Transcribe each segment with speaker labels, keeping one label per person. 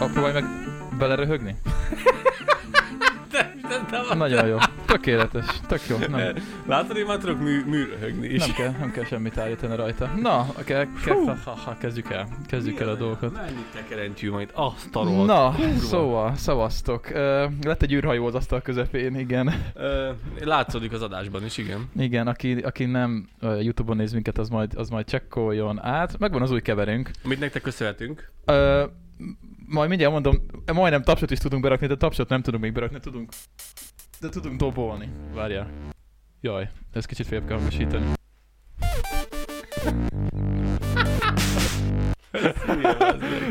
Speaker 1: A, próbálj meg beleröhögni.
Speaker 2: Nem,
Speaker 1: Nagyon jó. Tökéletes. Tök jó. Nem,
Speaker 2: Látod, én már tudok mű, műröhögni is.
Speaker 1: nem, kell, nem kell semmit állítani rajta. Na, kell, kell, ha, ha, ha, kezdjük el. Kezdjük el a dolgokat.
Speaker 2: Mennyi tekerentjű majd, azt a rohadt.
Speaker 1: Na, szóval, szavaztok. Ö, lett egy űrhajó az asztal közepén, igen.
Speaker 2: Ö, látszódik az adásban is, igen.
Speaker 1: Igen, aki, aki nem ö, Youtube-on néz minket, az majd, az majd csekkoljon át. Megvan az új keverünk.
Speaker 2: Amit nektek köszönhetünk.
Speaker 1: Ö, majd mindjárt mondom, majdnem tapsot is tudunk berakni, de tapsot nem tudunk még berakni, tudunk. De tudunk dobolni. Várjál. Jaj, ez kicsit fél kell hangosítani.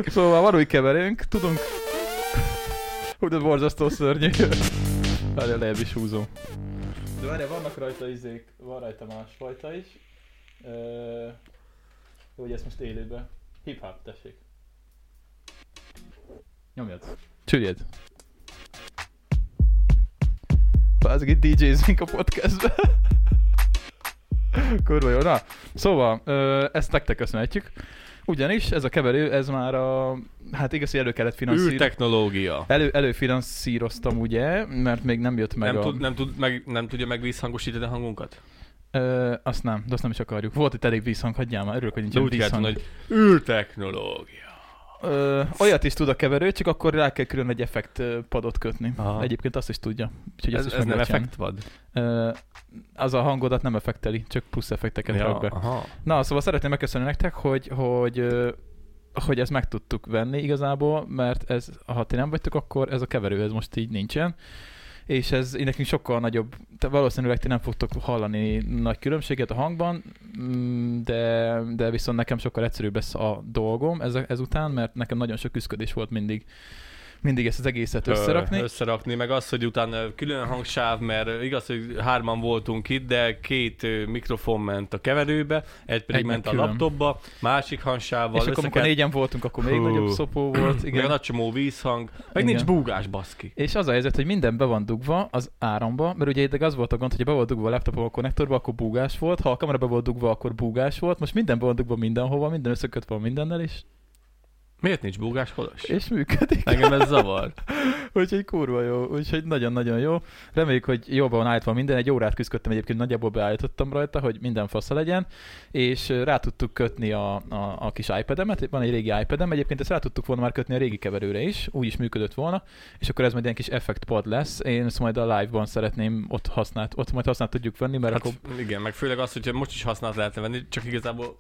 Speaker 1: Szóval van új keverünk, tudunk... Hú, de borzasztó szörnyű. Várjál, lejjebb is húzom. De várjál, vannak rajta izék, van rajta másfajta is. Ö... Jó, hogy ezt most élőben. Hip-hop, tessék. Nyomjad. Csürjed. Bázg itt DJ-zünk a podcastbe. Kurva jó. Na, szóval ö, ezt nektek köszönhetjük. Ugyanis ez a keverő, ez már a... Hát igaz, hogy elő kellett finanszírozni.
Speaker 2: Űrtechnológia.
Speaker 1: Elő, előfinanszíroztam ugye, mert még nem jött meg
Speaker 2: Nem,
Speaker 1: a...
Speaker 2: tud, nem, tud, meg, nem tudja megvízhangosítani a hangunkat?
Speaker 1: Ö, azt nem, de azt nem is akarjuk. Volt itt elég vízhang, hagyjál már, örülök, hogy
Speaker 2: De
Speaker 1: nincsen
Speaker 2: úgy kell
Speaker 1: vízhang.
Speaker 2: tudni, hogy űrtechnológia.
Speaker 1: Ö, olyat is tud a keverő, csak akkor rá kell külön egy effekt ö, padot kötni.
Speaker 2: Aha.
Speaker 1: Egyébként azt is tudja. Úgyhogy
Speaker 2: Ez,
Speaker 1: azt
Speaker 2: ez
Speaker 1: is meg
Speaker 2: nem
Speaker 1: lehet csinálni.
Speaker 2: effektvad.
Speaker 1: Ö, az a hangodat nem effekteli, csak plusz effekteket ja. rak be.
Speaker 2: aha.
Speaker 1: Na, szóval szeretném megköszönni nektek, hogy, hogy, ö, hogy ezt meg tudtuk venni igazából, mert ez, ha ti nem vagytok, akkor ez a keverő, ez most így nincsen. És ez így nekünk sokkal nagyobb, te valószínűleg ti nem fogtok hallani nagy különbséget a hangban, mm, de, de viszont nekem sokkal egyszerűbb lesz a dolgom ez, ezután, mert nekem nagyon sok küzdködés volt mindig, mindig ezt az egészet összerakni.
Speaker 2: Ö, összerakni, meg az, hogy utána külön hangsáv, mert igaz, hogy hárman voltunk itt, de két ö, mikrofon ment a keverőbe, egy pedig
Speaker 1: Egy meg
Speaker 2: ment a
Speaker 1: külön.
Speaker 2: laptopba, másik hangsávval
Speaker 1: És akkor, amikor négyen voltunk, akkor még
Speaker 2: Hú.
Speaker 1: nagyobb szopó volt.
Speaker 2: igen. meg
Speaker 1: Igen.
Speaker 2: a nagy csomó vízhang, meg
Speaker 1: Igen.
Speaker 2: nincs búgás, baszki.
Speaker 1: És az a helyzet, hogy minden be van dugva az áramba, mert ugye eddig az volt a gond, hogy ha be volt dugva a laptopom a konnektorba, akkor búgás volt, ha a kamera be volt dugva, akkor búgás volt, most minden be van dugva mindenhova, minden összekötve van mindennel, és,
Speaker 2: Miért nincs búgás, holos?
Speaker 1: és működik.
Speaker 2: Engem ez zavar.
Speaker 1: Úgyhogy kurva jó, úgyhogy nagyon-nagyon jó. Reméljük, hogy jobban van állítva minden. Egy órát küzdöttem egyébként, nagyjából beállítottam rajta, hogy minden fasza legyen, és ö, rá tudtuk kötni a, a, a kis iPad-emet. Van egy régi iPad-em, egyébként ezt rá tudtuk volna már kötni a régi keverőre is, úgy is működött volna, és akkor ez majd ilyen kis effektpad lesz. Én ezt majd a live-ban szeretném ott használt, ott majd használt tudjuk venni, mert hát, akkor
Speaker 2: Hát, igen, meg főleg az, hogyha most is használt lehetne venni, csak igazából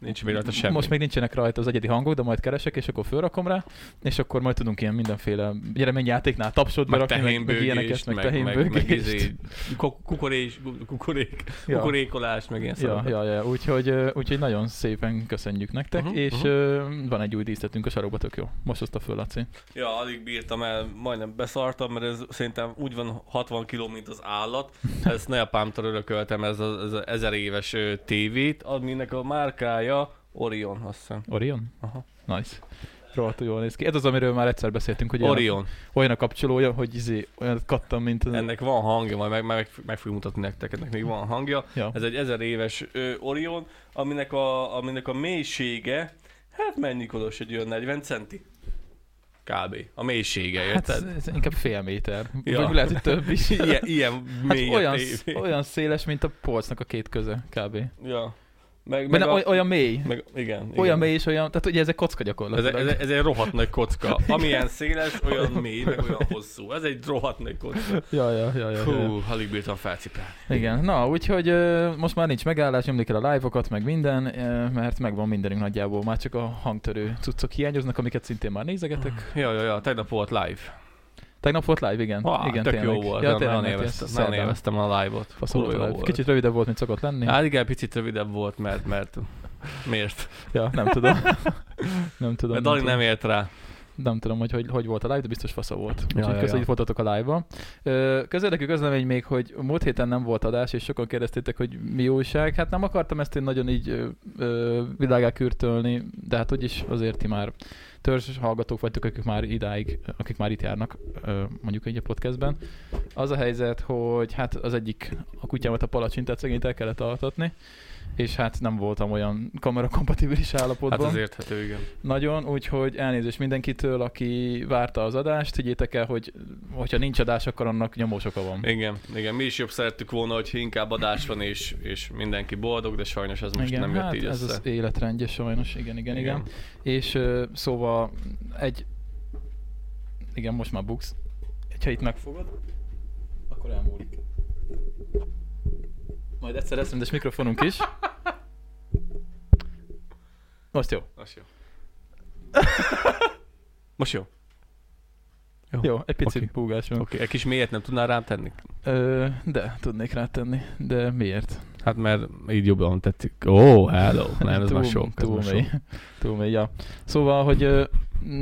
Speaker 2: nincs még rajta semmi.
Speaker 1: Most még nincsenek rajta az egyedi hangok, de majd keresek, és akkor fölrakom rá, és akkor majd tudunk ilyen mindenféle gyerekjátéknál tapsot
Speaker 2: meg
Speaker 1: berakni, meg, meg ilyeneket,
Speaker 2: tehénbőgést,
Speaker 1: meg,
Speaker 2: meg, meg, meg, meg
Speaker 1: tehénbőgést.
Speaker 2: izé, ku- kukorés, kukorék,
Speaker 1: Ja.
Speaker 2: kukorékolás, meg ilyen
Speaker 1: Ja,
Speaker 2: szavakat.
Speaker 1: ja, ja, úgyhogy, ö, úgyhogy nagyon szépen köszönjük nektek,
Speaker 2: Mhm,
Speaker 1: uh-huh, és
Speaker 2: mhm.
Speaker 1: uh-huh. van egy új díszletünk a sarokba, tök jó. Most hozta föl, Laci.
Speaker 2: Ja, alig bírtam el, majdnem beszartam, mert ez szerintem úgy van 60 kiló, mint az állat. Ezt ne apámtól örököltem, ez az, ez az ezer éves ö, tévét, aminek a márkája Orion, azt hiszem.
Speaker 1: Orion?
Speaker 2: Aha.
Speaker 1: Nice. Rohadtul jól néz ki. Ez az, amiről már egyszer beszéltünk, hogy olyan,
Speaker 2: Orion.
Speaker 1: olyan a kapcsolója, hogy izé, olyan kattam, mint... az-
Speaker 2: Ennek van hangja, majd meg, meg, meg fogjuk mutatni nektek, ennek még van hangja.
Speaker 1: Ja.
Speaker 2: Ez egy ezer éves ö, Orion, aminek a, aminek a mélysége, hát mennyi kolos egy olyan 40 centi? Kb. A mélysége,
Speaker 1: Hát
Speaker 2: érted?
Speaker 1: ez, ez inkább fél méter.
Speaker 2: Ja.
Speaker 1: Ja. Vagy lehet, hogy több is.
Speaker 2: Ilyen, ilyen
Speaker 1: Hát
Speaker 2: mély a
Speaker 1: olyan,
Speaker 2: tévé.
Speaker 1: olyan széles, mint a polcnak a két köze, kb.
Speaker 2: Ja. Meg,
Speaker 1: Meg
Speaker 2: meg
Speaker 1: ne,
Speaker 2: a-
Speaker 1: oly- olyan mély. Meg,
Speaker 2: Meg, igen,
Speaker 1: olyan
Speaker 2: igen.
Speaker 1: mély és olyan... Tehát ugye ezek kocka
Speaker 2: Ez,
Speaker 1: gyakorlatilag.
Speaker 2: ez, ez egy rohadt nagy kocka. Amilyen széles, olyan mély, meg olyan hosszú. Ez egy rohadt nagy kocka.
Speaker 1: Ja, ja, ja, ja, ja.
Speaker 2: Hú, alig bírtam felcipelni.
Speaker 1: Igen, na úgyhogy ö, most már nincs megállás, nyomni kell a live-okat, meg minden, ö, mert megvan mindenünk nagyjából, már csak a hangtörő cuccok hiányoznak, amiket szintén már nézegetek.
Speaker 2: Ja, ja, ja, tegnap volt live.
Speaker 1: Tegnap volt live, igen.
Speaker 2: Ah,
Speaker 1: igen,
Speaker 2: tök jó volt. Ja, nagyon,
Speaker 1: mert
Speaker 2: élveztem,
Speaker 1: ez
Speaker 2: nagyon
Speaker 1: szerdán
Speaker 2: élveztem a live-ot.
Speaker 1: faszol
Speaker 2: Kurva
Speaker 1: volt
Speaker 2: jó
Speaker 1: a live.
Speaker 2: volt.
Speaker 1: Kicsit rövidebb volt, mint szokott lenni.
Speaker 2: Hát igen, picit rövidebb volt, mert, mert miért?
Speaker 1: Ja, nem tudom. nem tudom.
Speaker 2: Mert Dani nem ért rá. Hát
Speaker 1: nem tudom, hogy, hogy hogy volt a live, de biztos fasza volt.
Speaker 2: Ja,
Speaker 1: Úgyhogy
Speaker 2: ja,
Speaker 1: ja, köszönjük,
Speaker 2: ja.
Speaker 1: hogy itt voltatok a live-ban. Ö, Közérdekű közlemény még, hogy múlt héten nem volt adás, és sokan kérdeztétek, hogy mi újság. Hát nem akartam ezt én nagyon így ö, ö, világá kürtölni, de hát úgyis azért ti már törzs hallgatók vagytok, akik már idáig, akik már itt járnak, ö, mondjuk egy a podcastben. Az a helyzet, hogy hát az egyik, a kutyámat a palacsintát szegényt el kellett altatni, és hát nem voltam olyan kamerakompatibilis
Speaker 2: Hát
Speaker 1: állapotban.
Speaker 2: az érthető, igen.
Speaker 1: Nagyon, úgyhogy elnézést mindenkitől, aki várta az adást. Higgyétek el, hogy hogyha nincs adás, akkor annak nyomós oka van.
Speaker 2: Igen, igen. Mi is jobb szerettük volna, hogy inkább adás van, és, és mindenki boldog, de sajnos ez most
Speaker 1: igen,
Speaker 2: nem jött
Speaker 1: hát
Speaker 2: így
Speaker 1: ez
Speaker 2: össze.
Speaker 1: az életrendje sajnos, igen, igen, igen. igen. És ö, szóval egy... Igen, most már buksz. Ha itt megfogod, akkor elmúlik. Majd egyszer lesz rendes mikrofonunk is. Most jó.
Speaker 2: Most jó. Most jó.
Speaker 1: Jó, egy picit okay.
Speaker 2: Oké.
Speaker 1: búgás van.
Speaker 2: Oké, okay. egy kis mélyet nem tudnál rám tenni?
Speaker 1: Ö, de, tudnék rátenni. De miért?
Speaker 2: Hát mert így jobban tetszik. Ó, oh, hello. Nem, ez
Speaker 1: Túl-
Speaker 2: már sok. Ez
Speaker 1: Túl
Speaker 2: már sok.
Speaker 1: mély. Túl mély, ja. Szóval, hogy ö,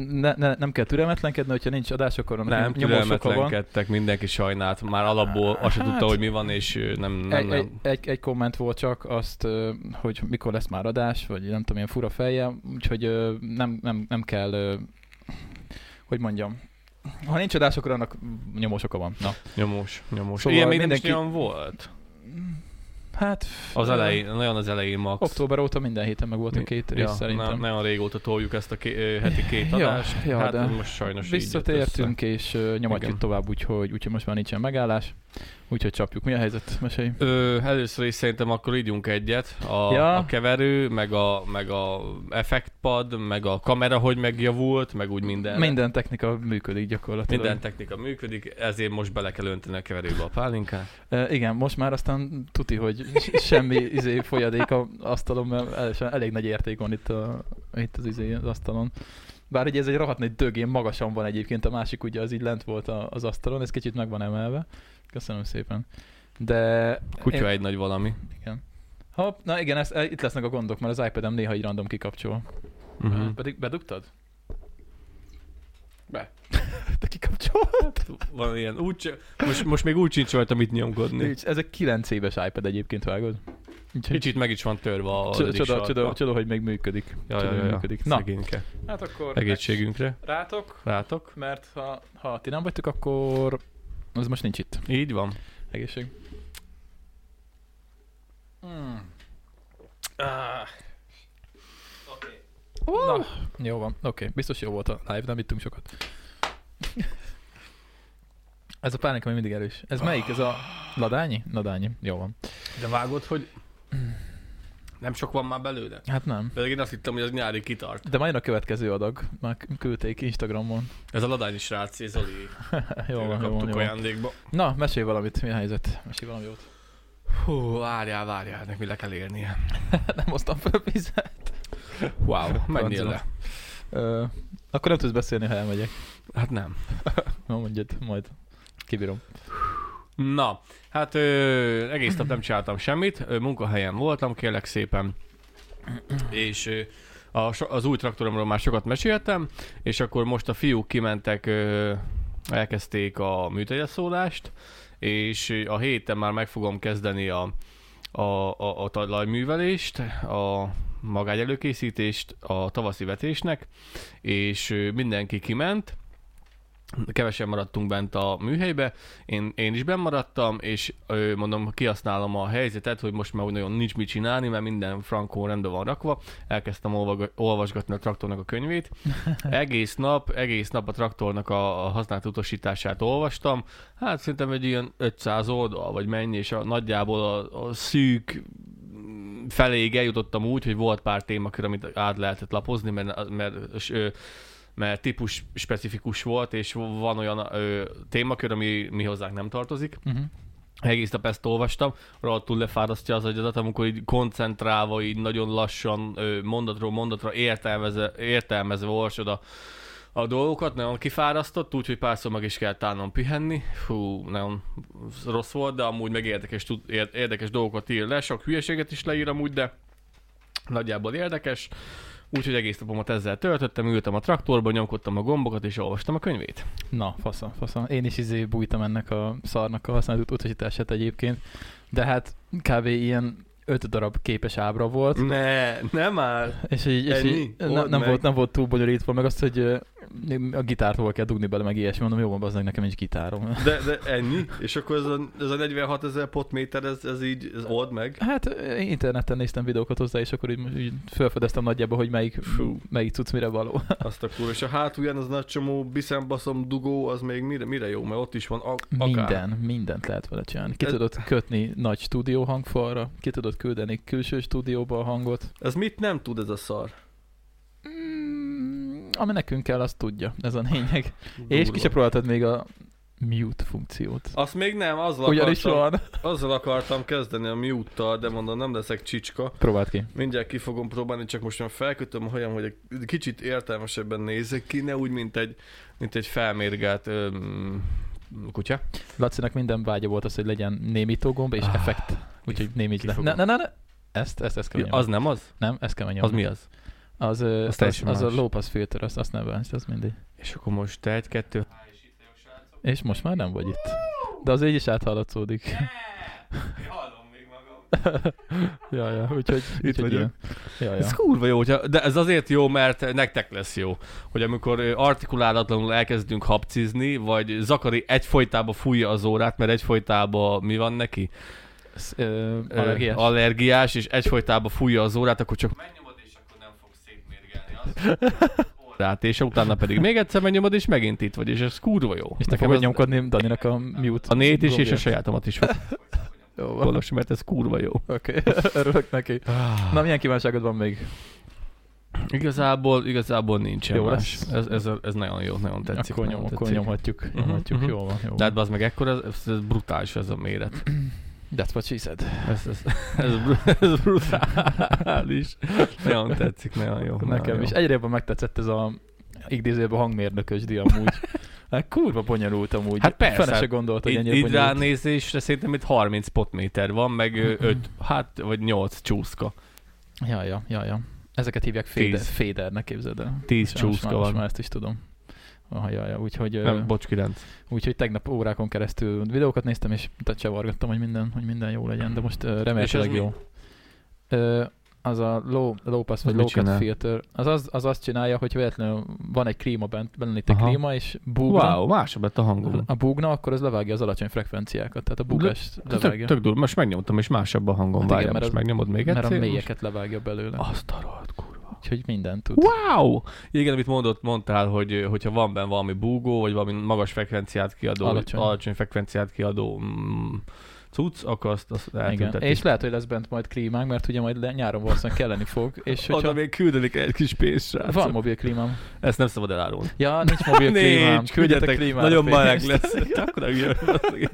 Speaker 1: ne, ne, nem kell türelmetlenkedni, hogyha nincs adás, akkor annak
Speaker 2: Nem,
Speaker 1: nyomós oka van.
Speaker 2: türelmetlenkedtek, mindenki sajnált. Már alapból azt se
Speaker 1: Hát-
Speaker 2: tudta, hogy mi van, és ö, nem, nem,
Speaker 1: Egy,
Speaker 2: nem.
Speaker 1: egy, egy, egy komment volt csak azt, ö, hogy mikor lesz már adás, vagy nem tudom, ilyen fura fejjel, úgyhogy ö, nem, nem, nem kell, ö, hogy mondjam, ha nincs adás, akkor annak nyomós oka van. Na.
Speaker 2: Nyomós, nyomós.
Speaker 1: Szóval
Speaker 2: Szóval Ilyen még mindenki... nem
Speaker 1: mindenki-
Speaker 2: is olyan volt.
Speaker 1: Hát
Speaker 2: Az
Speaker 1: ö,
Speaker 2: elején, nagyon az elején max.
Speaker 1: Október óta minden héten meg volt a
Speaker 2: Mi-
Speaker 1: két rész
Speaker 2: Na,
Speaker 1: szerintem.
Speaker 2: nagyon régóta toljuk ezt a ké- ö, heti két
Speaker 1: Ja,
Speaker 2: adást.
Speaker 1: ja,
Speaker 2: hát
Speaker 1: de
Speaker 2: most sajnos így jött
Speaker 1: Visszatértünk, és ö, nyomatjuk
Speaker 2: Igen.
Speaker 1: tovább, úgyhogy, úgyhogy most már nincsen megállás. Úgyhogy csapjuk. Mi a helyzet? Mesélj.
Speaker 2: össze. Ö, először is szerintem akkor ígyunk egyet. A,
Speaker 1: Ja.
Speaker 2: ja. a keverő, meg a, meg a effektpad, meg a kamera, hogy megjavult, meg úgy minden.
Speaker 1: Minden technika működik gyakorlatilag.
Speaker 2: Minden technika működik, ezért most bele kell önteni a keverőbe a pálinkát.
Speaker 1: E, igen, most már aztán tuti, hogy s- semmi izé folyadék a asztalon, mert el- se- elég nagy érték van itt, a, itt az, izé, az asztalon. Bár ugye ez egy rohadt nagy dög, ilyen magasan van egyébként, a másik ugye az így lent volt a, az asztalon, ez kicsit meg van emelve. Köszönöm szépen. De...
Speaker 2: Kutya
Speaker 1: én-
Speaker 2: egy nagy valami.
Speaker 1: Igen. Hopp, na igen, ez, e, itt lesznek a gondok, mert az iPad-em néha így random kikapcsol.
Speaker 2: Uh-huh.
Speaker 1: Pedig bedugtad?
Speaker 2: Be.
Speaker 1: Te kikapcsolt?
Speaker 2: Van ilyen, úgy, se- most, most még úgy sincs rajta mit nyomkodni.
Speaker 1: Nincs, ez egy 9 éves iPad egyébként vágod. Úgyhogy-
Speaker 2: Kicsit meg is van törve a
Speaker 1: Csoda,
Speaker 2: ötödik
Speaker 1: csoda,
Speaker 2: sarka.
Speaker 1: csoda, csoda, hogy még működik.
Speaker 2: Ja,
Speaker 1: csoda, hogy
Speaker 2: ja, ja, ja.
Speaker 1: működik. Na,
Speaker 2: Na. Szegényke.
Speaker 1: hát akkor
Speaker 2: Segítségünkre.
Speaker 1: rátok,
Speaker 2: Rátok.
Speaker 1: mert ha, ha ti nem vagytok, akkor az most nincs itt.
Speaker 2: Így van.
Speaker 1: Egészség. Mm.
Speaker 2: Ah.
Speaker 1: Na, jó van, oké. Okay. Biztos jó volt a live, nem ittunk sokat. ez a pálinka még mindig erős. Ez melyik? Ez a ladányi? Ladányi. Jó van.
Speaker 2: De vágod, hogy nem sok van már belőle?
Speaker 1: Hát nem.
Speaker 2: Pedig én azt hittem, hogy az nyári kitart.
Speaker 1: De majd jön a következő adag. Már küldték Instagramon.
Speaker 2: Ez a ladányi srác, ez Zoli.
Speaker 1: jó
Speaker 2: Tőle
Speaker 1: van, jó van,
Speaker 2: kaptuk
Speaker 1: jó van.
Speaker 2: ajándékba.
Speaker 1: Na, mesélj valamit. Mi a helyzet? Mesélj valami jót.
Speaker 2: Hú, várjál, várjál, ennek mi le kell érnie.
Speaker 1: nem hoztam fel a vizet.
Speaker 2: Wow, menjél le.
Speaker 1: Ö, akkor nem tudsz beszélni, ha elmegyek.
Speaker 2: Hát nem.
Speaker 1: Na mondjad, majd kibírom.
Speaker 2: Na, hát ö, egész nap nem csináltam semmit, ö, munkahelyen voltam, kérlek szépen, és ö, a, so- az új traktoromról már sokat meséltem, és akkor most a fiúk kimentek, ö, elkezdték a műtegyeszólást, és ö, a héten már meg fogom kezdeni a, a, a, a talajművelést, a magány előkészítést a tavaszi vetésnek, és ö, mindenki kiment, kevesen maradtunk bent a műhelybe, én, én is bemaradtam, és ö, mondom, kihasználom a helyzetet, hogy most már úgy nagyon nincs mit csinálni, mert minden frankó rendben van rakva. Elkezdtem olvaga- olvasgatni a traktornak a könyvét. Egész nap, egész nap a traktornak a, a használt utasítását olvastam. Hát szerintem egy ilyen 500 oldal, vagy mennyi, és a, nagyjából a, a szűk mm, feléig eljutottam úgy, hogy volt pár témakör, amit át lehetett lapozni, mert, mert, mert mert típus specifikus volt, és van olyan ö, témakör, ami mi hozzánk nem tartozik.
Speaker 1: Uh-huh.
Speaker 2: Egész nap ezt olvastam, rohadtul lefárasztja az agyadat, amikor így koncentrálva, így nagyon lassan ö, mondatról mondatra értelmezve, értelmezve olvasod a, a dolgokat, nagyon kifárasztott, úgyhogy párszor meg is kell tálnom pihenni. Fú, nagyon rossz volt, de amúgy meg érdekes, tud- ér- érdekes dolgokat ír le, sok hülyeséget is leír amúgy, de nagyjából érdekes. Úgyhogy egész napomat ezzel töltöttem, ültem a traktorba, nyomkodtam a gombokat és olvastam a könyvét.
Speaker 1: Na, faszom, faszom. Én is izé bújtam ennek a szarnak a használt utasítását egyébként. De hát kb. ilyen öt darab képes ábra volt,
Speaker 2: Ne, nem már.
Speaker 1: és így, és
Speaker 2: Mhm. Ennyi?
Speaker 1: így
Speaker 2: Old
Speaker 1: ne, nem,
Speaker 2: meg.
Speaker 1: volt, nem volt túl bonyolítva, meg azt, hogy ö, a gitárt hol kell dugni bele, meg ilyesmi, mondom, jó, van, aznak nekem nincs gitárom.
Speaker 2: De, de ennyi? És akkor ez a, ez a 46 ezer potméter, ez, ez így ez old meg?
Speaker 1: Hát ö, interneten néztem videókat hozzá, és akkor így, így felfedeztem nagyjából, hogy melyik,
Speaker 2: Fú.
Speaker 1: melyik cucc mire való.
Speaker 2: Azt a kurva. És a hátulján az nagy csomó biszembaszom dugó, az még mire, mire jó? Mert ott is van ak- akár.
Speaker 1: Minden, mindent lehet vele csinálni. Ki
Speaker 2: Ez-
Speaker 1: tudod kötni nagy stúdió hangfalra, ki tudod küldeni külső stúdióba a hangot.
Speaker 2: Ez mit nem tud ez a szar?
Speaker 1: Mm, ami nekünk kell, azt tudja, ez a lényeg.
Speaker 2: Durva.
Speaker 1: És ki se próbáltad még a mute funkciót.
Speaker 2: Azt még nem, azzal
Speaker 1: Ugyanis
Speaker 2: akartam,
Speaker 1: van.
Speaker 2: azzal akartam kezdeni a mute-tal, de mondom, nem leszek csicska.
Speaker 1: Próbáld ki.
Speaker 2: Mindjárt ki fogom próbálni, csak most már felkötöm a hajam, hogy egy kicsit értelmesebben nézek ki, ne úgy, mint egy, mint egy felmérgált öm, kutya.
Speaker 1: Lacinak minden vágya volt az, hogy legyen némító gomb és
Speaker 2: Ah,
Speaker 1: effekt. Úgyhogy némítsd le.
Speaker 2: kifogom.
Speaker 1: Ne, ne, ne, ne. Ezt, ezt, ezt kell nyomni.
Speaker 2: Az nem az?
Speaker 1: nem, ezt kell nyomni.
Speaker 2: Az mi az?
Speaker 1: Az, ö, az, az,
Speaker 2: teljesen
Speaker 1: az a
Speaker 2: más.
Speaker 1: low pass filter, azt, azt nem bánsz, az mindig.
Speaker 2: És akkor most te egy, kettő.
Speaker 1: És most már nem vagy itt. De az így is áthallatszódik.
Speaker 2: Hallom még magam.
Speaker 1: ja, ja, úgyhogy, úgyhogy
Speaker 2: vagyok.
Speaker 1: ilyen. Ja, ja.
Speaker 2: Ez kurva jó, hogyha, de ez azért jó, mert nektek lesz jó, hogy amikor ö, artikulálatlanul elkezdünk habcizni, vagy Zakari egyfolytában fújja az órát, mert egyfolytában mi van neki?
Speaker 1: Ez, ö,
Speaker 2: Ö,
Speaker 1: allergiás.
Speaker 2: allergiás, és egyfolytában fújja az órát, akkor csak megnyomod, és akkor nem fogsz szétmérgelni azt az órát, és utána pedig még egyszer megnyomod, és megint itt vagy, és ez kurva jó.
Speaker 1: és nekem
Speaker 2: Fogod
Speaker 1: kell nyomkodni Daninak a mute.
Speaker 2: a nét is, és a
Speaker 1: gombját.
Speaker 2: sajátomat is fogod
Speaker 1: Jó van.
Speaker 2: olvasni, mert ez kurva jó.
Speaker 1: Oké, örülök neki. Na, milyen kívánságod van még?
Speaker 2: Igazából, igazából nincsen
Speaker 1: Jó
Speaker 2: jó más.
Speaker 1: lesz.
Speaker 2: Ez, ez, ez, nagyon jó, nagyon tetszik.
Speaker 1: akkor
Speaker 2: nagyon
Speaker 1: nyom, akkor
Speaker 2: tetszik.
Speaker 1: nyomhatjuk. Nyomhatjuk,
Speaker 2: mhm.
Speaker 1: jó van. Jó
Speaker 2: De
Speaker 1: van.
Speaker 2: hát az meg ekkor, ez, ez, ez brutális ez a méret.
Speaker 1: That's what she said.
Speaker 2: Ez, ez, ez, bru- ez brutális. Nagyon tetszik, nagyon jó. nagyon
Speaker 1: Nekem
Speaker 2: jó.
Speaker 1: is. Egyre jobban megtetszett ez a igdézőjebb hangmérnökös di amúgy. Hát kurva bonyolult amúgy.
Speaker 2: Hát persze,
Speaker 1: Fene se
Speaker 2: hát
Speaker 1: gondolt, hogy
Speaker 2: Így,
Speaker 1: ennyire
Speaker 2: így
Speaker 1: bonyolult.
Speaker 2: ránézésre szerintem itt 30 potméter van, meg 5, hát vagy 8 csúszka.
Speaker 1: Ja, ja, ja, ja. Ezeket hívják féder,
Speaker 2: Tíz.
Speaker 1: fédernek, képzeld el.
Speaker 2: Tíz
Speaker 1: Sajnos
Speaker 2: csúszka
Speaker 1: már, most
Speaker 2: van.
Speaker 1: Már ezt is tudom. Ah, ja, ja, úgyhogy, ö,
Speaker 2: Nem, bocs, 9.
Speaker 1: úgyhogy tegnap órákon keresztül videókat néztem, és tehát csavargattam, hogy minden, hogy minden jó legyen, de most ö, remélhetőleg
Speaker 2: mi?
Speaker 1: jó. Ö, az a low, low pass vagy
Speaker 2: mit
Speaker 1: low cut
Speaker 2: csinál?
Speaker 1: filter, az, az, az azt csinálja, hogy véletlenül van egy klíma bent, benne itt egy
Speaker 2: Aha.
Speaker 1: klíma, és búgna,
Speaker 2: Wow, másabb lett a hangom.
Speaker 1: a búgna, akkor az levágja az alacsony frekvenciákat, tehát a
Speaker 2: De-
Speaker 1: búgás
Speaker 2: Tök,
Speaker 1: levágja.
Speaker 2: tök durva, most megnyomtam, és másabb a hangom.
Speaker 1: Hát
Speaker 2: Hát
Speaker 1: igen,
Speaker 2: Várjál,
Speaker 1: mert
Speaker 2: most
Speaker 1: az-
Speaker 2: megnyomod még
Speaker 1: Mert a
Speaker 2: egyszer.
Speaker 1: mélyeket levágja belőle.
Speaker 2: Most... Azt a rohadt kurva.
Speaker 1: Úgyhogy mindent tud.
Speaker 2: Wow! Igen, amit mondott, mondtál, hogy hogyha van benne valami búgó, vagy valami magas frekvenciát kiadó,
Speaker 1: Alacsony.
Speaker 2: alacsony, alacsony frekvenciát kiadó mm, cucc, akkor azt, azt
Speaker 1: Igen.
Speaker 2: eltüntetik.
Speaker 1: És lehet, hogy lesz bent majd klímánk, mert ugye majd le- nyáron valószínűleg kelleni fog, és
Speaker 2: Oda
Speaker 1: hogyha
Speaker 2: még küldenik egy kis pénzt, srácok.
Speaker 1: van mobil klímám.
Speaker 2: Ezt nem szabad elárulni.
Speaker 1: Ja, nincs mobil klímám. Küldjetek klímára
Speaker 2: Nagyon meleg
Speaker 1: pénzt.
Speaker 2: lesz. Akkor jön.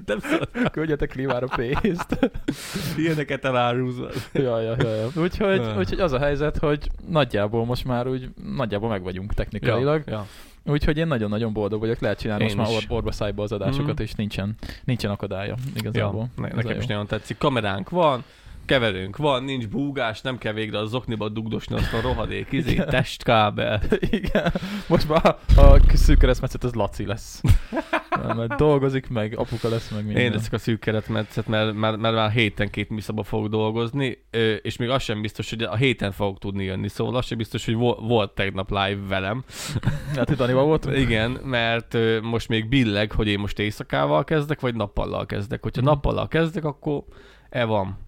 Speaker 2: Nem szabad.
Speaker 1: Küldjetek klímára pénzt.
Speaker 2: Ilyeneket elárulsz.
Speaker 1: Ja, ja, ja, ja. Úgyhogy,
Speaker 2: Ja.
Speaker 1: úgyhogy az a helyzet, hogy nagyjából most már úgy, nagyjából meg vagyunk technikailag.
Speaker 2: Ja.
Speaker 1: Úgyhogy én nagyon-nagyon boldog vagyok. Lehet csinálni
Speaker 2: Én
Speaker 1: most már
Speaker 2: is.
Speaker 1: or- orba szájba az adásokat,
Speaker 2: Mhm.
Speaker 1: és nincsen, nincsen akadálya
Speaker 2: ja.
Speaker 1: igazából.
Speaker 2: Ne,
Speaker 1: Ez a
Speaker 2: nekem
Speaker 1: jó.
Speaker 2: is nagyon tetszik. Kameránk van, keverünk van, nincs búgás, nem kell végre az zokniba dugdosni azt a rohadék izé,
Speaker 1: Igen.
Speaker 2: testkábel.
Speaker 1: Igen. Most már a szűk keresztmetszet az Laci lesz. Mert dolgozik meg, apuka lesz meg minden.
Speaker 2: Én leszek a szűk keretmetszet, mert, mert, mert már héten két műszaba fogok dolgozni, ö, és még az sem biztos, hogy a héten fogok tudni jönni, szóval az sem biztos, hogy vo- volt tegnap live velem.
Speaker 1: Hát itt Danival voltunk?
Speaker 2: Igen, mert ö, most még billeg, hogy én most éjszakával kezdek, vagy nappallal kezdek. Hogyha
Speaker 1: Mhm.
Speaker 2: nappallal kezdek, akkor e van.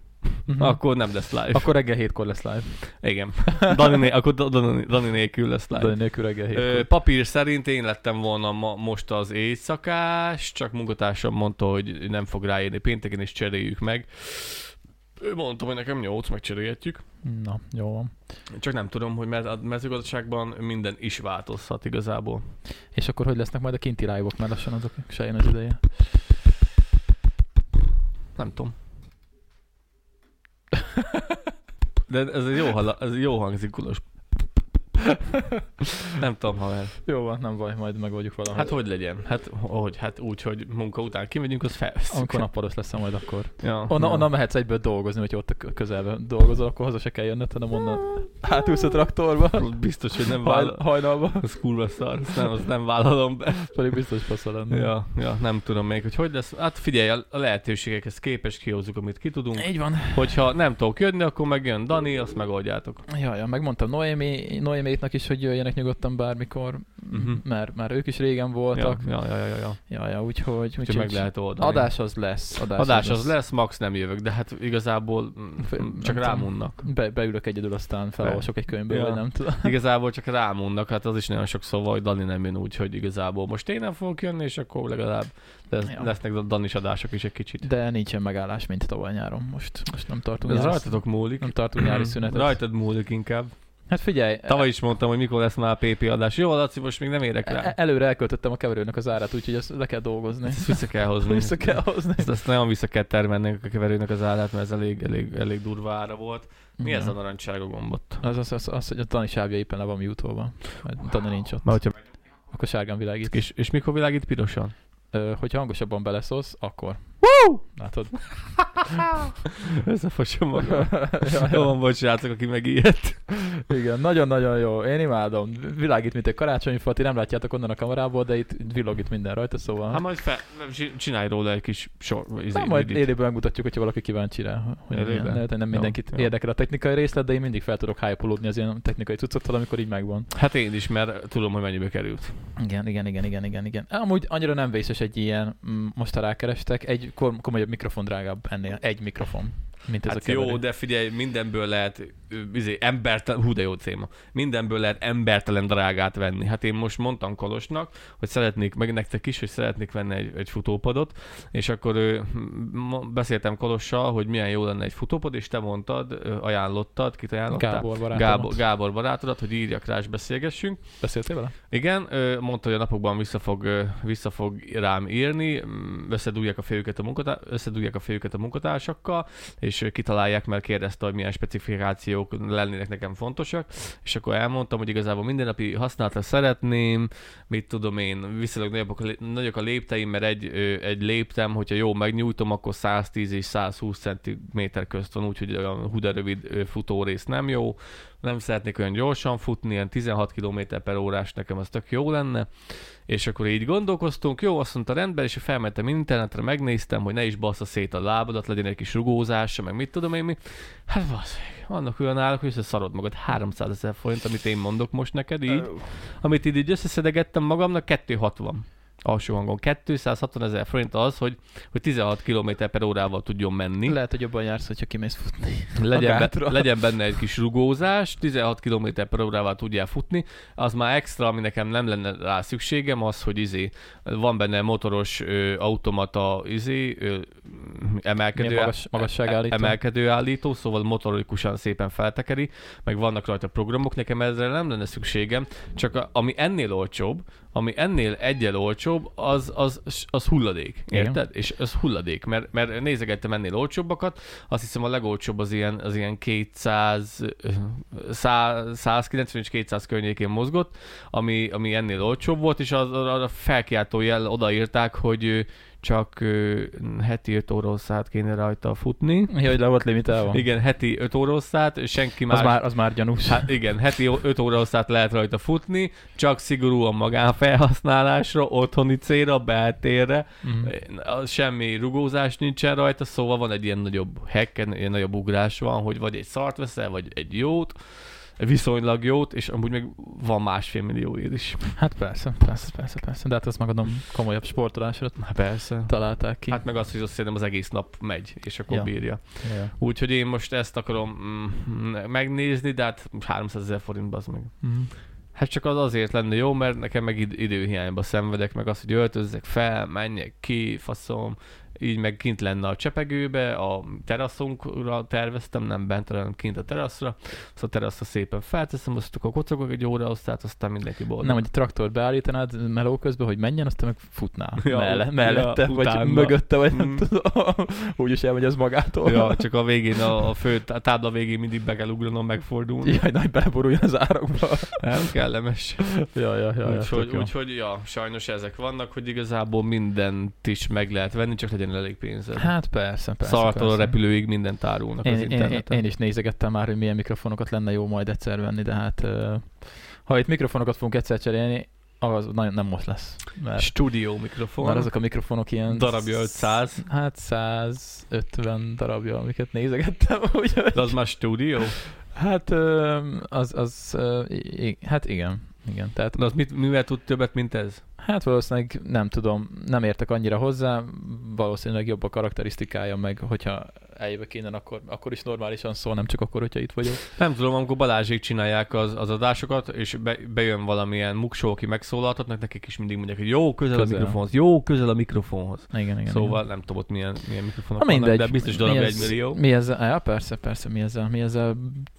Speaker 1: Mhm.
Speaker 2: Akkor nem lesz live.
Speaker 1: Akkor reggel hétkor lesz live.
Speaker 2: Igen. Dani, né- akkor Da- Dani, Dani nélkül lesz live.
Speaker 1: De nélkül reggel
Speaker 2: Ö,
Speaker 1: hétkor.
Speaker 2: papír szerint én lettem volna ma, most az éjszakás, csak munkatársam mondta, hogy nem fog ráérni pénteken, és cseréljük meg. Ő mondta, hogy nekem 8, meg cserélhetjük.
Speaker 1: Na, jó van.
Speaker 2: Csak nem tudom, hogy mert a mezőgazdaságban minden is változhat igazából.
Speaker 1: És akkor hogy lesznek majd a kinti live-ok? Már lassan azok se jön az ideje.
Speaker 2: Nem tudom. De ez egy jó, hala, ez jó hangzik, kulos. Nem tudom, haver.
Speaker 1: Jó van, nem baj, majd megoldjuk valahogy.
Speaker 2: Hát
Speaker 1: Hát,
Speaker 2: hogy legyen? Hát hogy? Hát úgy, hogy munka után kimegyünk, az felveszünk.
Speaker 1: amikor napparos leszel majd akkor.
Speaker 2: Ja.
Speaker 1: Onnan, onnan mehetsz egyből dolgozni, hogyha ott a kö- közelben dolgozol, akkor haza se kell jönnöd, hanem onnan átülsz a traktorba,
Speaker 2: Biztos, hogy nem
Speaker 1: haj,
Speaker 2: vállal.
Speaker 1: hajnalba,
Speaker 2: Az kurva szar, azt nem, azt nem vállalom be.
Speaker 1: pedig biztos fasza lenne.
Speaker 2: Ja, ja, nem tudom még, hogy hogy lesz. Hát figyelj, a a lehetőségekhez képes kihozzuk, amit ki tudunk.
Speaker 1: Így van.
Speaker 2: Hogyha nem tudok jönni, akkor megjön Dani, azt megoldjátok.
Speaker 1: Ja, ja, megmondtam Noémi, Noéméknak is, hogy jöjjenek nyugodtan bármikor,
Speaker 2: Mhm.
Speaker 1: mert már ők is régen
Speaker 2: Ja,
Speaker 1: voltak.
Speaker 2: ja, ja, ja, ja. ja.
Speaker 1: Ja, ja, ja úgyhogy,
Speaker 2: Úgyhogy meg lehet oldani.
Speaker 1: Adás az lesz. Adás,
Speaker 2: Adás az lesz, max nem jövök, de hát igazából mm,
Speaker 1: F-
Speaker 2: mm,
Speaker 1: nem
Speaker 2: csak
Speaker 1: tudom.
Speaker 2: rámunnak.
Speaker 1: Be, beülök egyedül, aztán felolvasok egy könyvből,
Speaker 2: Ja.
Speaker 1: vagy nem tudom.
Speaker 2: Igazából csak rámunnak, hát az is nagyon sok szóval, hogy Dani nem jön úgy, hogy igazából most én nem fogok jönni, és akkor legalább lesz,
Speaker 1: Ja.
Speaker 2: lesznek a Danis adások is egy kicsit.
Speaker 1: De nincsen megállás, mint tavaly nyáron. Most, most nem tartunk,
Speaker 2: Ez
Speaker 1: nyári,
Speaker 2: rajtatok múlik.
Speaker 1: nem tartunk nyári szünetet.
Speaker 2: Rajtad múlik inkább.
Speaker 1: Hát figyelj,
Speaker 2: Tavaly is mondtam, hogy mikor lesz már PP adás. Jó, Laci, most még nem érek
Speaker 1: e- e-
Speaker 2: rá.
Speaker 1: előre elköltöttem a keverőnek az árát, úgyhogy ezt le kell dolgozni.
Speaker 2: Ezt vissza kell hozni.
Speaker 1: Vissza kell hozni.
Speaker 2: Ezt, ezt nagyon vissza kell termelnünk a keverőnek az állát, mert ez elég, elég, elég durva ára volt. Mi ez a
Speaker 1: Igen.
Speaker 2: narancsága gombot?
Speaker 1: Az, az, az, az, hogy a Dani sávja éppen le van mute-olva. Mert Dani nincs ott.
Speaker 2: Mert hogyha,
Speaker 1: Akkor sárgán világít.
Speaker 2: és, és mikor világít pirosan?
Speaker 1: Ö, hogyha hangosabban beleszólsz, akkor. Látod?
Speaker 2: Összefosom magam.
Speaker 1: Ja,
Speaker 2: Jó
Speaker 1: ja.
Speaker 2: van, bocs, srácok, aki megijedt.
Speaker 1: Igen, nagyon-nagyon jó. Én imádom. Világít, mint egy karácsonyfa. Ti nem látjátok onnan a kamerából, de itt villog itt minden rajta, szóval...
Speaker 2: Hát majd fel, csi- csinálj róla egy kis sor. izé,
Speaker 1: Na, majd
Speaker 2: vidit.
Speaker 1: élőben megmutatjuk, hogyha valaki kíváncsi rá, hogy
Speaker 2: Élőben?
Speaker 1: milyen. lehet, hogy nem
Speaker 2: Jó,
Speaker 1: mindenkit
Speaker 2: jó.
Speaker 1: érdekel a technikai részlet, de én mindig fel tudok hype az ilyen technikai cuccoktól, amikor így megvan.
Speaker 2: Hát én is, mert tudom, hogy mennyibe került.
Speaker 1: Igen, igen, igen, igen, igen, igen. Amúgy annyira nem vészes egy ilyen, mm, most ha rákerestek, egy kom- komolyabb mikrofon drágább ennél, egy mikrofon, mint ez
Speaker 2: hát
Speaker 1: a keverő.
Speaker 2: jó, de figyelj, mindenből lehet ö, izé, embertelen, hú de jó téma, mindenből lehet embertelen drágát venni. Hát én most mondtam Kolosnak, hogy szeretnék, meg nektek is, hogy szeretnék venni egy, egy futópadot, és akkor ő, ma- beszéltem Kolossal, hogy milyen jó lenne egy futópad, és te mondtad, ö, ajánlottad, kit ajánlottál?
Speaker 1: Gábor barátom.
Speaker 2: Gábor, Gábor barátodat, hogy írjak rá és beszélgessünk.
Speaker 1: Beszéltél vele?
Speaker 2: Igen, ö, mondta, hogy a napokban vissza fog, ö, vissza fog rám írni, mm, összedugják a fejüket a, munkatá- összedugják a fejüket a munkatársakkal, és ö, kitalálják, mert kérdezte, hogy milyen specifikációk lennének nekem fontosak, és akkor elmondtam, hogy igazából mindennapi használatra szeretném, mit tudom én, viszonylag nagyobbak a lé- nagyok a lépteim, mert egy, ö, egy léptem, hogyha jó megnyújtom, akkor 110 és 120 cm közt van, úgyhogy olyan huda rövid ö, futórész nem jó, nem szeretnék olyan gyorsan futni, ilyen 16 km per órás nekem az tök jó lenne. És akkor így gondolkoztunk, jó, azt mondta rendben, és felmentem internetre, megnéztem, hogy ne is bassza szét a lábadat, legyen egy kis rugózása, meg mit tudom én mi. Hát basszeg, annak olyan állok, hogy összeszarod magad 300 ezer forint, amit én mondok most neked így, amit így, így összeszedegettem magamnak, 260 alsó hangon. 260 ezer forint az, hogy, hogy 16 km per órával tudjon menni.
Speaker 1: Lehet, hogy jobban jársz, hogyha kimész futni.
Speaker 2: Legyen,
Speaker 1: gátra.
Speaker 2: be, legyen benne egy kis rugózás, 16 km per órával tudjál futni, az már extra, ami nekem nem lenne rá szükségem, az, hogy izé, van benne motoros ö, automata izé, ö, emelkedő, e-
Speaker 1: Milyen magas- magasságállító?
Speaker 2: emelkedő állító, szóval motorikusan szépen feltekeri, meg vannak rajta programok, nekem ezre nem lenne szükségem, csak a, ami ennél olcsóbb, ami ennél egyel olcsóbb, az, az, az hulladék,
Speaker 1: Igen.
Speaker 2: érted? És az hulladék, mert, mert nézegettem ennél olcsóbbakat, azt hiszem a legolcsóbb az ilyen, az ilyen 200, ö, szá- 190 és 200 környékén mozgott, ami, ami ennél olcsóbb volt, és az, arra felkiáltó jel odaírták, hogy ö, csak ö, heti 5 óraosszát kéne rajta futni.
Speaker 1: Ja, hogy le volt limitálva.
Speaker 2: Igen, heti 5 óraosszát, senki más...
Speaker 1: Az már, az már gyanús.
Speaker 2: Hát igen, heti 5 óraosszát lehet rajta futni, csak szigorúan magánfelhasználásra, otthoni célra, beltérre,
Speaker 1: Mhm.
Speaker 2: Mm. Semmi rugózás nincsen rajta, szóval van egy ilyen nagyobb hacken, ilyen nagyobb ugrás van, hogy vagy egy szart veszel, vagy egy jót, viszonylag jót, és amúgy még van másfél millió ér is.
Speaker 1: Hát persze, persze, persze, persze. De hát azt megadom, komolyabb sportolásra
Speaker 2: Hát persze.
Speaker 1: találták ki.
Speaker 2: Hát meg azt, hogy azt szerintem az egész nap megy, és akkor
Speaker 1: Ja.
Speaker 2: ja. bírja.
Speaker 1: ja.
Speaker 2: Úgyhogy én most ezt akarom mm, megnézni, de hát 300 ezer forintba az meg.
Speaker 1: Mhm.
Speaker 2: Hát csak az azért lenne jó, mert nekem meg id- időhiányba szenvedek, meg az, hogy öltözzek fel, menjek ki, faszom, így meg kint lenne a csepegőbe, a teraszunkra terveztem, nem bent, hanem kint a teraszra. Szóval a teraszra szépen felteszem, azt akkor kocogok egy óra, aztán, aztán mindenki boldog.
Speaker 1: Nem, hogy a traktort beállítanád meló közben, hogy menjen, aztán meg futná
Speaker 2: Ja,
Speaker 1: ja, melle,
Speaker 2: ja,
Speaker 1: mellette, ja, vagy
Speaker 2: utána.
Speaker 1: mögötte, vagy
Speaker 2: Mm.
Speaker 1: nem tudom. Úgyis elmegy ez magától.
Speaker 2: Ja, csak a végén, a, a fő a tábla végén mindig be kell ugranom, megfordulni.
Speaker 1: Jaj, nagy beleboruljon az árakba.
Speaker 2: Nem kellemes.
Speaker 1: Ja, ja, ja.
Speaker 2: Úgyhogy, úgyhogy, ja, sajnos ezek vannak, hogy igazából mindent is meg lehet venni, csak legyen elég pénzed.
Speaker 1: Hát persze, persze.
Speaker 2: Szartól a
Speaker 1: persze.
Speaker 2: repülőig mindent árulnak az
Speaker 1: Én, én, én,
Speaker 2: interneten.
Speaker 1: én is nézegettem már, hogy milyen mikrofonokat lenne jó majd egyszer venni, de hát ö, ha itt mikrofonokat fogunk egyszer cserélni, az nagyon nem most lesz. Mert,
Speaker 2: Stúdió mikrofon.
Speaker 1: mert azok a mikrofonok ilyen...
Speaker 2: Darabja 500.
Speaker 1: Hát 150 darabja, amiket nézegettem, úgyhogy...
Speaker 2: De az már stúdió?
Speaker 1: Hát ö, az, az ö, i- i- hát igen, igen. Tehát,
Speaker 2: De az mit, mivel tud többet, mint ez?
Speaker 1: hát valószínűleg nem tudom, nem értek annyira hozzá, valószínűleg jobb a karakterisztikája, meg hogyha eljövök innen, akkor, akkor is normálisan szól, nem csak akkor, hogyha itt vagyok.
Speaker 2: Nem tudom, amikor Balázsék csinálják az, az adásokat, és be, bejön valamilyen muksó, aki megszólaltatnak, nekik is mindig mondják, hogy jó, közel, közel.
Speaker 1: Közel.
Speaker 2: a mikrofonhoz, jó, közel a mikrofonhoz.
Speaker 1: Igen, igen.
Speaker 2: Igen, szóval
Speaker 1: igen.
Speaker 2: igen. nem tudom ott milyen, milyen mikrofonok
Speaker 1: Na
Speaker 2: vannak,
Speaker 1: mindegy.
Speaker 2: de
Speaker 1: Mi
Speaker 2: biztos darab
Speaker 1: ez-
Speaker 2: egy millió.
Speaker 1: Mi ez? Ja, persze, persze, mi ezzel, mi ezzel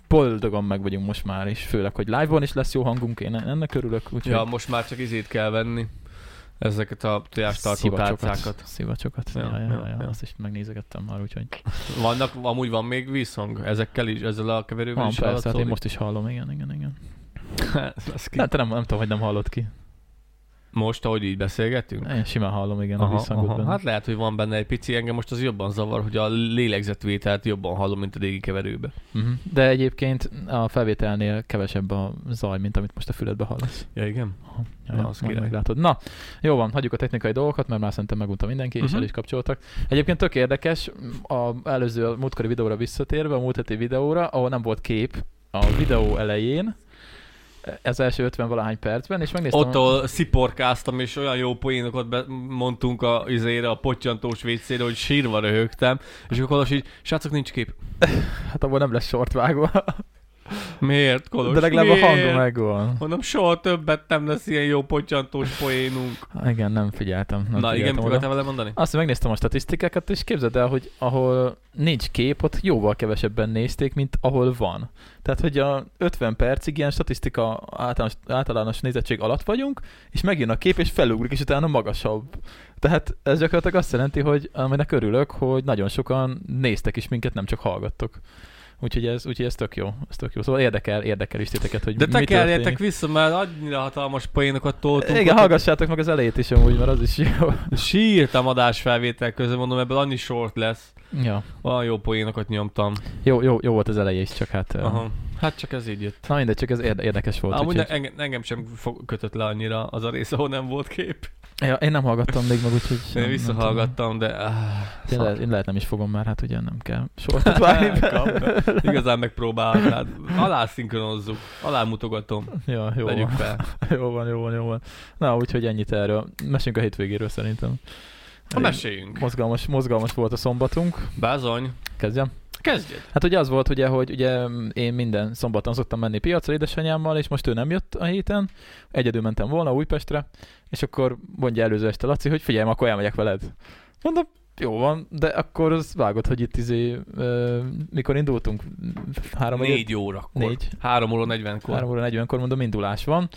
Speaker 1: boldogan meg vagyunk most már is, főleg, hogy live-on is lesz jó hangunk, én ennek örülök, úgyhogy
Speaker 2: Ja, most már csak izét kell venni, ezeket a tojástartó
Speaker 1: szivacsokat,
Speaker 2: tárcákat.
Speaker 1: szivacsokat. Ja, ja, ja, ja, azt is megnézegettem már, úgyhogy
Speaker 2: Vannak, amúgy van még vízhang ezekkel is, ezzel a keverővel
Speaker 1: van
Speaker 2: is
Speaker 1: persze, hát én
Speaker 2: hallatszódik?
Speaker 1: most is hallom, igen, igen, igen.
Speaker 2: Ez ki-
Speaker 1: Hát te nem, nem tudom, hogy nem hallod ki.
Speaker 2: Most, ahogy így beszélgetünk?
Speaker 1: Én simán hallom, Hát, igen, aha, a visszhangot benne.
Speaker 2: Hát lehet, hogy van benne egy pici, engem most az jobban zavar, hogy a lélegzetvételt jobban hallom, mint a régi keverőbe.
Speaker 1: Mhm. De egyébként a felvételnél kevesebb a zaj, mint amit most a füledbe hallasz.
Speaker 2: Ja, igen.
Speaker 1: Aha. Ja,
Speaker 2: Na,
Speaker 1: Na,
Speaker 2: az
Speaker 1: azt majd
Speaker 2: király.
Speaker 1: meglátod. Na, jó van, hagyjuk a technikai dolgokat, mert már szerintem megunta mindenki, és
Speaker 2: Mhm.
Speaker 1: el is kapcsoltak. Egyébként tök érdekes, a előző, a múltkori videóra visszatérve, a múlt heti videóra, ahol nem volt kép a videó elején, ez első 50 valahány percben, és megnéztem...
Speaker 2: Ott, ahol sziporkáztam, és olyan jó poénokat be- mondtunk a izére, a pottyantós vécére, hogy sírva röhögtem, és akkor Kolos így, srácok, nincs kép.
Speaker 1: Hát abból nem lesz sort vágva,
Speaker 2: Miért, Kolos?
Speaker 1: de legalább a
Speaker 2: miért?
Speaker 1: hangom megvan.
Speaker 2: Mondom, soha többet nem lesz ilyen jó pottyantós poénunk.
Speaker 1: Há, Igen, nem figyeltem. Nem
Speaker 2: Na, igen, mit
Speaker 1: figyeltem oda.
Speaker 2: akartál vele mondani?
Speaker 1: Azt hogy megnéztem a statisztikákat, és képzeld el, hogy ahol nincs kép, ott jóval kevesebben nézték, mint ahol van. Tehát, hogy a 50 percig ilyen statisztika általános, általános nézettség alatt vagyunk, és megjön a kép, és felugrik, és utána magasabb. Tehát ez gyakorlatilag azt jelenti, hogy aminek örülök, hogy nagyon sokan néztek is minket, nem csak hallgattok. Úgyhogy ez, úgyhogy ez tök jó, ez tök jó. Szóval érdekel, érdekel is titeket, hogy
Speaker 2: De
Speaker 1: mi
Speaker 2: tekerjetek
Speaker 1: történik.
Speaker 2: vissza, mert annyira hatalmas poénokat toltunk.
Speaker 1: Igen,
Speaker 2: ott,
Speaker 1: hallgassátok meg az elejét is amúgy, mert az is jó.
Speaker 2: Sírtam adásfelvétel közben, mondom, ebből annyi sort lesz.
Speaker 1: ja.
Speaker 2: Olyan jó poénokat nyomtam.
Speaker 1: Jó, jó, jó volt az eleje is, csak hát... Aha.
Speaker 2: Aha. Hát csak ez így jött.
Speaker 1: Na mindegy, csak ez érde- érdekes volt.
Speaker 2: Volt, Amúgy
Speaker 1: úgyhogy...
Speaker 2: ne, engem, engem sem fog, kötött le annyira az a rész, ahol nem volt kép.
Speaker 1: ja, én nem hallgattam még meg, úgyhogy... nem-
Speaker 2: Én
Speaker 1: nem
Speaker 2: visszahallgattam, de... Ah, áh,
Speaker 1: tudom. Én,
Speaker 2: szar.
Speaker 1: le, én lehet nem is fogom már, hát ugye nem kell sortot várni.
Speaker 2: Kapd. Igazán hát megpróbálnád. Alá szinkronozzuk. Alá mutogatom.
Speaker 1: ja, jó
Speaker 2: Legyük
Speaker 1: van.
Speaker 2: fel.
Speaker 1: jó van, jó van, jó van. Na, úgyhogy ennyit erről. Mesünk a hétvégéről szerintem.
Speaker 2: Ha
Speaker 1: Elég
Speaker 2: meséljünk.
Speaker 1: Mozgalmas, mozgalmas volt a szombatunk.
Speaker 2: Bázony.
Speaker 1: Kezdjem.
Speaker 2: Kezdjed.
Speaker 1: Hát ugye az volt, ugye, hogy ugye mm, én minden szombaton szoktam menni piacra édesanyámmal, és most ő nem jött a héten, egyedül mentem volna Újpestre, és akkor mondja előző este Laci, hogy figyelj, akkor elmegyek veled. Mondom, jó van, de akkor az vágod, hogy itt izé, ö, mikor indultunk? Három vagy öt?
Speaker 2: Négy órakor.
Speaker 1: Négy.
Speaker 2: Három óra negyvenkor.
Speaker 1: Három óra 40-kor mondom, indulás van,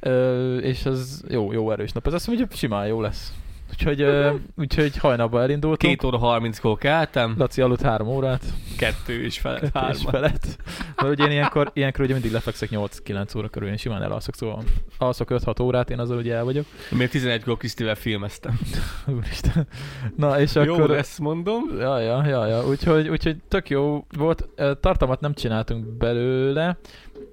Speaker 1: ö, és az jó, jó erős nap. Ez azt mondja, simán jó lesz. Úgyhogy, ö, úgyhogy hajnalban elindultunk.
Speaker 2: Két óra harminckor keltem.
Speaker 1: Laci aludt három órát,
Speaker 2: Kettő és fel.
Speaker 1: Kettő és
Speaker 2: Hárma.
Speaker 1: felett. Mert ugye én ilyenkor, ilyenkor ugye mindig lefekszek 8-9 óra körül, én simán elalszok, szóval alszok 5-6 órát, én azzal ugye el vagyok.
Speaker 2: Még 11-kor Krisztivel filmeztem.
Speaker 1: Úristen. Na és akkor...
Speaker 2: Jó lesz, mondom.
Speaker 1: Ja, ja, ja, ja. Úgyhogy, úgyhogy tök jó volt. Ö, Tartalmat nem csináltunk belőle.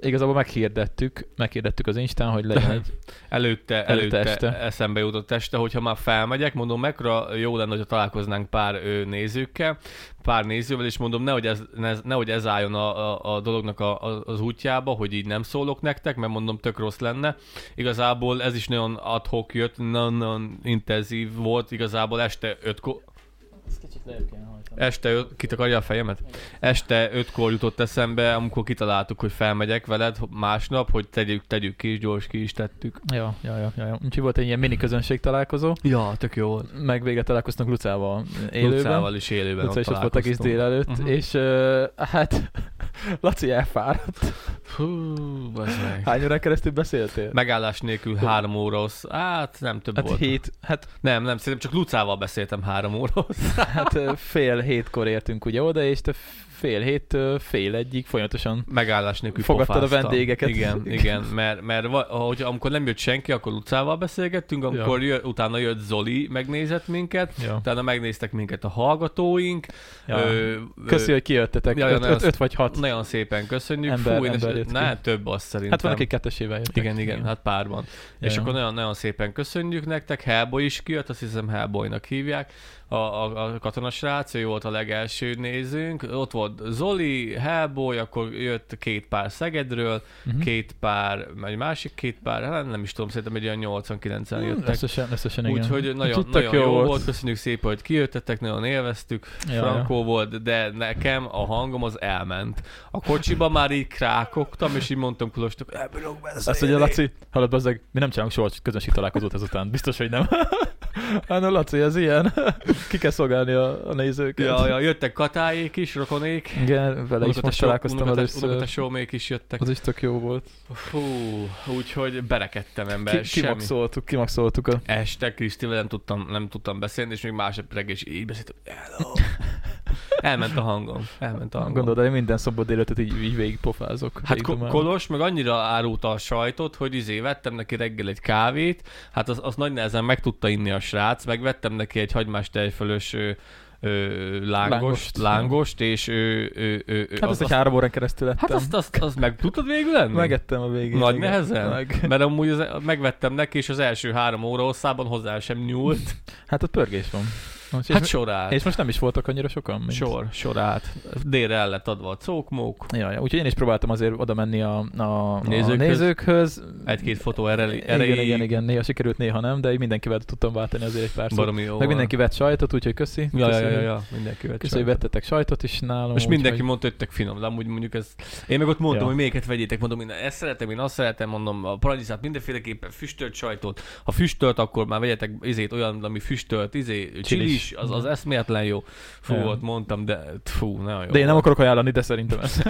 Speaker 1: Igazából meghirdettük, meghirdettük az Instán, hogy legyen egy...
Speaker 2: Előtte, előtte,
Speaker 1: Előtte
Speaker 2: este.
Speaker 1: este.
Speaker 2: eszembe jutott este, hogyha már felmegyek, mondom, mekkora jó lenne, hogyha találkoznánk pár ő, nézőkkel, pár nézővel, és mondom, nehogy ez, ne, nehogy ez álljon a, a, a dolognak a, a, az útjába, hogy így nem szólok nektek, mert mondom, tök rossz lenne. Igazából ez is nagyon adhok jött, nagyon, nagyon intenzív volt, igazából este ötkor...
Speaker 1: Ez kicsit lejjebb kéne hajtani.
Speaker 2: Este öt, kitakarja a fejemet? Este ötkor jutott eszembe, amikor kitaláltuk, hogy felmegyek veled másnap, hogy tegyük, tegyük ki, és gyors ki is tettük.
Speaker 1: Ja, ja, ja, ja, ja. Úgyhogy volt egy ilyen mini közönség találkozó,
Speaker 2: Ja, tök jó volt.
Speaker 1: meg végre találkoztunk Lucával élőben.
Speaker 2: Lucával is élőben
Speaker 1: Luca is ott volt egész
Speaker 2: találkoztunk.
Speaker 1: délelőtt,
Speaker 2: Mhm.
Speaker 1: uh-huh. és uh, hát Laci elfáradt.
Speaker 2: Hú, bazd meg.
Speaker 1: Hány órán keresztül beszéltél?
Speaker 2: Megállás nélkül három óra rossz. Hát nem több
Speaker 1: Hát
Speaker 2: volt.
Speaker 1: hét, hát,
Speaker 2: Nem, nem, szerintem csak Lucával beszéltem három óra rossz.
Speaker 1: hát ö, fél hétkor értünk ugye oda, és te fél hét, ö, fél egyig folyamatosan
Speaker 2: Megállás nélkül
Speaker 1: Fogadtad a
Speaker 2: pofáztam.
Speaker 1: vendégeket.
Speaker 2: Igen, igen, mert, mert va- ahogy, amikor nem jött senki, akkor Lucával beszélgettünk, amikor jö, utána jött Zoli, megnézett minket,
Speaker 1: Ja.
Speaker 2: utána megnéztek minket a hallgatóink.
Speaker 1: Ja.
Speaker 2: Ö,
Speaker 1: Köszi,
Speaker 2: ö,
Speaker 1: hogy kijöttetek.
Speaker 2: Ja,
Speaker 1: Ja,
Speaker 2: ja,
Speaker 1: öt,
Speaker 2: nagyon
Speaker 1: öt, öt, vagy hat.
Speaker 2: Nagyon szépen köszönjük.
Speaker 1: Ember-
Speaker 2: Fú, én
Speaker 1: ember
Speaker 2: is,
Speaker 1: jött ki.
Speaker 2: ne, több az szerintem.
Speaker 1: Hát van, aki kettesével jöttek.
Speaker 2: igen, igen, hát párban.
Speaker 1: Ja,
Speaker 2: És
Speaker 1: ja.
Speaker 2: akkor nagyon-nagyon szépen köszönjük nektek. Hellboy is kijött, azt hiszem Hellboynak hívják. A, a, a katonasrác, ő volt a legelső nézőnk. Ott volt Zoli, Hellboy, akkor jött két pár Szegedről,
Speaker 1: Mhm.
Speaker 2: két pár, egy másik két pár, hát nem is tudom, szerintem egy olyan 89-en
Speaker 1: Hmm,
Speaker 2: jöttek.
Speaker 1: Összesen, összesen igen.
Speaker 2: Úgyhogy nagyon,
Speaker 1: tök
Speaker 2: nagyon jó, volt. volt, köszönjük szépen, hogy kijöttetek, nagyon élveztük,
Speaker 1: Ja, ja.
Speaker 2: frankó volt, de nekem a hangom az elment. A kocsiba már így krákogtam, és így mondtam kulostok, nem bírok beszélni.
Speaker 1: Azt mondja Laci, hallod bazzeg, mi nem csinálunk soha közönség találkozót ezután, biztos, hogy nem. Hát a Laci, ez ilyen. Ki kell szolgálni a, a nézőket.
Speaker 2: Ja, ja, jöttek katáék is, rokonék.
Speaker 1: Igen, vele is most találkoztam először.
Speaker 2: Unokatesómék is jöttek.
Speaker 1: Az is tök jó volt.
Speaker 2: Hú, úgyhogy berekedtem ember,
Speaker 1: Ki,
Speaker 2: semmi.
Speaker 1: kimaxoltuk, kimaxoltuk a...
Speaker 2: Este Krisztivel nem tudtam, nem tudtam beszélni, és még másnap reggel is így beszéltem, hello. Elment a hangom, elment a hangom.
Speaker 1: Gondolod, de én minden szombat délután így, így végig pofázok.
Speaker 2: Hát
Speaker 1: végig
Speaker 2: Ko-
Speaker 1: dumálok.
Speaker 2: Kolos meg annyira árulta a sajtot, hogy izé vettem neki reggel egy kávét, hát az, az nagy nehezen meg tudta inni a srác, meg vettem neki egy hagymás tejfölös ö, ö, lángost,
Speaker 1: Lángost.
Speaker 2: lángost, és ő, ő, ő, ő
Speaker 1: Hát
Speaker 2: az,
Speaker 1: ezt egy három órán keresztül ettem.
Speaker 2: hát azt, azt, azt meg tudtad végül lenni?
Speaker 1: Megettem a végén.
Speaker 2: Nagy
Speaker 1: igen.
Speaker 2: nehezen?
Speaker 1: Meg.
Speaker 2: Mert amúgy az, megvettem neki, és az első három óra hosszában hozzá sem nyúlt.
Speaker 1: Hát ott pörgés van. Most
Speaker 2: Hát
Speaker 1: és,
Speaker 2: sorát.
Speaker 1: és most nem is voltak annyira sokan. Mint...
Speaker 2: Sor, sorát. Délre el lett adva a cókmók.
Speaker 1: Ja, ja, úgyhogy én is próbáltam azért oda menni a, a, a
Speaker 2: Nézőkhöz.
Speaker 1: nézőkhöz. nézőkhöz.
Speaker 2: Egy-két fotó erejé.
Speaker 1: igen, igen, igen, néha sikerült, néha nem, de így mindenkivel tudtam váltani azért egy pár szót.
Speaker 2: Baromi jó.
Speaker 1: Meg
Speaker 2: volt.
Speaker 1: mindenki vett sajtot, úgyhogy köszi.
Speaker 2: Ja, ja,
Speaker 1: Köszi,
Speaker 2: ja, ja,
Speaker 1: hogy-
Speaker 2: ja, mindenki vett
Speaker 1: Köszi, hogy
Speaker 2: sajtot.
Speaker 1: vettetek sajtot is nálam.
Speaker 2: És
Speaker 1: úgyhogy-
Speaker 2: mindenki mondta, hogy tök finom, de amúgy mondjuk ez... Én meg ott mondtam,
Speaker 1: Ja.
Speaker 2: hogy melyiket vegyétek, mondom, én ezt szeretem, én azt szeretem, mondom, a paradicsát mindenféleképpen füstölt sajtot. Ha füstölt, akkor már vegyetek izét olyan, ami füstölt, izé, csilis, az, az eszméletlen jó. Fú,
Speaker 1: Mhm. Ja.
Speaker 2: ott mondtam, de fú, nagyon jó.
Speaker 1: De én nem
Speaker 2: volt.
Speaker 1: akarok ajánlani, de szerintem ez.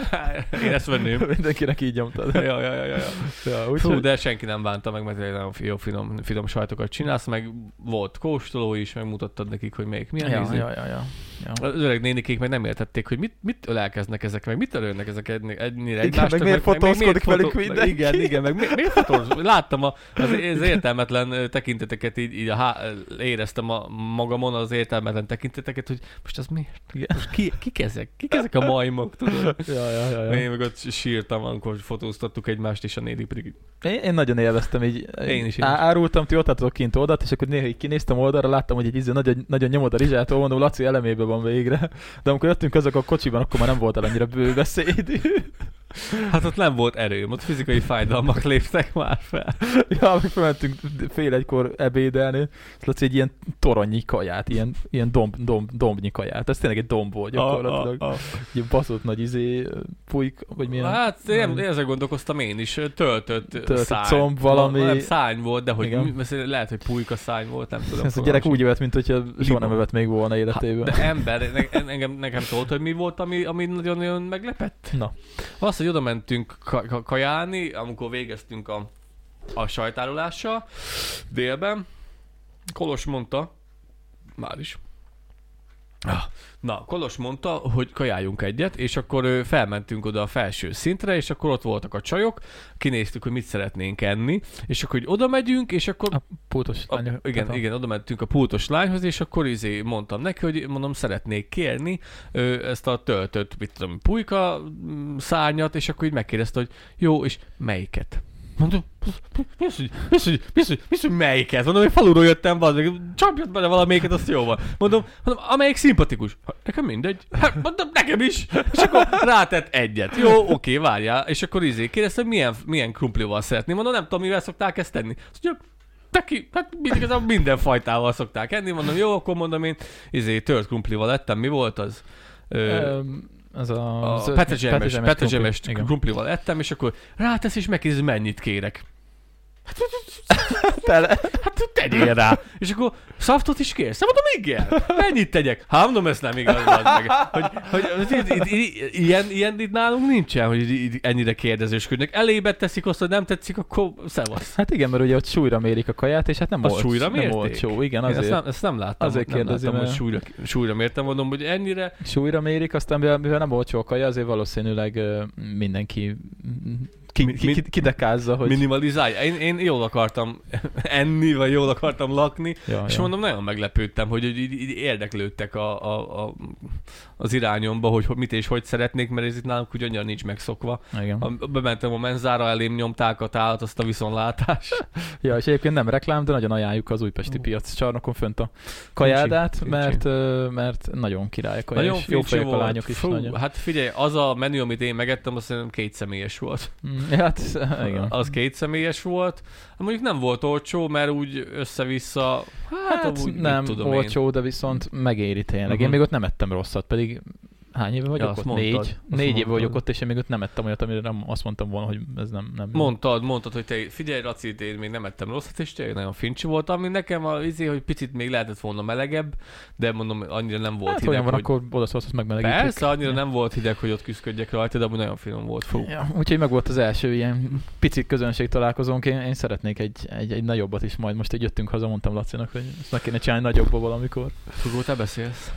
Speaker 2: én ezt venném.
Speaker 1: Mindenkinek így nyomtad.
Speaker 2: ja, ja, ja, ja. ja.
Speaker 1: Ja,
Speaker 2: Fú,
Speaker 1: úgyhogy...
Speaker 2: de senki nem bánta meg, mert tényleg nagyon jó finom, finom sajtokat csinálsz, meg volt kóstoló is, megmutattad nekik, hogy melyik milyen
Speaker 1: ja,
Speaker 2: ízű.
Speaker 1: ja, ja, ja, ja.
Speaker 2: Az öreg nénikék meg nem értették, hogy mit, mit ölelkeznek ezek, meg mit ölelnek ezek egy- ennyire
Speaker 1: Igen, meg miért fotózkodik velük
Speaker 2: meg-
Speaker 1: mindenki?
Speaker 2: Igen, igen, meg mi- miért fotózkodik? Láttam a, az, az értelmetlen ö, tekinteteket, így, így a, há- éreztem a magamon az értelmetlen tekinteteket, hogy most az miért?
Speaker 1: Igen.
Speaker 2: Most ki, kik ezek? Kik ezek a majmok? Tudod?
Speaker 1: Ja, ja, ja, ja.
Speaker 2: Én meg ott sírtam, amikor fotóztattuk egymást, és a néni pedig
Speaker 1: Én, én nagyon élveztem így.
Speaker 2: Én is, én
Speaker 1: Á,
Speaker 2: is.
Speaker 1: árultam, ti ott álltatok kint oldalt, és akkor néha így kinéztem oldalra, láttam, hogy egy izé nagyon, nagyon nyomod a rizsától, mondom, Laci elemébe van végre. De amikor jöttünk azok a kocsiban, akkor már nem volt el annyira bő beszéd.
Speaker 2: Hát ott nem volt erőm, ott fizikai fájdalmak léptek már fel.
Speaker 1: ja, meg felmentünk fél egykor ebédelni, és Laci egy ilyen toronyi kaját, ilyen, ilyen domb, domb, dombnyi kaját. Ez tényleg egy domb volt gyakorlatilag.
Speaker 2: A, a, a.
Speaker 1: Ilyen baszott nagy izé, pulyk, vagy milyen.
Speaker 2: Hát én, én ezzel gondolkoztam én is, töltött,
Speaker 1: Töltött
Speaker 2: szány.
Speaker 1: comb, valami.
Speaker 2: Nem, szány volt, de hogy
Speaker 1: Igen.
Speaker 2: mi- mert lehet, hogy pulyka szány volt, nem tudom. Hát,
Speaker 1: ez a
Speaker 2: fogalmam
Speaker 1: gyerek
Speaker 2: sincs.
Speaker 1: úgy evett, mint hogyha soha nem
Speaker 2: Limo.
Speaker 1: evett még volna életében.
Speaker 2: De ember, ne, en- engem, nekem szólt, hogy mi volt, ami, ami nagyon-nagyon meglepett.
Speaker 1: Na,
Speaker 2: Az, hogy oda mentünk ka- ka- kajálni, amikor végeztünk a, a sajtárolással délben. Kolos mondta, már is. Ah, Na, Kolos mondta, hogy kajáljunk egyet, és akkor ö, felmentünk oda a felső szintre, és akkor ott voltak a csajok, kinéztük, hogy mit szeretnénk enni, és akkor hogy oda megyünk, és akkor
Speaker 1: a pótos
Speaker 2: a,
Speaker 1: lány-
Speaker 2: igen,
Speaker 1: tehát a-
Speaker 2: igen, oda mentünk a pultos lányhoz, és akkor izé mondtam neki, hogy mondom, szeretnék kérni ö, ezt a töltött, mit tudom, pulyka mm, szárnyat, és akkor így megkérdezte, hogy jó, és melyiket? Mondom, mi az, hogy, mi az, hogy, mi az, hogy, mi az, hogy melyiket? Mondom, hogy faluról jöttem, bazdmeg, csapjad bele valamelyiket, azt jó van. Mondom, mondom, amelyik szimpatikus. Hát, Nekem mindegy. Hát, mondom, nekem is. És akkor rátett egyet. Jó, oké, várjál. És akkor izé kérdezte, hogy milyen, milyen krumplival szeretném. Mondom, nem tudom, mivel szokták ezt tenni. Azt mondja, teki, hát igazából minden fajtával szokták enni, mondom, jó, akkor mondom én, izé, tört krumplival lettem, mi volt az? Ö,
Speaker 1: Öm, az a...
Speaker 2: a
Speaker 1: zöld-
Speaker 2: petezsemes,
Speaker 1: petezsemes
Speaker 2: petezsemes
Speaker 1: Szóval krumpli. Igen.
Speaker 2: krumplival ettem, és akkor rátesz, és megkérdezi, mennyit kérek.
Speaker 1: Tele.
Speaker 2: Hát tegyél rá. És akkor szaftot is kérsz? Hát mondom, igen. Mennyit tegyek? Hát mondom, ez nem igaz. bazd Meg. Hogy, hogy, hogy itt, itt, itt, ilyen, ilyen itt nálunk nincsen, hogy itt, itt ennyire kérdezősködnek. Elébe teszik azt, hogy nem tetszik, akkor szevasz.
Speaker 1: Hát igen, mert ugye ott súlyra mérik a kaját, és hát nem
Speaker 2: Azt
Speaker 1: volt.
Speaker 2: súlyra
Speaker 1: Nem
Speaker 2: mérték?
Speaker 1: volt jó, igen,
Speaker 2: Én ezt,
Speaker 1: azért.
Speaker 2: nem, ezt nem láttam.
Speaker 1: azért
Speaker 2: nem
Speaker 1: kérdezi,
Speaker 2: láttam, hogy
Speaker 1: mert-
Speaker 2: súlyra, súlyra mértem, mondom, hogy ennyire
Speaker 1: Súlyra mérik, aztán mivel, mivel nem volt jó a kaja, azért valószínűleg ö, mindenki mm, ki,
Speaker 2: Mi-
Speaker 1: ki,
Speaker 2: mi-
Speaker 1: ki, kidekázza, hogy...
Speaker 2: minimalizálja. Én, én jól akartam enni, vagy jól akartam lakni,
Speaker 1: Ja,
Speaker 2: És
Speaker 1: ja.
Speaker 2: mondom, nagyon meglepődtem, hogy így, így, így érdeklődtek a, a, a, az irányomba, hogy ho- mit és hogy szeretnék, mert ez itt nálunk úgy annyira nincs megszokva.
Speaker 1: Igen.
Speaker 2: A, bementem a menzára, elém nyomták a tálat, azt a viszonlátás.
Speaker 1: Ja, és egyébként nem reklám, de nagyon ajánljuk az újpesti piac csarnokon fönt a kajádát,
Speaker 2: Fincsi,
Speaker 1: mert, ö, mert nagyon király a kaja,
Speaker 2: nagyon
Speaker 1: és jó
Speaker 2: fincsi
Speaker 1: fejek a
Speaker 2: volt.
Speaker 1: lányok is
Speaker 2: Fú,
Speaker 1: nagyon.
Speaker 2: Hát figyelj, az a menü, amit én megettem, azt szerintem két személyes volt.
Speaker 1: Mm, Hát, igen.
Speaker 2: Az két személyes volt. Hát Mondjuk nem volt olcsó, mert úgy össze-vissza, hát,
Speaker 1: Hát
Speaker 2: amúgy mit
Speaker 1: nem
Speaker 2: tudom én.
Speaker 1: olcsó, de viszont megéri tényleg. Én
Speaker 2: Mhm.
Speaker 1: még ott nem ettem rosszat, pedig hány éve vagyok
Speaker 2: azt
Speaker 1: ott?
Speaker 2: mondtad.
Speaker 1: Négy.
Speaker 2: Azt
Speaker 1: Négy éve
Speaker 2: mondtad.
Speaker 1: vagyok ott, és én még ott nem ettem olyat, amire nem azt mondtam volna, hogy ez nem... nem
Speaker 2: Mondtad, mondtad, hogy te figyelj, Laci, én még nem ettem rosszat, és tényleg nagyon fincsi volt, ami nekem a izé, hogy picit még lehetett volna melegebb, de mondom, annyira nem volt
Speaker 1: hát
Speaker 2: hideg.
Speaker 1: olyan van,
Speaker 2: hogy...
Speaker 1: akkor odaszólsz, azt megmelegítjük.
Speaker 2: Persze, annyira nem volt hideg, hogy ott küzdködjek rajta, de amúgy nagyon finom volt. Fú.
Speaker 1: Ja, úgyhogy meg volt az első ilyen picit közönség találkozónk. Én, én szeretnék egy, egy, egy nagyobbat is majd. Most így jöttünk haza, mondtam Lacinak, hogy ezt meg kéne csinálni nagyobba valamikor.
Speaker 2: Fogó, te beszélsz?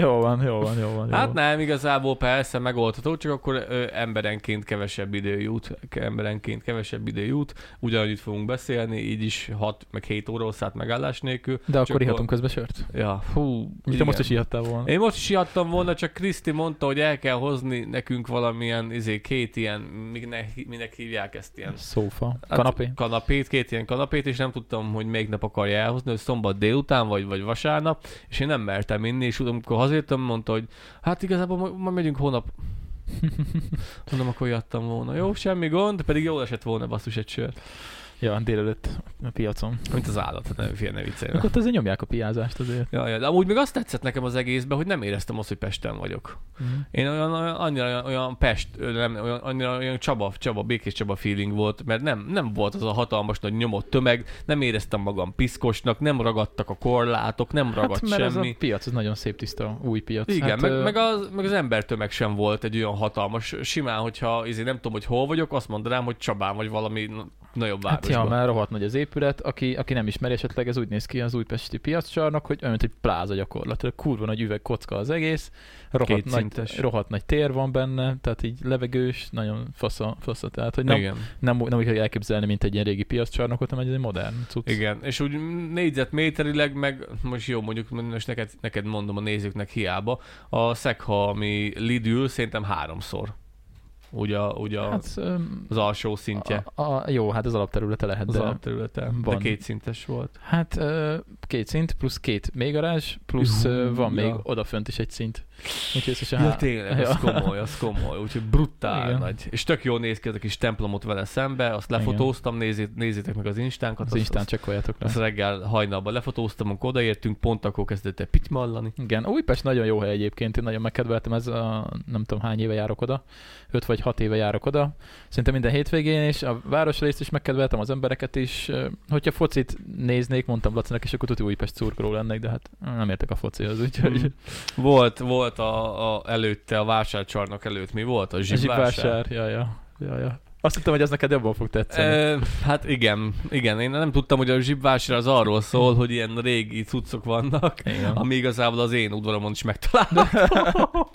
Speaker 1: jó van, jó van, jó van. Jó
Speaker 2: Hát
Speaker 1: van.
Speaker 2: nem, igazából persze megoldható, csak akkor ö, emberenként kevesebb idő jut, ke- emberenként kevesebb idő jut, ugyanúgy itt fogunk beszélni, így is 6 meg 7 óra hosszát megállás nélkül.
Speaker 1: De akkor
Speaker 2: akkor-
Speaker 1: ihatunk közbe sört.
Speaker 2: Ja, hú.
Speaker 1: Ugye te
Speaker 2: igen.
Speaker 1: most is ihattál volna.
Speaker 2: Én most is ijedtem volna, csak Kriszti mondta, hogy el kell hozni nekünk valamilyen, izé, két ilyen, minek, minek hívják ezt ilyen
Speaker 1: Szófa.
Speaker 2: hát,
Speaker 1: Kanapé.
Speaker 2: kanapét, két ilyen kanapét, és nem tudtam, hogy melyik nap akarja elhozni, hogy szombat délután, vagy, vagy vasárnap, és én nem mertem inni, és tudom, amikor hazajöttem, mondta, hogy hát igazából ma, ma megyünk hónap. Mondom, akkor jöttem volna. Jó, semmi gond, pedig jól esett volna basszus egy sört.
Speaker 1: Ja, délelőtt a piacon.
Speaker 2: Mint az állat, hát nem, fél ne viccelj.
Speaker 1: Akkor ott azért nyomják a piázást azért.
Speaker 2: Ja, ja, de amúgy még azt tetszett nekem az egészben, hogy nem éreztem azt, hogy Pesten vagyok.
Speaker 1: Mhm.
Speaker 2: Én olyan, olyan annyira olyan, olyan Pest, ö, nem, olyan, annyira olyan Csaba, Csaba, Békés Csaba feeling volt, mert nem, nem volt az a hatalmas nagy nyomott tömeg, nem éreztem magam piszkosnak, nem ragadtak a korlátok, nem
Speaker 1: Hát,
Speaker 2: ragadt
Speaker 1: mert ez
Speaker 2: semmi.
Speaker 1: a piac, ez nagyon szép tiszta, új piac.
Speaker 2: Igen,
Speaker 1: hát,
Speaker 2: meg,
Speaker 1: ö,
Speaker 2: meg, az, meg az embertömeg sem volt egy olyan hatalmas, simán, hogyha izé, nem tudom, hogy hol vagyok, azt mondanám, hogy Csabán vagy valami n- nagyobb
Speaker 1: Hát ja,
Speaker 2: városban.
Speaker 1: már rohadt nagy az épület, aki, aki nem ismeri, esetleg ez úgy néz ki az újpesti piaccsarnok, hogy olyan, mint egy pláza gyakorlatilag, kurva nagy üvegkocka az egész, rohadt nagy,
Speaker 2: Kétszintes.
Speaker 1: rohadt nagy tér van benne, tehát így levegős, nagyon fasza, fasza tehát hogy nem,
Speaker 2: Igen.
Speaker 1: nem, úgy- nem, úgy kell elképzelni, mint egy ilyen régi piaccsarnokot, hanem egy ilyen modern cucc.
Speaker 2: Igen, és úgy négyzetméterileg, meg most jó, mondjuk most neked, neked mondom a nézőknek hiába, a szekha, ami lidül, szerintem háromszor. Ugye, a- ugye hát,
Speaker 1: Hát, öm,
Speaker 2: az alsó szintje,
Speaker 1: a, a, jó, hát az alapterülete lehet,
Speaker 2: az
Speaker 1: de...
Speaker 2: alapterületen, de
Speaker 1: van.
Speaker 2: kétszintes volt.
Speaker 1: Hát ö, két szint, plusz két mélygarázs, plusz ö, van
Speaker 2: Ja.
Speaker 1: még odafönt is egy szint. Úgyhogy összesen
Speaker 2: Ja,
Speaker 1: há-
Speaker 2: tényleg, az
Speaker 1: Ja.
Speaker 2: komoly, az komoly, úgyhogy brutál
Speaker 1: Igen.
Speaker 2: Igen. nagy. És tök jól néz ki ez a kis templomot vele szembe, azt
Speaker 1: Igen.
Speaker 2: lefotóztam, nézzét, nézzétek meg az instánkat,
Speaker 1: Az
Speaker 2: azt,
Speaker 1: Instán
Speaker 2: azt,
Speaker 1: csekkoljátok le.
Speaker 2: azt reggel hajnalban lefotóztam, amikor odaértünk, pont akkor kezdett el pitymallani.
Speaker 1: Igen, Újpest nagyon jó hely egyébként, én nagyon megkedveltem, ez a, nem tudom hány éve járok oda, 5 vagy 6 éve járok oda, szinte minden hétvégén is, a városrészt is megkedveltem, az embereket is, Ö, hogyha focit néznék, mondtam Lacinak, és akkor tudja Újpest szurkoló lennék, de hát nem értek a focihoz, úgyhogy
Speaker 2: Mm. Volt, volt a, a, előtte, a vásárcsarnok előtt, mi volt? A
Speaker 1: a
Speaker 2: zsibvásár?
Speaker 1: zsibvásár, ja, ja, ja, ja. Azt hittem, hogy az neked jobban fog tetszeni.
Speaker 2: Ö, hát igen, igen, én nem tudtam, hogy a zsibvásár az arról szól, hogy ilyen régi cuccok vannak,
Speaker 1: Igen.
Speaker 2: ami igazából az én udvaromon is megtalálható.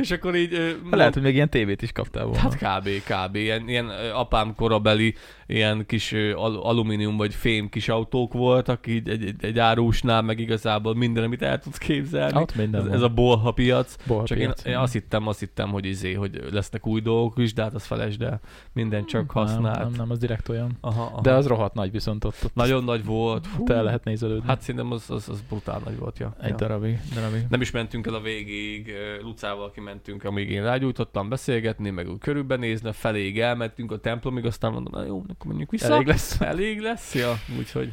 Speaker 2: És akkor így... Ö,
Speaker 1: Lehet, hogy még ilyen tévét is kaptál volna.
Speaker 2: Hát kb. kb. Ilyen, ilyen ö, apám korabeli ilyen kis ö, al- alumínium vagy fém kis autók voltak, így egy, egy, egy árusnál, meg igazából minden, amit el tudsz képzelni.
Speaker 1: Ott minden
Speaker 2: Ez, ez a bolha piac.
Speaker 1: Bolha
Speaker 2: Csak én,
Speaker 1: piac,
Speaker 2: én
Speaker 1: igen.
Speaker 2: azt hittem, azt hittem, hogy izé, hogy lesznek új dolgok is, de hát az felesd el. Minden csak
Speaker 1: Nem,
Speaker 2: használt.
Speaker 1: nem, nem, az direkt olyan.
Speaker 2: Aha, aha.
Speaker 1: De az rohadt nagy viszont ott, ott
Speaker 2: Nagyon nagy volt. Hát Hú.
Speaker 1: ott el lehet nézelődni.
Speaker 2: Hát szerintem az, az, az brutál nagy volt, ja.
Speaker 1: egy
Speaker 2: ja.
Speaker 1: darabig, darabig.
Speaker 2: Nem is mentünk el a végig, ö, Lucával Andrával kimentünk, amíg én rágyújtottam beszélgetni, meg úgy körülbenézni, a feléig elmentünk a templomig, aztán mondom, na jó, akkor menjünk vissza.
Speaker 1: Elég lesz.
Speaker 2: Elég lesz, ja, úgyhogy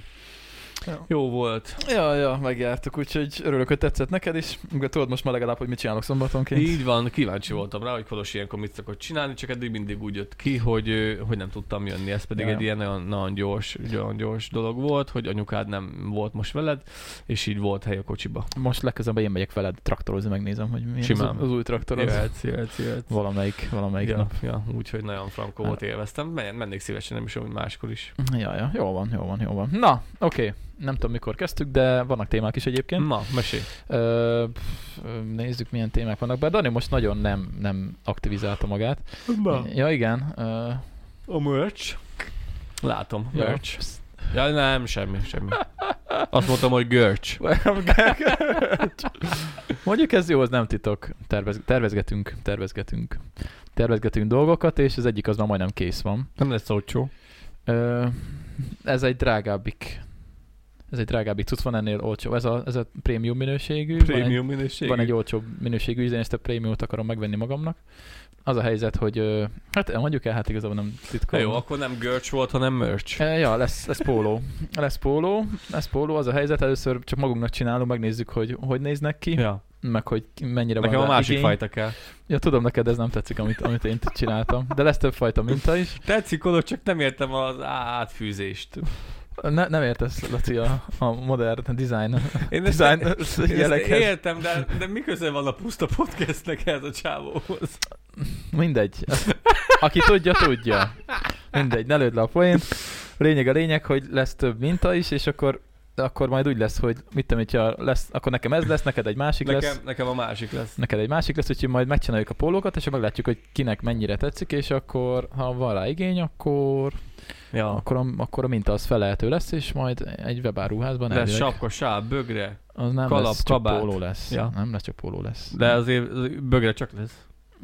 Speaker 1: Ja.
Speaker 2: jó volt.
Speaker 1: Ja, ja, megjártuk, úgyhogy örülök, hogy tetszett neked is. Ugye tudod most már legalább, hogy mit csinálok szombatonként.
Speaker 2: Így van, kíváncsi voltam rá, hogy Kolos ilyenkor mit szokott csinálni, csak eddig mindig úgy jött ki, hogy, ö, hogy nem tudtam jönni. Ez pedig
Speaker 1: Ja.
Speaker 2: egy ilyen nagyon, nagyon, gyors, nagyon gyors dolog volt, hogy anyukád nem volt most veled, és így volt hely a kocsiba.
Speaker 1: Most legközelebb én megyek veled traktorozni, megnézem, hogy milyen az,
Speaker 2: Simán.
Speaker 1: az új traktor az.
Speaker 2: Jöhetsz, jöhetsz, jöhetsz.
Speaker 1: Valamelyik, valamelyik
Speaker 2: ja, Hát-
Speaker 1: nap.
Speaker 2: ja, úgyhogy nagyon frankó volt, élveztem. Men- mennék szívesen, nem is amúgy máskor is.
Speaker 1: Ja, ja, jó van, jó van, jó van. Na, oké, nem tudom mikor kezdtük, de vannak témák is egyébként.
Speaker 2: Na, mesélj.
Speaker 1: Ö, pff, ö, nézzük, milyen témák vannak. Bár Dani most nagyon nem, nem aktivizálta magát. Ja, igen. Ö,
Speaker 2: a merch. Látom,
Speaker 1: ja.
Speaker 2: merch. Ja, nem, semmi, semmi. Azt mondtam, hogy görcs.
Speaker 1: Mondjuk ez jó, az nem titok. Tervez, tervezgetünk, tervezgetünk. Tervezgetünk dolgokat, és az egyik az már majdnem kész van.
Speaker 2: Nem lesz olcsó.
Speaker 1: Ö, ez egy drágábbik. Ez egy drágábbik cucc, van ennél olcsó. Ez a, ez a prémium minőségű. van egy-
Speaker 2: Prémium minőség.
Speaker 1: Van egy olcsóbb minőségű íz, én ezt a prémiumot akarom megvenni magamnak. Az a helyzet, hogy ö, hát mondjuk el, hát igazából nem
Speaker 2: Na
Speaker 1: titkolom.
Speaker 2: jó, akkor nem görcs volt, hanem merch.
Speaker 1: E, Ja, lesz, lesz póló. Lesz póló, lesz póló, az a helyzet, először csak magunknak csinálunk, megnézzük, hogy hogy néznek ki,
Speaker 2: Ja.
Speaker 1: meg hogy ki- mennyire
Speaker 2: Nekem a
Speaker 1: van rá
Speaker 2: másik
Speaker 1: igény.
Speaker 2: fajta kell.
Speaker 1: Ja, tudom, neked ez nem tetszik, amit, amit én csináltam, de lesz több fajta minta is.
Speaker 2: Tetszik oda, csak nem értem az átfűzést.
Speaker 1: Ne, nem értesz, Laci, a, a modern design.
Speaker 2: Én ezt,
Speaker 1: design
Speaker 2: ezt
Speaker 1: jelekhez.
Speaker 2: értem, de, de miközben van a puszta podcastnek ez a csávóhoz?
Speaker 1: Mindegy. Aki tudja, tudja. Mindegy, ne lőd le a poént. Lényeg a lényeg, hogy lesz több minta is, és akkor akkor majd úgy lesz, hogy mit tudom, hogyha lesz, akkor nekem ez lesz, neked egy másik lesz.
Speaker 2: Nekem, nekem a másik lesz.
Speaker 1: neked egy másik lesz, úgyhogy majd megcsináljuk a pólókat, és meglátjuk, hogy kinek mennyire tetszik, és akkor, ha van rá igény, akkor,
Speaker 2: Ja.
Speaker 1: akkor, a, akkor a minta az felelhető lesz, és majd egy webáruházban
Speaker 2: De
Speaker 1: elvileg.
Speaker 2: sapka, sáv, bögre.
Speaker 1: az nem
Speaker 2: kalap,
Speaker 1: lesz, csak
Speaker 2: kabát.
Speaker 1: póló lesz.
Speaker 2: Ja.
Speaker 1: Ja. Nem lesz, csak póló lesz.
Speaker 2: De azért az- bögre csak lesz.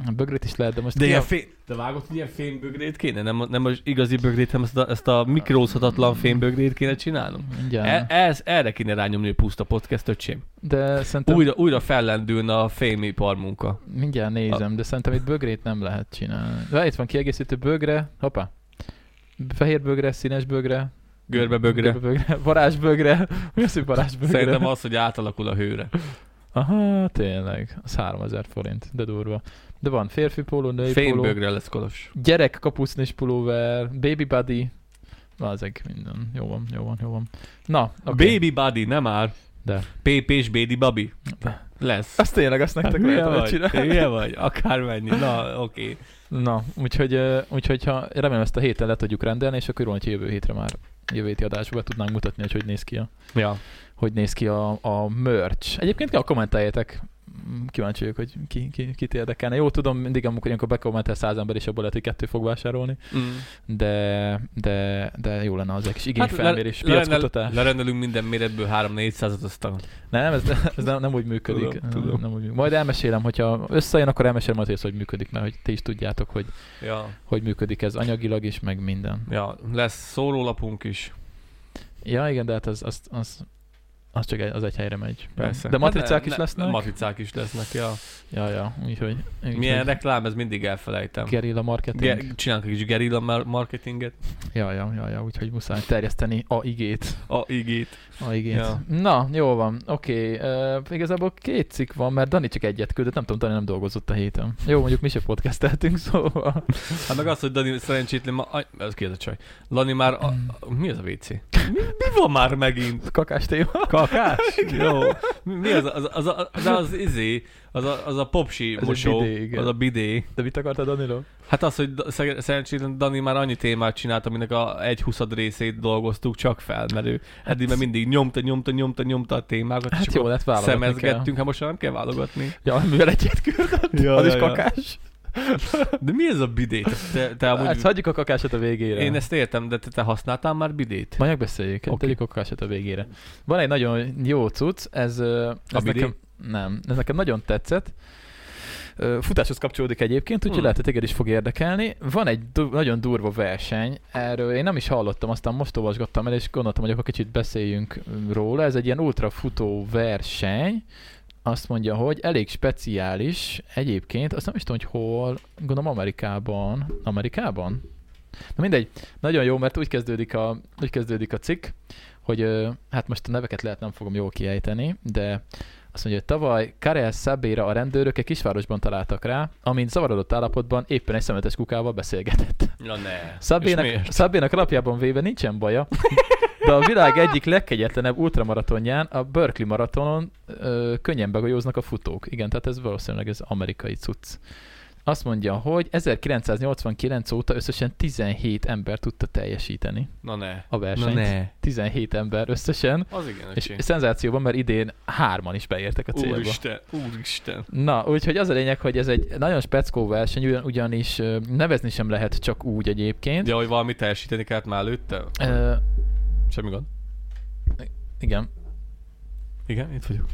Speaker 1: A bögrét is lehet, de most
Speaker 2: De,
Speaker 1: ki a-
Speaker 2: ilyen fém, de vágott, hogy ilyen fémbögrét kéne? Nem, a- nem az igazi bögrét, hanem ezt a, ezt a mikrózhatatlan fémbögrét kéne csinálnunk?
Speaker 1: Mindjárt.
Speaker 2: E, ez, erre kéne rányomni a puszta podcast, öcsém.
Speaker 1: de szerintem
Speaker 2: Újra, újra fellendülne a fémipar munka.
Speaker 1: mindjárt nézem, de szerintem itt bögrét nem lehet csinálni. De itt van kiegészítő bögre, hoppá. Fehér bögre, színes bögre,
Speaker 2: Görbebögre.
Speaker 1: bögre varázsbögre. Mi az, hogy varázsbögre?
Speaker 2: Szerintem az, hogy átalakul a hőre.
Speaker 1: Aha, tényleg. Az 3000 forint, de durva. De van férfi póló, női póló,
Speaker 2: Fénybögre lesz kolos.
Speaker 1: gyerek kapucnis pulóver, baby buddy, Lázeg minden. Jó van, jó van, jó van. Na, okay.
Speaker 2: Baby body, nem már.
Speaker 1: De.
Speaker 2: Pépés baby babi.
Speaker 1: De. Hát
Speaker 2: Lesz.
Speaker 1: Azt tényleg, azt nektek lehet
Speaker 2: Hülye
Speaker 1: hogy
Speaker 2: Hát vagy,
Speaker 1: csinálni.
Speaker 2: hülye vagy, akármennyi. Na, oké. Okay.
Speaker 1: Na, úgyhogy, ö, úgyhogy ha remélem ezt a héten le tudjuk rendelni, és akkor jól, hogy jövő hétre már jövő héti adásba be tudnánk mutatni, hogy hogy néz ki a,
Speaker 2: Ja. hogy
Speaker 1: hogy néz ki a, a merch. Egyébként kell kommenteljetek. Mm, Kíváncsi vagyok, hogy ki, ki, kit érdekelne. Jó, tudom, mindig amikor ilyenkor bekommentel száz ember, és abból lehet, hogy kettő fog vásárolni.
Speaker 2: Mm.
Speaker 1: de, de, de jó lenne az egy kis igényfelmérés, hát,
Speaker 2: le- lerendel-
Speaker 1: piackutatás.
Speaker 2: Lerendelünk minden méretből 3-400-at, aztán
Speaker 1: nem, ez, ez nem, nem úgy működik.
Speaker 2: Tudom, tudom.
Speaker 1: Nem, úgy, működik. majd elmesélem, hogyha összejön, akkor elmesélem azért, hogy működik, mert hogy ti is tudjátok, hogy
Speaker 2: ja,
Speaker 1: hogy működik ez anyagilag is, meg minden.
Speaker 2: ja, lesz szórólapunk is.
Speaker 1: Ja, igen, de hát az, az, az, az csak egy, az egy helyre megy.
Speaker 2: Persze. Hát
Speaker 1: De matricák
Speaker 2: Ne-
Speaker 1: is
Speaker 2: ne-
Speaker 1: lesznek?
Speaker 2: Matricák is lesznek, ja.
Speaker 1: ja, ja, úgyhogy... úgyhogy
Speaker 2: Milyen reklám, ez mindig elfelejtem.
Speaker 1: Gerilla marketing.
Speaker 2: Ge- csinálunk egy kis gerilla mar- marketinget.
Speaker 1: ja, ja, ja, ja, úgyhogy muszáj terjeszteni a igét.
Speaker 2: A igét.
Speaker 1: A igényt.
Speaker 2: Ja.
Speaker 1: Ja. Na, jó van, oké. Okay. Uh, igazából két cikk van, mert Dani csak egyet küldött, nem tudom, Dani nem dolgozott a héten. Jó, mondjuk mi se podcasteltünk, szóval...
Speaker 2: Hát meg az, hogy Dani szerencsétlen ma... Aj, ez ki ez a csaj? Dani már... A,
Speaker 1: Hmm.
Speaker 2: a, mi az a WC? Mi, mi van már megint?
Speaker 1: Kakás téma.
Speaker 2: Kakás? Jó. Mi mi az, az, az, az, az, az izé, az a, az a popsi
Speaker 1: Ez egy
Speaker 2: mosó,
Speaker 1: bidé, igen.
Speaker 2: az a bidé.
Speaker 1: De mit akartad, Danilo?
Speaker 2: Hát az, hogy Da- Szer- szerencsétlen Dani már annyi témát csinált, aminek a egy huszad részét dolgoztuk csak fel, mert ő eddig már mindig nyomta, nyomta, nyomta, nyomta a témákat,
Speaker 1: Hát
Speaker 2: és
Speaker 1: jó,
Speaker 2: akkor
Speaker 1: lett válogatni kell.
Speaker 2: szemezgettünk, hát most már nem kell válogatni.
Speaker 1: Ja, mivel egyet küldött,
Speaker 2: Ja,
Speaker 1: ja, az
Speaker 2: ja,
Speaker 1: is
Speaker 2: ja.
Speaker 1: kakás.
Speaker 2: De mi ez a bidé? Te- Te, te amúgy,
Speaker 1: Hát hagyjuk a kakásat a végére.
Speaker 2: én ezt értem, de te, te használtál már bidét?
Speaker 1: Majd megbeszéljük, okay.
Speaker 2: Oké.
Speaker 1: tegyük a kakásat a végére. Van egy nagyon jó cucc, ez, ö, ez
Speaker 2: BD?
Speaker 1: nekem, nem, ez nekem nagyon tetszett. Ö, Futáshoz kapcsolódik egyébként, úgyhogy
Speaker 2: Hmm.
Speaker 1: hmm. lehet, hogy téged is fog érdekelni. Van egy du- nagyon durva verseny, erről én nem is hallottam, aztán most olvasgattam el, és gondoltam, hogy akkor kicsit beszéljünk róla. Ez egy ilyen ultrafutó verseny, azt mondja, hogy elég speciális egyébként, azt nem is tudom, hogy hol, gondolom Amerikában. Amerikában? Na mindegy, nagyon jó, mert úgy kezdődik a, úgy kezdődik a cikk, hogy ö, hát most a neveket lehet nem fogom jól kiejteni, de azt mondja, hogy tavaly Karel Szabéra a rendőrök egy kisvárosban találtak rá, amint zavarodott állapotban éppen egy szemetes kukával beszélgetett.
Speaker 2: Na ne. És
Speaker 1: Szabénak,
Speaker 2: miért?
Speaker 1: Szabénak alapjában véve nincsen baja, de a világ egyik legkegyetlenebb ultramaratonján, a Berkeley maratonon ö, könnyen begolyóznak a futók. Igen, tehát ez valószínűleg ez amerikai cucc. Azt mondja, hogy 1989 óta összesen 17 ember tudta teljesíteni
Speaker 2: Na ne.
Speaker 1: a versenyt. 17 ember összesen.
Speaker 2: Az igen,
Speaker 1: És
Speaker 2: öcsém.
Speaker 1: szenzációban, mert idén hárman is beértek a célba.
Speaker 2: Úristen, úristen.
Speaker 1: Na, úgyhogy az a lényeg, hogy ez egy nagyon speckó verseny, ugyan, ugyanis ö, nevezni sem lehet csak úgy egyébként.
Speaker 2: De hogy valami teljesíteni kellett már előtte?
Speaker 1: Ö,
Speaker 2: Semmi gond.
Speaker 1: igen.
Speaker 2: Igen, itt vagyok.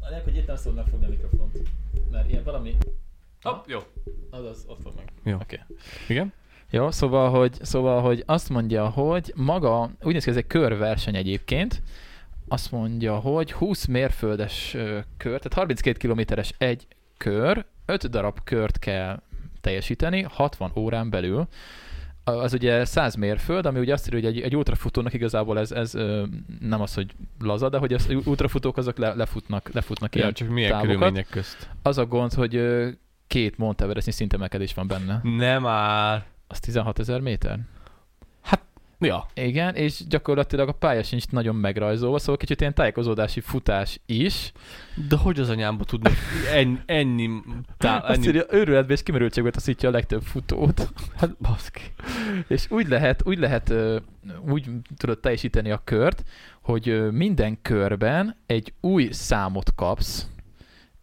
Speaker 1: A lehet, hogy itt nem szabad megfogni a mikrofont. Mert ilyen valami,
Speaker 2: Hopp, jó.
Speaker 1: az az ott fog meg.
Speaker 2: Jó.
Speaker 1: Oké.
Speaker 2: Igen?
Speaker 1: Jó, szóval hogy, szóval, hogy azt mondja, hogy maga, úgy néz ki, ez egy körverseny egyébként, azt mondja, hogy 20 mérföldes ö, kör, tehát 32 kilométeres egy kör, 5 darab kört kell teljesíteni 60 órán belül. A- Az ugye 100 mérföld, ami ugye azt írja, hogy egy, egy ultrafutónak igazából ez, ez ö, nem az, hogy laza, de hogy az ultrafutók azok le, lefutnak, lefutnak
Speaker 2: Ja,
Speaker 1: ilyen
Speaker 2: csak milyen
Speaker 1: távokat.
Speaker 2: körülmények közt?
Speaker 1: Az a gond, hogy ö, két Monteveresti szintemelkedés van benne.
Speaker 2: Nem már.
Speaker 1: Az 16 ezer méter.
Speaker 2: Ja.
Speaker 1: Igen, és gyakorlatilag a pálya sincs nagyon megrajzolva, szóval kicsit ilyen tájékozódási futás is.
Speaker 2: De hogy az anyámba tudnak ennyi, ennyi, tá,
Speaker 1: Azt
Speaker 2: ennyi
Speaker 1: írja, őrületbe és kimerültségbe taszítja a legtöbb futót.
Speaker 2: hát baszki.
Speaker 1: És úgy lehet, úgy lehet, ö, úgy tudod teljesíteni a kört, hogy ö, minden körben egy új számot kapsz,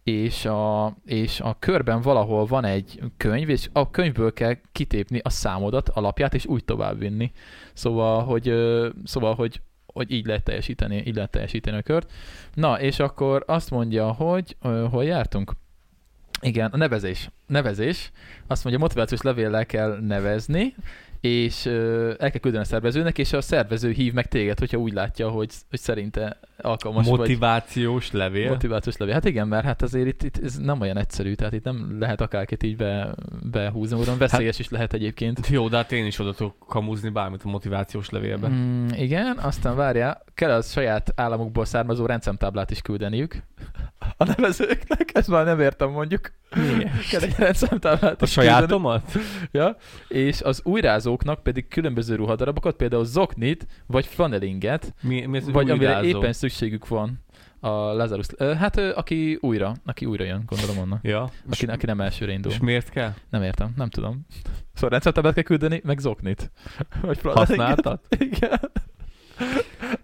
Speaker 1: és a, és a körben valahol van egy könyv, és a könyvből kell kitépni a számodat, alapját, és úgy továbbvinni. Szóval, hogy, ö, szóval, hogy, hogy így lehet teljesíteni, így lehet teljesíteni a kört. Na, és akkor azt mondja, hogy ö, hol jártunk? Igen, a nevezés. Nevezés. Azt mondja, motivációs levéllel kell nevezni, és ö, el kell küldeni a szervezőnek, és a szervező hív meg téged, hogyha úgy látja, hogy, hogy szerinte alkalmas vagy.
Speaker 2: Motivációs levél.
Speaker 1: Motivációs levél. Hát igen, mert hát azért itt, itt ez nem olyan egyszerű, tehát itt nem lehet akárkit így be, behúzni, olyan veszélyes is lehet egyébként.
Speaker 2: Jó, de hát én is oda tudok kamuzni bármit a motivációs levélbe. Mm.
Speaker 1: Mm, igen, aztán várjál, kell a saját államukból származó rendszámtáblát is küldeniük a nevezőknek, ezt már nem értem mondjuk. Kell egy rendszámtáblát
Speaker 2: A
Speaker 1: is küldeni.
Speaker 2: sajátomat?
Speaker 1: Ja, és az újrázóknak pedig különböző ruhadarabokat, például zoknit, vagy flanelinget,
Speaker 2: Mi, mi ez,
Speaker 1: vagy amire
Speaker 2: újrázó?
Speaker 1: éppen szükségük van a Lazarus. Ö, Hát ö, aki újra, aki újra jön, gondolom onnan.
Speaker 2: Ja.
Speaker 1: Aki, aki nem elsőre indul.
Speaker 2: És miért kell?
Speaker 1: Nem értem, nem tudom. Szóval rendszertáblát kell küldeni, meg zoknit. Vagy flanelinget.
Speaker 2: Használtad?
Speaker 1: Igen.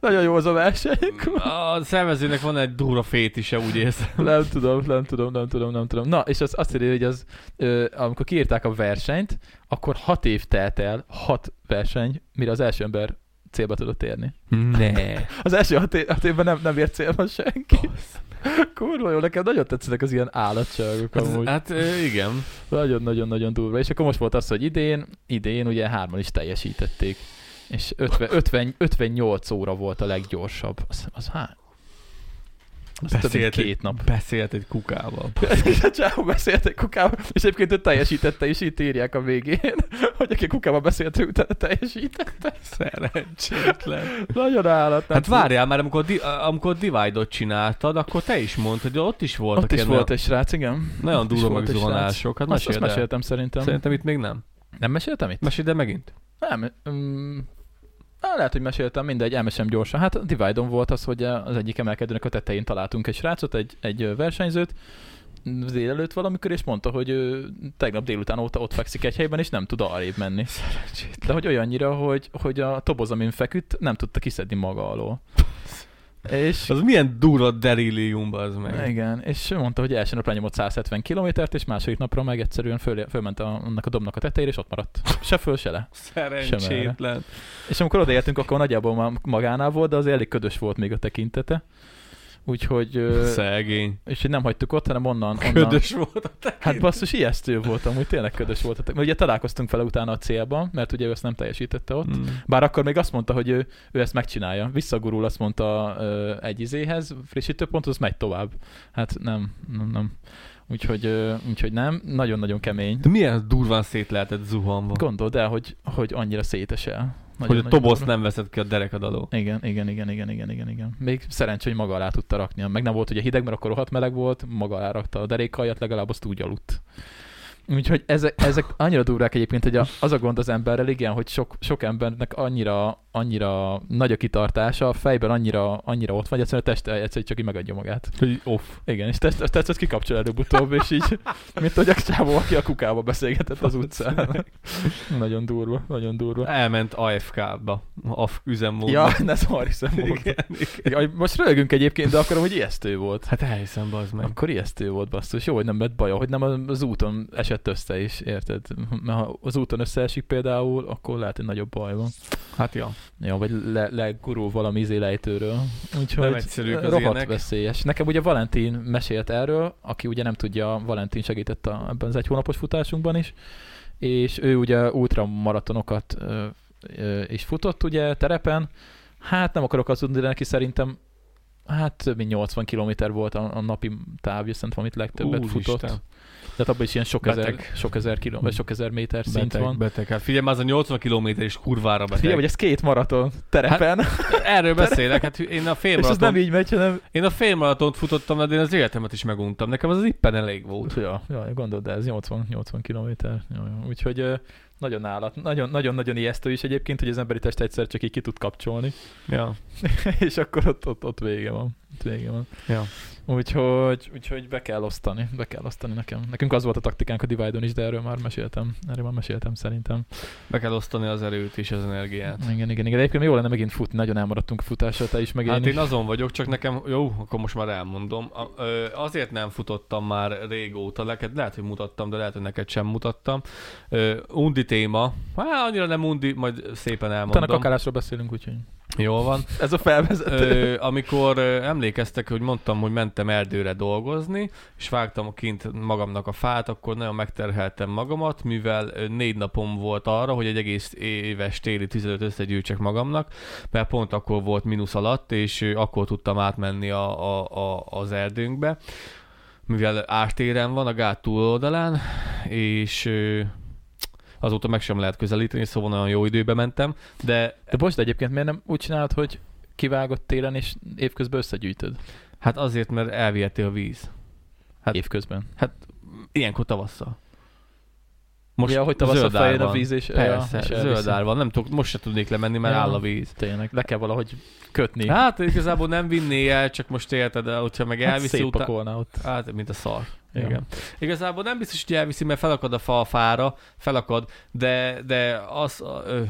Speaker 1: Nagyon jó az a verseny.
Speaker 2: A szervezőnek van egy durva fétise, úgy érzem.
Speaker 1: Nem tudom, nem tudom, nem tudom, nem tudom. Na, és az azt írja, hogy az, ö, amikor kiírták a versenyt, akkor hat év telt el, hat verseny, mire az első ember célba tudott érni.
Speaker 2: Ne.
Speaker 1: Az első hat, év, hat évben nem, nem ért célba senki. Kurva jó, nekem nagyon tetszenek az ilyen állatságok
Speaker 2: Hát,
Speaker 1: amúgy.
Speaker 2: ez- hát ö, igen.
Speaker 1: Nagyon-nagyon-nagyon durva. És akkor most volt az, hogy idén, idén ugye hárman is teljesítették. És 50, 50, 58 óra volt a leggyorsabb. Az, az hány? Az több mint
Speaker 2: Beszélt egy-
Speaker 1: két nap.
Speaker 2: Beszélt egy kukával.
Speaker 1: És a csávó beszélt egy kukával, és egyébként ő teljesítette, és itt írják a végén, hogy aki kukával beszélt, ő utána teljesített.
Speaker 2: Szerencsétlen.
Speaker 1: Nagyon állat. nem
Speaker 2: Hát
Speaker 1: tudom.
Speaker 2: várjál, mert amikor, di- amikor Divide-ot csináltad, akkor te is mondtad, hogy ott is voltak
Speaker 1: Ott is
Speaker 2: ilyen
Speaker 1: volt egy srác, igen.
Speaker 2: nagyon
Speaker 1: Ott is
Speaker 2: durva
Speaker 1: volt egy
Speaker 2: megzuhanások. Hát
Speaker 1: srác. Azt, azt
Speaker 2: meséld el.
Speaker 1: meséltem szerintem.
Speaker 2: Szerintem itt még nem.
Speaker 1: Nem meséltem itt?
Speaker 2: Mesélj, de megint.
Speaker 1: Nem. Mm, á, lehet, hogy meséltem, mindegy, elmesem gyorsan. Hát a divide volt az, hogy az egyik emelkedőnek a tetején találtunk egy srácot, egy, egy versenyzőt, mm, délelőtt valamikor, és mondta, hogy ő tegnap délután óta ott fekszik egy helyben, és nem tud arrébb menni. De hogy olyannyira, hogy, hogy a toboz, amin feküdt, nem tudta kiszedni maga alól. És
Speaker 2: Az milyen durva derillium az meg.
Speaker 1: igen, és ő mondta, hogy első nap lenyomott 170 kilométert, és második napra meg egyszerűen föl, fölment a, annak a dobnak a tetejére, és ott maradt. Se föl, se le.
Speaker 2: Szerencsétlen.
Speaker 1: És amikor odaértünk, akkor nagyjából már magánál volt, de az elég ködös volt még a tekintete. úgyhogy... ö,
Speaker 2: Szegény.
Speaker 1: És hogy nem hagytuk ott, hanem onnan... onnan
Speaker 2: Ködös volt a te.
Speaker 1: hát basszus, ijesztő volt amúgy, tényleg ködös volt. a te- Mert ugye találkoztunk vele utána a célban, mert ugye ő ezt nem teljesítette ott.
Speaker 2: Mm.
Speaker 1: Bár akkor még azt mondta, hogy ő, ő ezt megcsinálja. Visszagurul, azt mondta ö, egy izéhez, frissítőponthoz, megy tovább. Hát nem, nem, nem. Úgyhogy, ö, úgyhogy nem, nagyon-nagyon kemény.
Speaker 2: De milyen durván szét lehetett zuhanva,
Speaker 1: Gondold el, hogy, hogy annyira szétesel.
Speaker 2: hogy a tobozt
Speaker 1: durva.
Speaker 2: nem veszed ki a derekad alól.
Speaker 1: Igen, igen, igen, igen, igen, igen, igen. Még szerencsé, hogy maga alá tudta rakni. Meg nem volt ugye hideg, mert akkor rohadt meleg volt, maga alá rakta a derékhajat, legalább azt úgy aludt. Úgyhogy ezek, ezek annyira durvák egyébként, hogy a, az a gond az emberrel, igen, hogy sok, sok embernek annyira, annyira nagy a kitartása, a fejben annyira, annyira ott van, hogy egyszerűen a teste egyszerűen csak így megadja magát.
Speaker 2: Hogy off.
Speaker 1: Igen, és test, a testet kikapcsol előbb-utóbb, és így, mint hogy a csávó, aki a kukába beszélgetett az utcán. nagyon durva, nagyon durva.
Speaker 2: Elment AFK-ba, AF üzemmódba.
Speaker 1: Ja, ne szarj
Speaker 2: igen,
Speaker 1: volt.
Speaker 2: igen.
Speaker 1: Jaj, most rögünk egyébként, de akkor hogy ijesztő volt.
Speaker 2: Hát elhiszem, bazd meg.
Speaker 1: Akkor ijesztő volt basszus. Jó, hogy nem lett baja, hogy nem az úton esett össze is, érted? Mert ha az úton összeesik például, akkor lehet, hogy nagyobb baj van.
Speaker 2: Hát ja.
Speaker 1: Ja, vagy le, legurul valami izélejtőről. Úgyhogy
Speaker 2: Nem egyszerűk az
Speaker 1: rohadt
Speaker 2: ilyenek.
Speaker 1: veszélyes. Nekem ugye Valentin mesélt erről, aki ugye nem tudja, Valentin segített a, ebben az egy hónapos futásunkban is, és ő ugye ultramaratonokat ö, ö, is futott ugye terepen. Hát nem akarok azt tudni, de neki szerintem hát több mint 80 km volt a, a napi távja, szerintem amit legtöbbet
Speaker 2: Úristen.
Speaker 1: futott. Tehát abban is ilyen sok ezer,
Speaker 2: Beteg.
Speaker 1: sok ezer, kilom, vagy sok ezer méter szint
Speaker 2: Beteg,
Speaker 1: van.
Speaker 2: beteg. Hát figyelj, már az a 80 km is kurvára
Speaker 1: Figyelj,
Speaker 2: beteg. Figyelj,
Speaker 1: hogy ez két maraton terepen, hát,
Speaker 2: Erről beszélek, hát én
Speaker 1: és ez
Speaker 2: a
Speaker 1: nem
Speaker 2: félmaraton,
Speaker 1: így megy, hanem
Speaker 2: én a félmaratont futottam, de én az életemet is meguntam. Nekem az, az éppen elég volt.
Speaker 1: Ja, ja gondolod, de ez 80-80 kilométer. Ja, ja. Úgyhogy ö, nagyon állat, nagyon- nagyon-nagyon ijesztő is egyébként, hogy az emberi test egyszer csak így ki tud kapcsolni,
Speaker 2: Ja.
Speaker 1: és akkor ott, ott, ott vége van. Ott vége van.
Speaker 2: ja.
Speaker 1: Úgyhogy, úgyhogy be kell osztani, be kell osztani nekem. Nekünk az volt a taktikánk a Divide-on is, de erről már meséltem, erről már meséltem szerintem.
Speaker 2: Be kell osztani az erőt és az energiát.
Speaker 1: Igen, igen, igen. De egyébként jó lenne megint futni, nagyon elmaradtunk a futásra, te is meg én
Speaker 2: Hát
Speaker 1: is.
Speaker 2: én azon vagyok, csak nekem, jó, akkor most már elmondom. A- ö, Azért nem futottam már régóta, neked lehet, hogy mutattam, de lehet, hogy neked sem mutattam. Ö, Undi téma, hát annyira nem undi, majd szépen
Speaker 1: Utána
Speaker 2: elmondom.
Speaker 1: kakálásról beszélünk, úgyhogy
Speaker 2: Jól van.
Speaker 1: ez a felvezető.
Speaker 2: Ö, amikor ö, emlékeztek, hogy mondtam, hogy mentem erdőre dolgozni, és vágtam kint magamnak a fát, akkor nagyon megterheltem magamat, mivel ö, négy napom volt arra, hogy egy egész éves téli tüzelőt összegyűjtsek magamnak, mert pont akkor volt mínusz alatt, és ö, akkor tudtam átmenni a, a, a, az erdőnkbe, mivel ástéren van a gát túloldalán, és ö, azóta meg sem lehet közelíteni, szóval nagyon jó időbe mentem, de
Speaker 1: De bocs, de egyébként miért nem úgy csinálod, hogy kivágott télen és évközben összegyűjtöd?
Speaker 2: hát azért, mert elviheti a víz.
Speaker 1: Hát,
Speaker 2: Hát-
Speaker 1: évközben.
Speaker 2: Ilyenkor tavasszal.
Speaker 1: Most ja, hogy tavasz a
Speaker 2: zöld ár
Speaker 1: fején a
Speaker 2: van.
Speaker 1: víz, és
Speaker 2: Persze,
Speaker 1: ja, és
Speaker 2: zöld
Speaker 1: elviszi.
Speaker 2: ár van. Nem tudok, most se tudnék lemenni, mert
Speaker 1: Ja.
Speaker 2: áll a víz.
Speaker 1: Tényleg, le kell valahogy kötni.
Speaker 2: Hát igazából nem vinné el, csak most érted, de hogyha meg
Speaker 1: hát
Speaker 2: elviszi hát után...
Speaker 1: szétpakolná ott.
Speaker 2: Hát, mint a szar.
Speaker 1: Ja.
Speaker 2: Igen. Igazából nem biztos, hogy elviszi, mert felakad a fa a fára, felakad, de, de az ö,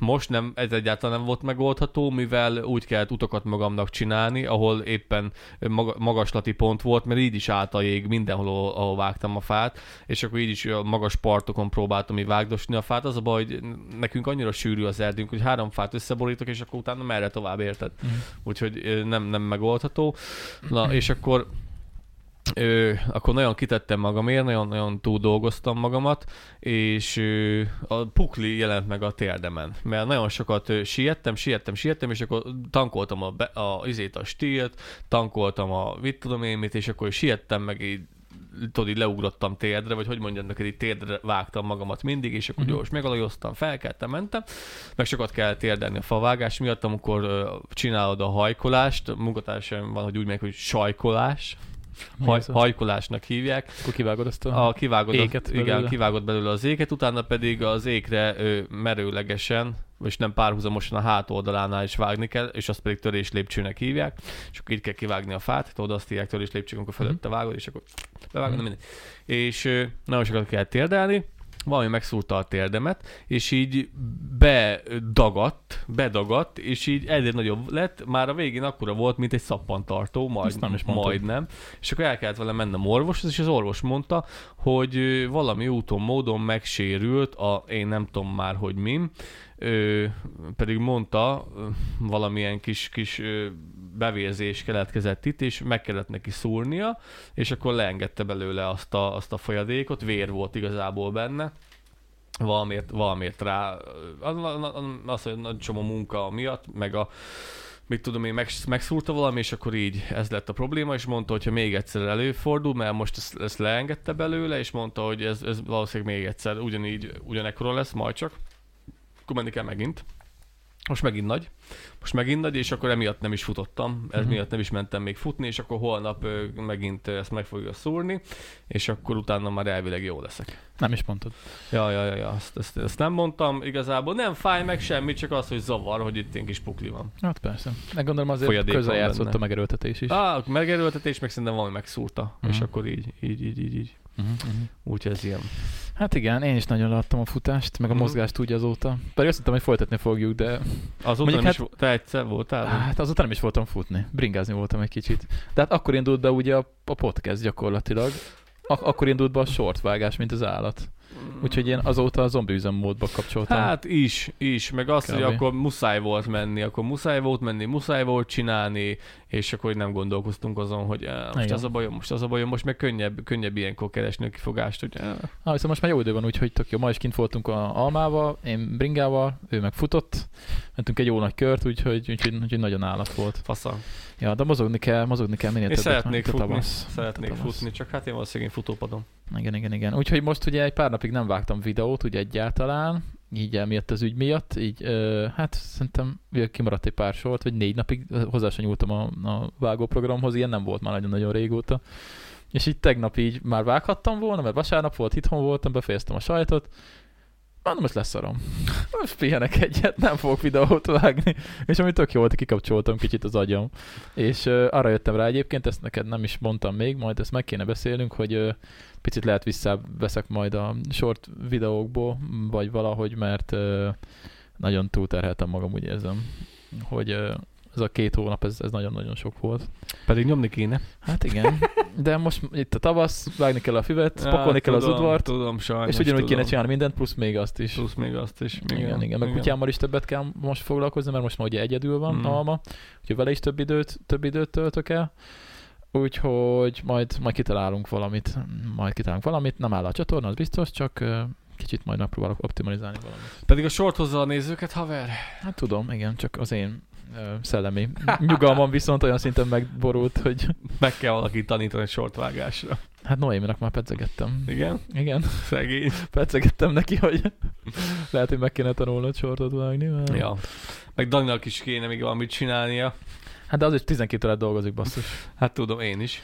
Speaker 2: most nem, ez egyáltalán nem volt megoldható, mivel úgy kellett utakat magamnak csinálni, ahol éppen maga, magaslati pont volt, mert így is állt a jég mindenhol, ahol, ahol vágtam a fát, és akkor így is a magas partokon próbáltam így vágdosni a fát. Az a baj, hogy nekünk annyira sűrű az erdőnk, hogy három fát összeborítok, és akkor utána merre tovább érted.
Speaker 1: Mhm.
Speaker 2: Úgyhogy ö, nem, nem megoldható. Na, és akkor Ö, akkor nagyon kitettem magamért, nagyon-nagyon túl dolgoztam magamat, és ö, a pukli jelent meg a térdemen, mert nagyon sokat ö, siettem, siettem, siettem, és akkor tankoltam a, be, a izét, a stílt, tankoltam a mit tudom én mit, és akkor siettem, meg így tudod, így leugrottam térdre, vagy hogy mondjam neked, így térdre vágtam magamat mindig, és akkor
Speaker 1: Mhm.
Speaker 2: gyors megalajoztam, felkeltem, mentem, meg sokat kell térdelni a favágás miatt, amikor ö, csinálod a hajkolást, munkatársaim van, hogy úgy meg, hogy sajkolás, haj,
Speaker 1: Haj,
Speaker 2: hajkolásnak hívják.
Speaker 1: Akkor kivágod azt a...
Speaker 2: A kivágod,
Speaker 1: Éket
Speaker 2: az, igen,
Speaker 1: belőle.
Speaker 2: kivágod belőle az éket, utána pedig az ékre ö, merőlegesen, és nem párhuzamosan a hátoldalánál is vágni kell, és azt pedig töréslépcsőnek hívják, és akkor így kell kivágni a fát, tudod, azt hívják töréslépcsőnek, amikor
Speaker 1: Mhm.
Speaker 2: fölötte vágod, és akkor bevágod,
Speaker 1: Mhm.
Speaker 2: mm. mindegy. És ö, nagyon sokat kell térdelni, valami megszúrta a térdemet, és így bedagadt, bedagadt, és így egyre nagyobb lett, már a végén akkora volt, mint egy szappantartó,
Speaker 1: Ezt
Speaker 2: majd,
Speaker 1: nem is mondtad.
Speaker 2: majdnem. És akkor el kellett vele mennem orvoshoz, és az orvos mondta, hogy ö, valami úton, módon megsérült a, én nem tudom már, hogy mim, ö, pedig mondta ö, valamilyen kis, kis ö, bevérzés keletkezett itt, és meg kellett neki szúrnia, és akkor leengedte belőle azt a, azt a folyadékot, vér volt igazából benne, valamiért, valamiért rá, az, az, hogy nagy csomó munka miatt, meg a mit tudom én, meg, megszúrta valami, és akkor így ez lett a probléma, és mondta, hogyha még egyszer előfordul, mert most ezt, ezt leengedte belőle, és mondta, hogy ez, ez valószínűleg még egyszer ugyanígy, ugyanekkorra lesz, majd csak. Akkor menni kell megint. Most megint nagy. Most megint nagy, és akkor emiatt nem is futottam. Ez mm-hmm. miatt nem is mentem még futni, és akkor holnap ö, megint ö, ezt meg fogja szúrni, és akkor utána már elvileg jó leszek.
Speaker 1: Nem is mondtad.
Speaker 2: Ja, ja, ja, ja. Ezt, ezt, ezt nem mondtam igazából. Nem fáj meg semmi, csak az, hogy zavar, hogy itt ilyen kis pukli van.
Speaker 1: Hát persze. Meg gondolom azért
Speaker 2: Folyadék
Speaker 1: közel
Speaker 2: van
Speaker 1: játszott
Speaker 2: benne. Ah.
Speaker 1: a megerőltetés is.
Speaker 2: Á, megerőltetés, meg szerintem valami megszúrta,
Speaker 1: Mhm.
Speaker 2: és akkor így, így, így, így, így.
Speaker 1: Mhm, mhm.
Speaker 2: Úgyhogy ez ilyen.
Speaker 1: Hát igen, én is nagyon láttam a futást, meg a
Speaker 2: Mhm.
Speaker 1: mozgást úgy azóta. Pedig azt hittem, hogy folytatni fogjuk, de
Speaker 2: Azóta
Speaker 1: Mondjuk hát-
Speaker 2: nem hát... is, vo- te egyszer voltál? vagy?
Speaker 1: hát azóta nem is voltam futni. Bringázni voltam egy kicsit. De hát akkor indult be ugye a, a podcast gyakorlatilag. Ak- akkor indult be a sortvágás, mint az állat. Úgyhogy én azóta a zombi üzemmódba kapcsoltam.
Speaker 2: Hát is, is, meg azt, hogy
Speaker 1: Kb.
Speaker 2: akkor muszáj volt menni, akkor muszáj volt menni, muszáj volt csinálni, és akkor így nem gondolkoztunk azon, hogy eh, most
Speaker 1: Igen.
Speaker 2: az a bajom, most az a bajom, most meg könnyebb, könnyebb ilyenkor keresni a kifogást, hogy eh,
Speaker 1: Ah, viszont most már jó idő van, úgyhogy tök jó. Ma is kint voltunk a Almával, én Bringával, ő meg futott. Mentünk egy jó nagy kört, úgyhogy, úgyhogy, úgyhogy nagyon állat volt.
Speaker 2: fasza,
Speaker 1: Ja, de mozogni kell, mozogni kell minél
Speaker 2: Én
Speaker 1: többet. mert
Speaker 2: szeretnék
Speaker 1: itt a
Speaker 2: futni.
Speaker 1: tavasz.
Speaker 2: szeretnék
Speaker 1: Itt a tavasz.
Speaker 2: futni, csak hát én valószínűleg én futópadon.
Speaker 1: Igen, igen, igen. Úgyhogy most ugye egy pár napig nem vágtam videót, ugye egyáltalán, így emiatt az ügy miatt, így ö, hát szerintem ugye kimaradt egy pár sort, vagy négy napig ö, hozzá sem nyúltam a, a vágóprogramhoz, ilyen nem volt már nagyon-nagyon régóta. És így tegnap így már vághattam volna, mert vasárnap volt, itthon voltam, befejeztem a sajtot, Mondom, most leszarom. Most pihenek egyet, nem fogok videót vágni. És ami tök jó volt, kikapcsoltam kicsit az agyam. És ö, arra jöttem rá egyébként, ezt neked nem is mondtam még, majd ezt meg kéne beszélnünk, hogy ö, picit lehet visszaveszek majd a short videókból, vagy valahogy, mert ö, nagyon túlterheltem magam, úgy érzem, hogy ö, ez a két hónap, ez, ez nagyon-nagyon sok volt.
Speaker 2: Pedig nyomni kéne.
Speaker 1: Hát igen, de most itt a tavasz, vágni kell a füvet, pakolni kell az udvart,
Speaker 2: Tudom, sajnos,
Speaker 1: és ugyanúgy
Speaker 2: tudom.
Speaker 1: kéne csinálni mindent, plusz még azt is.
Speaker 2: Plusz még azt is.
Speaker 1: Igen, igen, igen. meg kutyámmal is többet kell most foglalkozni, mert most már ugye egyedül van
Speaker 2: Mm.
Speaker 1: mm. Alma, úgyhogy vele is több időt, több időt töltök el, úgyhogy majd, majd kitalálunk valamit, majd kitalálunk valamit, nem áll a csatorna, az biztos, csak ö, kicsit majd megpróbálok optimalizálni valamit.
Speaker 2: Pedig a sort hozza a nézőket, haver.
Speaker 1: Hát tudom, igen, csak az én ö, szellemi nyugalmam viszont olyan szinten megborult, hogy
Speaker 2: Meg kell valakit tanítani sortvágásra.
Speaker 1: hát Noéminak már pedzegettem.
Speaker 2: Igen?
Speaker 1: Igen,
Speaker 2: Szegény.
Speaker 1: pedzegettem neki, hogy lehet, hogy meg kéne tanulnod sortot vágni. Mert...
Speaker 2: Ja. Meg Daninak is kéne még valamit csinálnia.
Speaker 1: Hát de az is 12 órát dolgozik, basszus.
Speaker 2: Hát tudom, én is.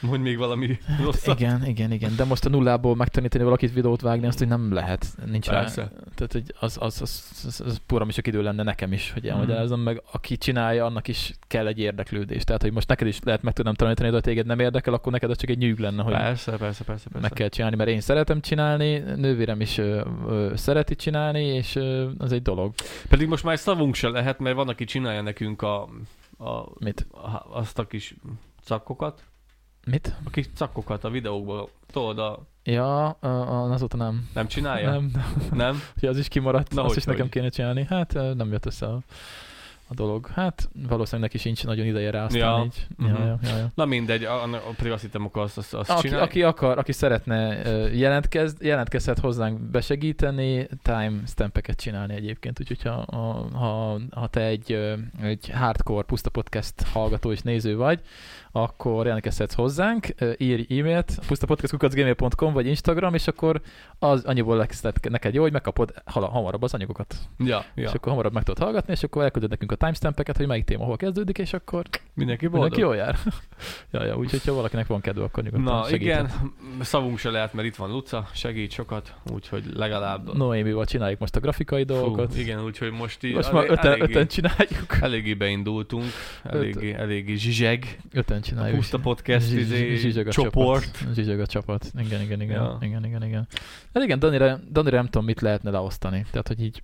Speaker 2: Mondj még valami rosszat.
Speaker 1: Hát Igen, igen, igen. De most a nullából megtanítani valakit videót vágni, azt hogy nem lehet. Nincs rá.
Speaker 2: Persze.
Speaker 1: Tehát, hogy az, az, az, az, az puram is csak idő lenne nekem is,
Speaker 2: Mhm.
Speaker 1: hogy elmagyarázom, meg aki csinálja, annak is kell egy érdeklődés. Tehát, hogy most neked is lehet meg tudnám tanítani, de ha téged nem érdekel, akkor neked az csak egy nyűg lenne, hogy
Speaker 2: Persze, persze, persze,
Speaker 1: meg
Speaker 2: persze.
Speaker 1: kell csinálni, mert én szeretem csinálni, nővérem is ö, ö, szereti csinálni, és ö, az egy dolog.
Speaker 2: Pedig most már szavunk se lehet, mert van, aki csinálja nekünk a, a,
Speaker 1: Mit?
Speaker 2: a azt a kis cakkokat.
Speaker 1: Mit?
Speaker 2: A kis cakkokat a videókban. Tudod, a,
Speaker 1: Ja, ö, ö, azóta nem.
Speaker 2: nem csinálja?
Speaker 1: Nem, nem.
Speaker 2: Nem?
Speaker 1: Ugye az is kimaradt,
Speaker 2: Na,
Speaker 1: Na, azt
Speaker 2: hogy
Speaker 1: is nekem
Speaker 2: hogy?
Speaker 1: kéne csinálni. Hát ö, nem jött össze a, a dolog. Hát valószínűleg neki sincs nagyon ideje rá, aztán
Speaker 2: Ja.
Speaker 1: ja. így. Ja,
Speaker 2: Mhm.
Speaker 1: ja, ja, ja.
Speaker 2: Na mindegy, a, a, a, pedig azt hittem, akkor azt, azt, azt
Speaker 1: Aki,
Speaker 2: csinálja.
Speaker 1: aki akar, aki szeretne ö, jelentkez, jelentkezhet hozzánk besegíteni, time stampeket csinálni egyébként, úgyhogy ha, ha- ha, ha te egy, ö, egy hardcore puszta podcast hallgató és néző vagy, akkor jelentkezhetsz hozzánk, ö, írj e-mailt, pusztapodcast.gmail.com vagy Instagram, és akkor az annyiból lesz neked jó, hogy megkapod hala- hamarabb az anyagokat.
Speaker 2: Ja, ja.
Speaker 1: Ja. És akkor hamarabb meg tudod hallgatni, és akkor elküldöd nekünk a timestampeket, hogy melyik téma hol kezdődik, és akkor
Speaker 2: Mindenki boldog.
Speaker 1: mindenki jól jár. ja, ja, úgyhogy ha valakinek van kedve, akkor nyugodtan
Speaker 2: Na
Speaker 1: segíthet.
Speaker 2: igen, szavunk se lehet, mert itt van Luca, segít sokat, úgyhogy legalább...
Speaker 1: Noémival csináljuk most a grafikai dolgokat.
Speaker 2: Fú, igen, úgyhogy most így
Speaker 1: Most már öten,
Speaker 2: eléggé,
Speaker 1: öten csináljuk.
Speaker 2: eléggé beindultunk, eléggé, eléggé zsizseg,
Speaker 1: Öten csináljuk.
Speaker 2: puszta podcast
Speaker 1: Zsiz-
Speaker 2: izé,
Speaker 1: zsizseg a
Speaker 2: csoport.
Speaker 1: Csapat. Zsizseg a csapat. Igen, igen, igen.
Speaker 2: Ja.
Speaker 1: Ja. igen, igen, igen. Hát igen, Danira, Danira nem tudom, mit lehetne leosztani. Tehát, hogy így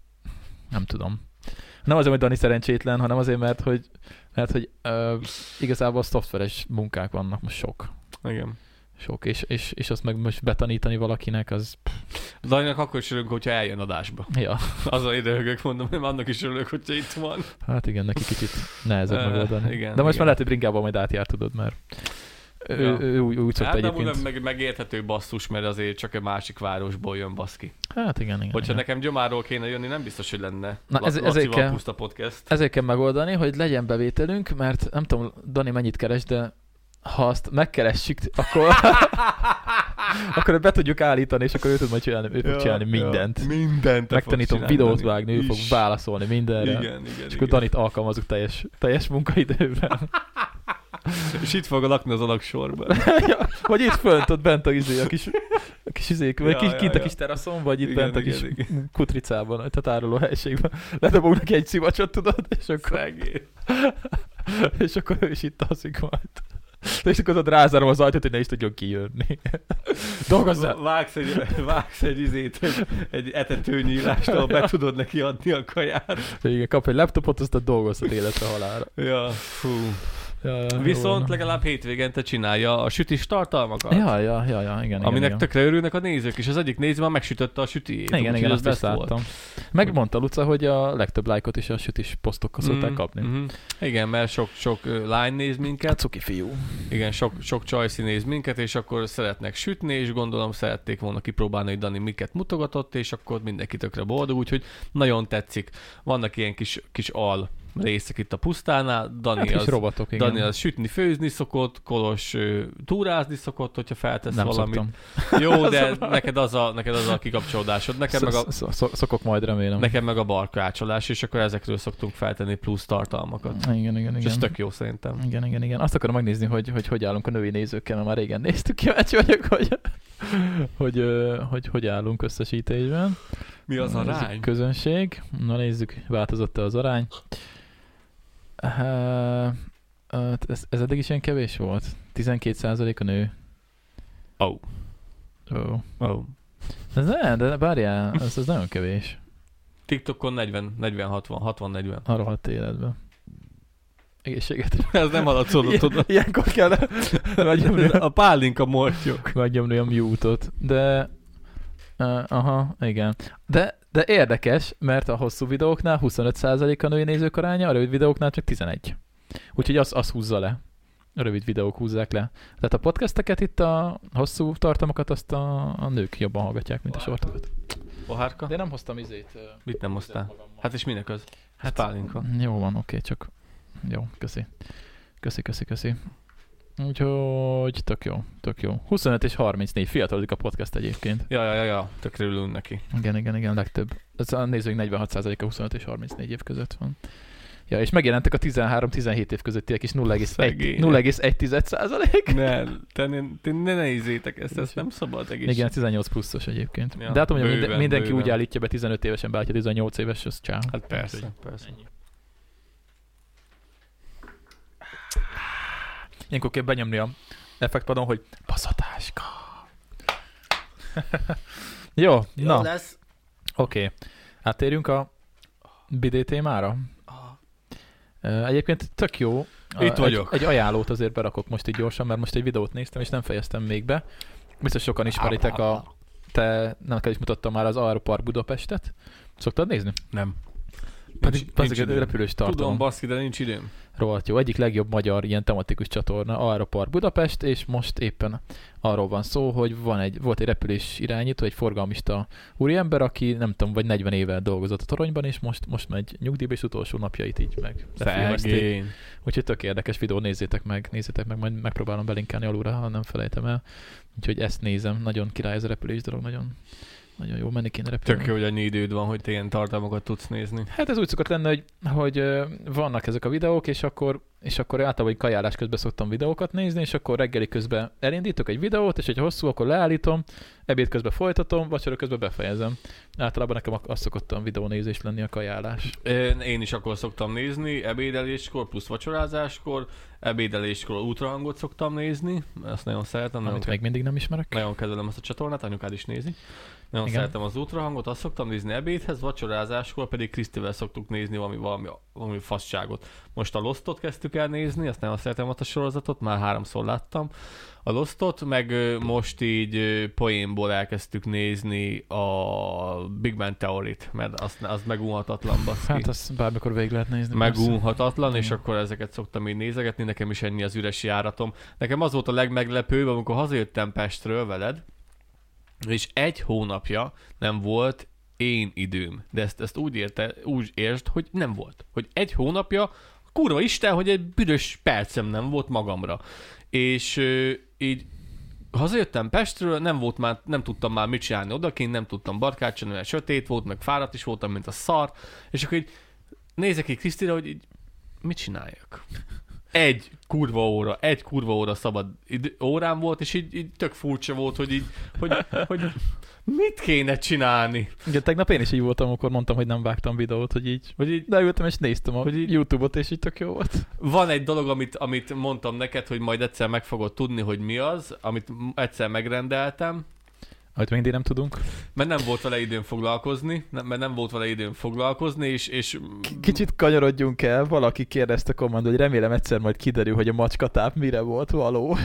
Speaker 1: nem tudom. Nem azért, hogy Dani szerencsétlen, hanem azért, mert hogy, mert, hogy ö, igazából szoftveres munkák vannak most sok.
Speaker 2: Igen.
Speaker 1: sok, és, és, és azt meg most betanítani valakinek, az...
Speaker 2: Daninak akkor is örülünk, hogyha eljön adásba.
Speaker 1: Ja,
Speaker 2: Az a időgök, mondom, én annak is örülök, hogyha itt van.
Speaker 1: hát igen, neki kicsit nehezebb
Speaker 2: Ö,
Speaker 1: megoldani.
Speaker 2: igen,
Speaker 1: De most
Speaker 2: igen.
Speaker 1: már lehet, hogy bringában majd átjár, tudod, mert ő,
Speaker 2: Ja.
Speaker 1: ő, ő úgy, úgy szokta
Speaker 2: Hát nem
Speaker 1: egyébként.
Speaker 2: mondom, meg, megérthető basszus, mert azért csak egy másik városból jön baszki.
Speaker 1: Hát igen, igen.
Speaker 2: Hogyha
Speaker 1: igen.
Speaker 2: nekem gyomáról kéne jönni, nem biztos, hogy lenne.
Speaker 1: Na,
Speaker 2: Na,
Speaker 1: ez-
Speaker 2: ez,
Speaker 1: ezért kell-
Speaker 2: Lacival puszta podcast.
Speaker 1: Ezért kell megoldani, hogy legyen bevételünk, mert nem tudom, Dani mennyit keres, de ha azt megkeressük, akkor, akkor be tudjuk állítani, és akkor ő tud majd csinálni, ő fog csinálni mindent.
Speaker 2: Mindent. te
Speaker 1: Megtanítom
Speaker 2: fogsz csinálni.
Speaker 1: videót vágni, ő fog
Speaker 2: Is.
Speaker 1: válaszolni mindenre.
Speaker 2: Igen,
Speaker 1: Igen,
Speaker 2: igen, igen.
Speaker 1: és akkor Danit alkalmazunk teljes, teljes munkaidőben.
Speaker 2: És itt fog lakni az alaksorban.
Speaker 1: ja, vagy itt fönt, ott bent a, izé, a kis, a kis izék, vagy
Speaker 2: Ja,
Speaker 1: kis,
Speaker 2: ja,
Speaker 1: kint a
Speaker 2: ja.
Speaker 1: kis teraszon, vagy itt
Speaker 2: Igen,
Speaker 1: bent a
Speaker 2: igen,
Speaker 1: kis
Speaker 2: igen.
Speaker 1: kutricában, tehát áruló helységben. Ledobunk neki egy szivacsot, tudod, és akkor
Speaker 2: Szegény.
Speaker 1: és akkor ő is itt alszik majd. De és akkor ott rázárom az ajtót, hogy ne is tudjon kijönni. Dolgozzál!
Speaker 2: Vágsz egy, vágsz egy izét, egy, egy etetőnyílást, ahol be tudod neki adni a kaját.
Speaker 1: Igen, kap egy laptopot, aztán dolgozhat életre halára.
Speaker 2: Ja, fú.
Speaker 1: Ja, ja, jó
Speaker 2: Viszont
Speaker 1: volna.
Speaker 2: legalább hétvégente csinálja a sütis tartalmakat.
Speaker 1: Ja, ja, ja, ja, igen,
Speaker 2: aminek
Speaker 1: igen,
Speaker 2: tökre örülnek a nézők, és az egyik néző már megsütötte a sütiét.
Speaker 1: igen. Igen,
Speaker 2: úgyhogy
Speaker 1: igen, azt
Speaker 2: ez
Speaker 1: is
Speaker 2: best volt.
Speaker 1: láttam. Megmondta Luca, hogy a legtöbb lájkot is a sütis posztokkal szokták
Speaker 2: Mhm,
Speaker 1: kapni.
Speaker 2: mhm. Igen, mert sok-sok ö, lány néz minket,
Speaker 1: cuki fiú.
Speaker 2: igen, sok, sok csajszi néz minket, és akkor szeretnek sütni, és gondolom szerették volna kipróbálni, hogy Dani miket mutogatott, és akkor mindenki tökre boldog, úgyhogy nagyon tetszik. Vannak ilyen kis, kis al részek itt a pusztánál, Dani
Speaker 1: Hát kis
Speaker 2: az...
Speaker 1: robotok, igen.
Speaker 2: Dani az sütni, főzni szokott, Kolos ö, túrázni szokott, hogyha feltesz
Speaker 1: nem
Speaker 2: valamit.
Speaker 1: szoktam.
Speaker 2: Jó, de neked az a, neked az a kikapcsolódásod, nekem meg a,
Speaker 1: Sz- sz- Szokok majd, remélem.
Speaker 2: nekem meg a barkácsolás, és akkor ezekről szoktunk feltenni plusz tartalmakat.
Speaker 1: Igen, igen, igen.
Speaker 2: És ez tök jó szerintem.
Speaker 1: Igen, igen, igen. Azt akarom megnézni, hogy hogy, hogy állunk a női nézőkkel, mert már régen néztük, kíváncsi vagyok, hogy hogy, ö, hogy, hogy állunk összesítésben.
Speaker 2: Mi az
Speaker 1: Nézzük
Speaker 2: arány?
Speaker 1: Közönség. Na nézzük, változott-e az arány. Uh, ez, ez eddig is ilyen kevés volt. 12% a nő.
Speaker 2: Au.
Speaker 1: Oh.
Speaker 2: Oh.
Speaker 1: Ez nem, de várjál, ez, ez nagyon kevés.
Speaker 2: TikTokon 40, 40, 60, 60, 40.
Speaker 1: A rohadt életben. Egészséget.
Speaker 2: Ez nem alatszódott oda.
Speaker 1: Ilyenkor kell nagyon
Speaker 2: A pálinka mortyok.
Speaker 1: megnyomni a mute-ot, de uh, aha, igen. De, de érdekes, mert a hosszú videóknál 25% a női nézők aránya, a rövid videóknál csak 11. Úgyhogy az, az húzza le. A rövid videók húzzák le. Tehát a podcasteket itt a hosszú tartalmakat azt a, a nők jobban hallgatják, mint a sortokat.
Speaker 2: Pohárka?
Speaker 1: De nem hoztam izét. ö,
Speaker 2: Mit nem hoztál?
Speaker 1: magammal.
Speaker 2: Hát és minek az? Hát pálinka.
Speaker 1: Jó van, oké, csak jó, köszi. Köszi, köszi, köszi. Úgyhogy tök jó, tök jó. 25 és 34 fiatalodik a podcast egyébként.
Speaker 2: Ja, ja, ja, ja. Tökre örülünk neki.
Speaker 1: Igen, igen, igen, legtöbb. Ez a nézők 46%-a 25 és 34 év között van. Ja, és megjelentek a 13-17 év közöttiek is 0,1
Speaker 2: Szegények.
Speaker 1: 0,1 százalék.
Speaker 2: Ne, te ne, te ne, ne izétek ezt, ezt nem szabad egész.
Speaker 1: Igen, 18 pluszos egyébként.
Speaker 2: Ja,
Speaker 1: De hát mondjam,
Speaker 2: bőven,
Speaker 1: minden, mindenki
Speaker 2: bőven.
Speaker 1: úgy állítja be 15 évesen, beállítja 18 éves, az csá.
Speaker 2: Hát persze,
Speaker 1: Úgyhogy
Speaker 2: persze.
Speaker 1: Ennyi. Ilyenkor kell benyomni a effektpadon, hogy baszatáska. Jó, na.
Speaker 2: lesz.
Speaker 1: Oké, okay. áttérjünk a BD témára. Ö, Egyébként tök jó. Ö,
Speaker 2: Itt
Speaker 1: egy,
Speaker 2: vagyok.
Speaker 1: Egy ajánlót azért berakok most így gyorsan, mert most egy videót néztem, és nem fejeztem még be. Biztos sokan ismeritek a... Te nem kell is mutattam már az Aeropark Budapestet. Szoktad nézni?
Speaker 2: Nem.
Speaker 1: Pedig
Speaker 2: Nincs-
Speaker 1: az
Speaker 2: nincs
Speaker 1: egy
Speaker 2: időm.
Speaker 1: repülős
Speaker 2: Tudom,
Speaker 1: tartalom.
Speaker 2: baszki, de nincs időm.
Speaker 1: Rohadt jó. Egyik legjobb magyar ilyen tematikus csatorna, Aeropark Budapest, és most éppen arról van szó, hogy van egy, volt egy repülés irányító, egy forgalmista úriember, aki nem tudom, vagy 40 éve dolgozott a toronyban, és most, most megy nyugdíjba, és utolsó napjait így meg lefilmezték.
Speaker 2: Szegény.
Speaker 1: Úgyhogy tök érdekes videó, nézzétek meg, nézzétek meg, majd megpróbálom belinkelni alulra, ha nem felejtem el. Úgyhogy ezt nézem, nagyon király ez a repülés dolog, nagyon, nagyon jó menni kéne repülni.
Speaker 2: Tök jó, hogy annyi időd van, hogy te ilyen tartalmakat tudsz nézni.
Speaker 1: Hát ez úgy szokott lenni, hogy, hogy ö, vannak ezek a videók, és akkor, és akkor általában egy kajálás közben szoktam videókat nézni, és akkor reggeli közben elindítok egy videót, és hogyha hosszú, akkor leállítom, ebéd közben folytatom, vacsora közben befejezem. Általában nekem ak- az szokott a videónézés lenni a kajálás.
Speaker 2: Én- Én is akkor szoktam nézni, ebédeléskor, plusz vacsorázáskor, ebédeléskor ultrahangot szoktam nézni, ezt nagyon szeretem, nagyon,
Speaker 1: Amit
Speaker 2: ke-
Speaker 1: még mindig nem ismerek.
Speaker 2: nagyon kedvelem ezt a csatornát, anyukád is nézi.
Speaker 1: Igen.
Speaker 2: Nagyon Igen. szeretem az ultrahangot, azt szoktam nézni ebédhez, vacsorázáskor pedig Krisztivel szoktuk nézni valami, valami, valami fasságot. Most a Lostot kezdtük el nézni, azt nem azt szeretem azt a sorozatot, már háromszor láttam. A Lostot, meg ö, most így ö, poénból elkezdtük nézni a Big Bang Theory-t, mert az, az megunhatatlan baszki.
Speaker 1: Hát azt bármikor végig lehet nézni. persze.
Speaker 2: Megúnhatatlan, és
Speaker 1: Igen.
Speaker 2: akkor ezeket szoktam így nézegetni, nekem is ennyi az üres járatom. Nekem az volt a legmeglepőbb, amikor hazajöttem Pestről veled, és egy hónapja nem volt én időm. De ezt, ezt úgy, érte, úgy értsd, hogy nem volt. Hogy egy hónapja, kurva Isten, hogy egy büdös percem nem volt magamra. És ö, így hazajöttem Pestről, nem volt már, nem tudtam már mit csinálni odakint, nem tudtam barkácsolni, mert sötét volt, meg fáradt is voltam, mint a szar. És akkor így nézek ki Krisztira, hogy így, mit csináljak? Egy kurva óra, egy kurva óra szabad idő, órám volt, és így, így tök furcsa volt, hogy így, hogy, hogy mit kéne csinálni?
Speaker 1: Igen, tegnap én is így voltam, amikor mondtam, hogy nem vágtam videót, hogy így
Speaker 2: Hogy így
Speaker 1: leültem és néztem a YouTube-ot, és így tök jó volt.
Speaker 2: van egy dolog, amit, amit mondtam neked, hogy majd egyszer meg fogod tudni, hogy mi az, amit m- egyszer megrendeltem,
Speaker 1: Amit mindig nem tudunk.
Speaker 2: mert nem volt vele időm foglalkozni, nem, mert nem volt vele időm foglalkozni, és, és
Speaker 1: Kicsit kanyarodjunk el, valaki kérdezte kommentben, hogy remélem egyszer majd kiderül, hogy a macskatáp mire volt való.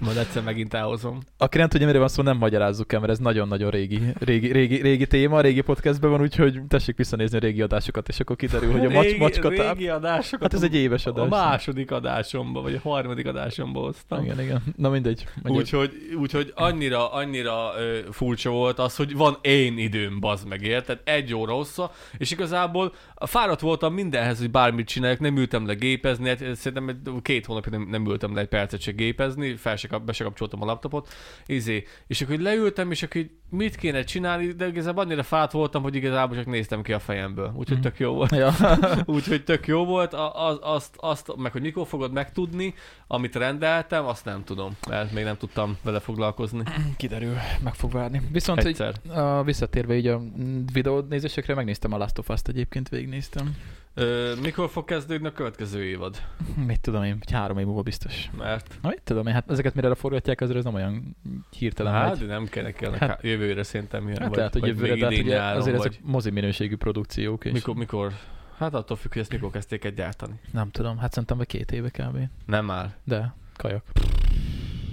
Speaker 2: majd egyszer megint elhozom.
Speaker 1: Aki nem tudja, mire van szó, nem magyarázzuk el, mert ez nagyon-nagyon régi, régi, régi, régi téma, régi podcastben van, úgyhogy tessék visszanézni a régi adásokat, és akkor kiderül, hogy a macs,
Speaker 2: régi,
Speaker 1: macskatáp.
Speaker 2: régi adásokat.
Speaker 1: Hát ez egy éves
Speaker 2: A
Speaker 1: adás.
Speaker 2: második adásomba, vagy a harmadik adásomba hoztam.
Speaker 1: Igen, igen. Na mindegy. Mondjuk,
Speaker 2: Úgyhogy, úgyhogy annyira, annyira ö, furcsa volt az, hogy van én időm, bazd meg, érted? Egy óra hossza, és igazából fáradt voltam mindenhez, hogy bármit csináljak, nem ültem le gépezni, hát szerintem egy- két hónapig nem, nem ültem le egy percet se gépezni, fel se, kap- be se kapcsoltam a laptopot, izé. És akkor így leültem, és akkor így mit kéne csinálni, de igazából annyira fáradt voltam, hogy igazából csak néztem ki a fejemből, úgyhogy
Speaker 1: Mhm.
Speaker 2: tök jó volt.
Speaker 1: ja.
Speaker 2: Úgyhogy tök jó volt, a, az, azt, azt, meg hogy mikor fogod megtudni, amit rendeltem, azt nem tudom, mert még nem tudtam vele foglalkozni
Speaker 1: Hát, kiderül, meg fog várni. Viszont egy,
Speaker 2: egyszer.
Speaker 1: a, visszatérve így a mm, videó nézésekre, megnéztem a Last of Us-t egyébként, végignéztem.
Speaker 2: Ö, mikor fog kezdődni a következő évad?
Speaker 1: Mit tudom én, hogy három év múlva biztos.
Speaker 2: Mert
Speaker 1: Na mit tudom én, hát ezeket mire leforgatják, azért ez nem olyan hirtelen
Speaker 2: hát,
Speaker 1: megy.
Speaker 2: de nem kell neki
Speaker 1: Hát-
Speaker 2: hát, jövőre szerintem jön,
Speaker 1: Hát
Speaker 2: vagy,
Speaker 1: lehet, hogy
Speaker 2: vagy
Speaker 1: jövőre,
Speaker 2: még
Speaker 1: de hát
Speaker 2: idén
Speaker 1: ugye
Speaker 2: nyáron,
Speaker 1: azért
Speaker 2: vagy
Speaker 1: ezek mozi minőségű produkciók, és
Speaker 2: mikor, mikor, hát attól függ, hogy ezt mikor kezdték el gyártani.
Speaker 1: nem tudom, hát szerintem vagy két éve kb.
Speaker 2: Nem már.
Speaker 1: De, kajak.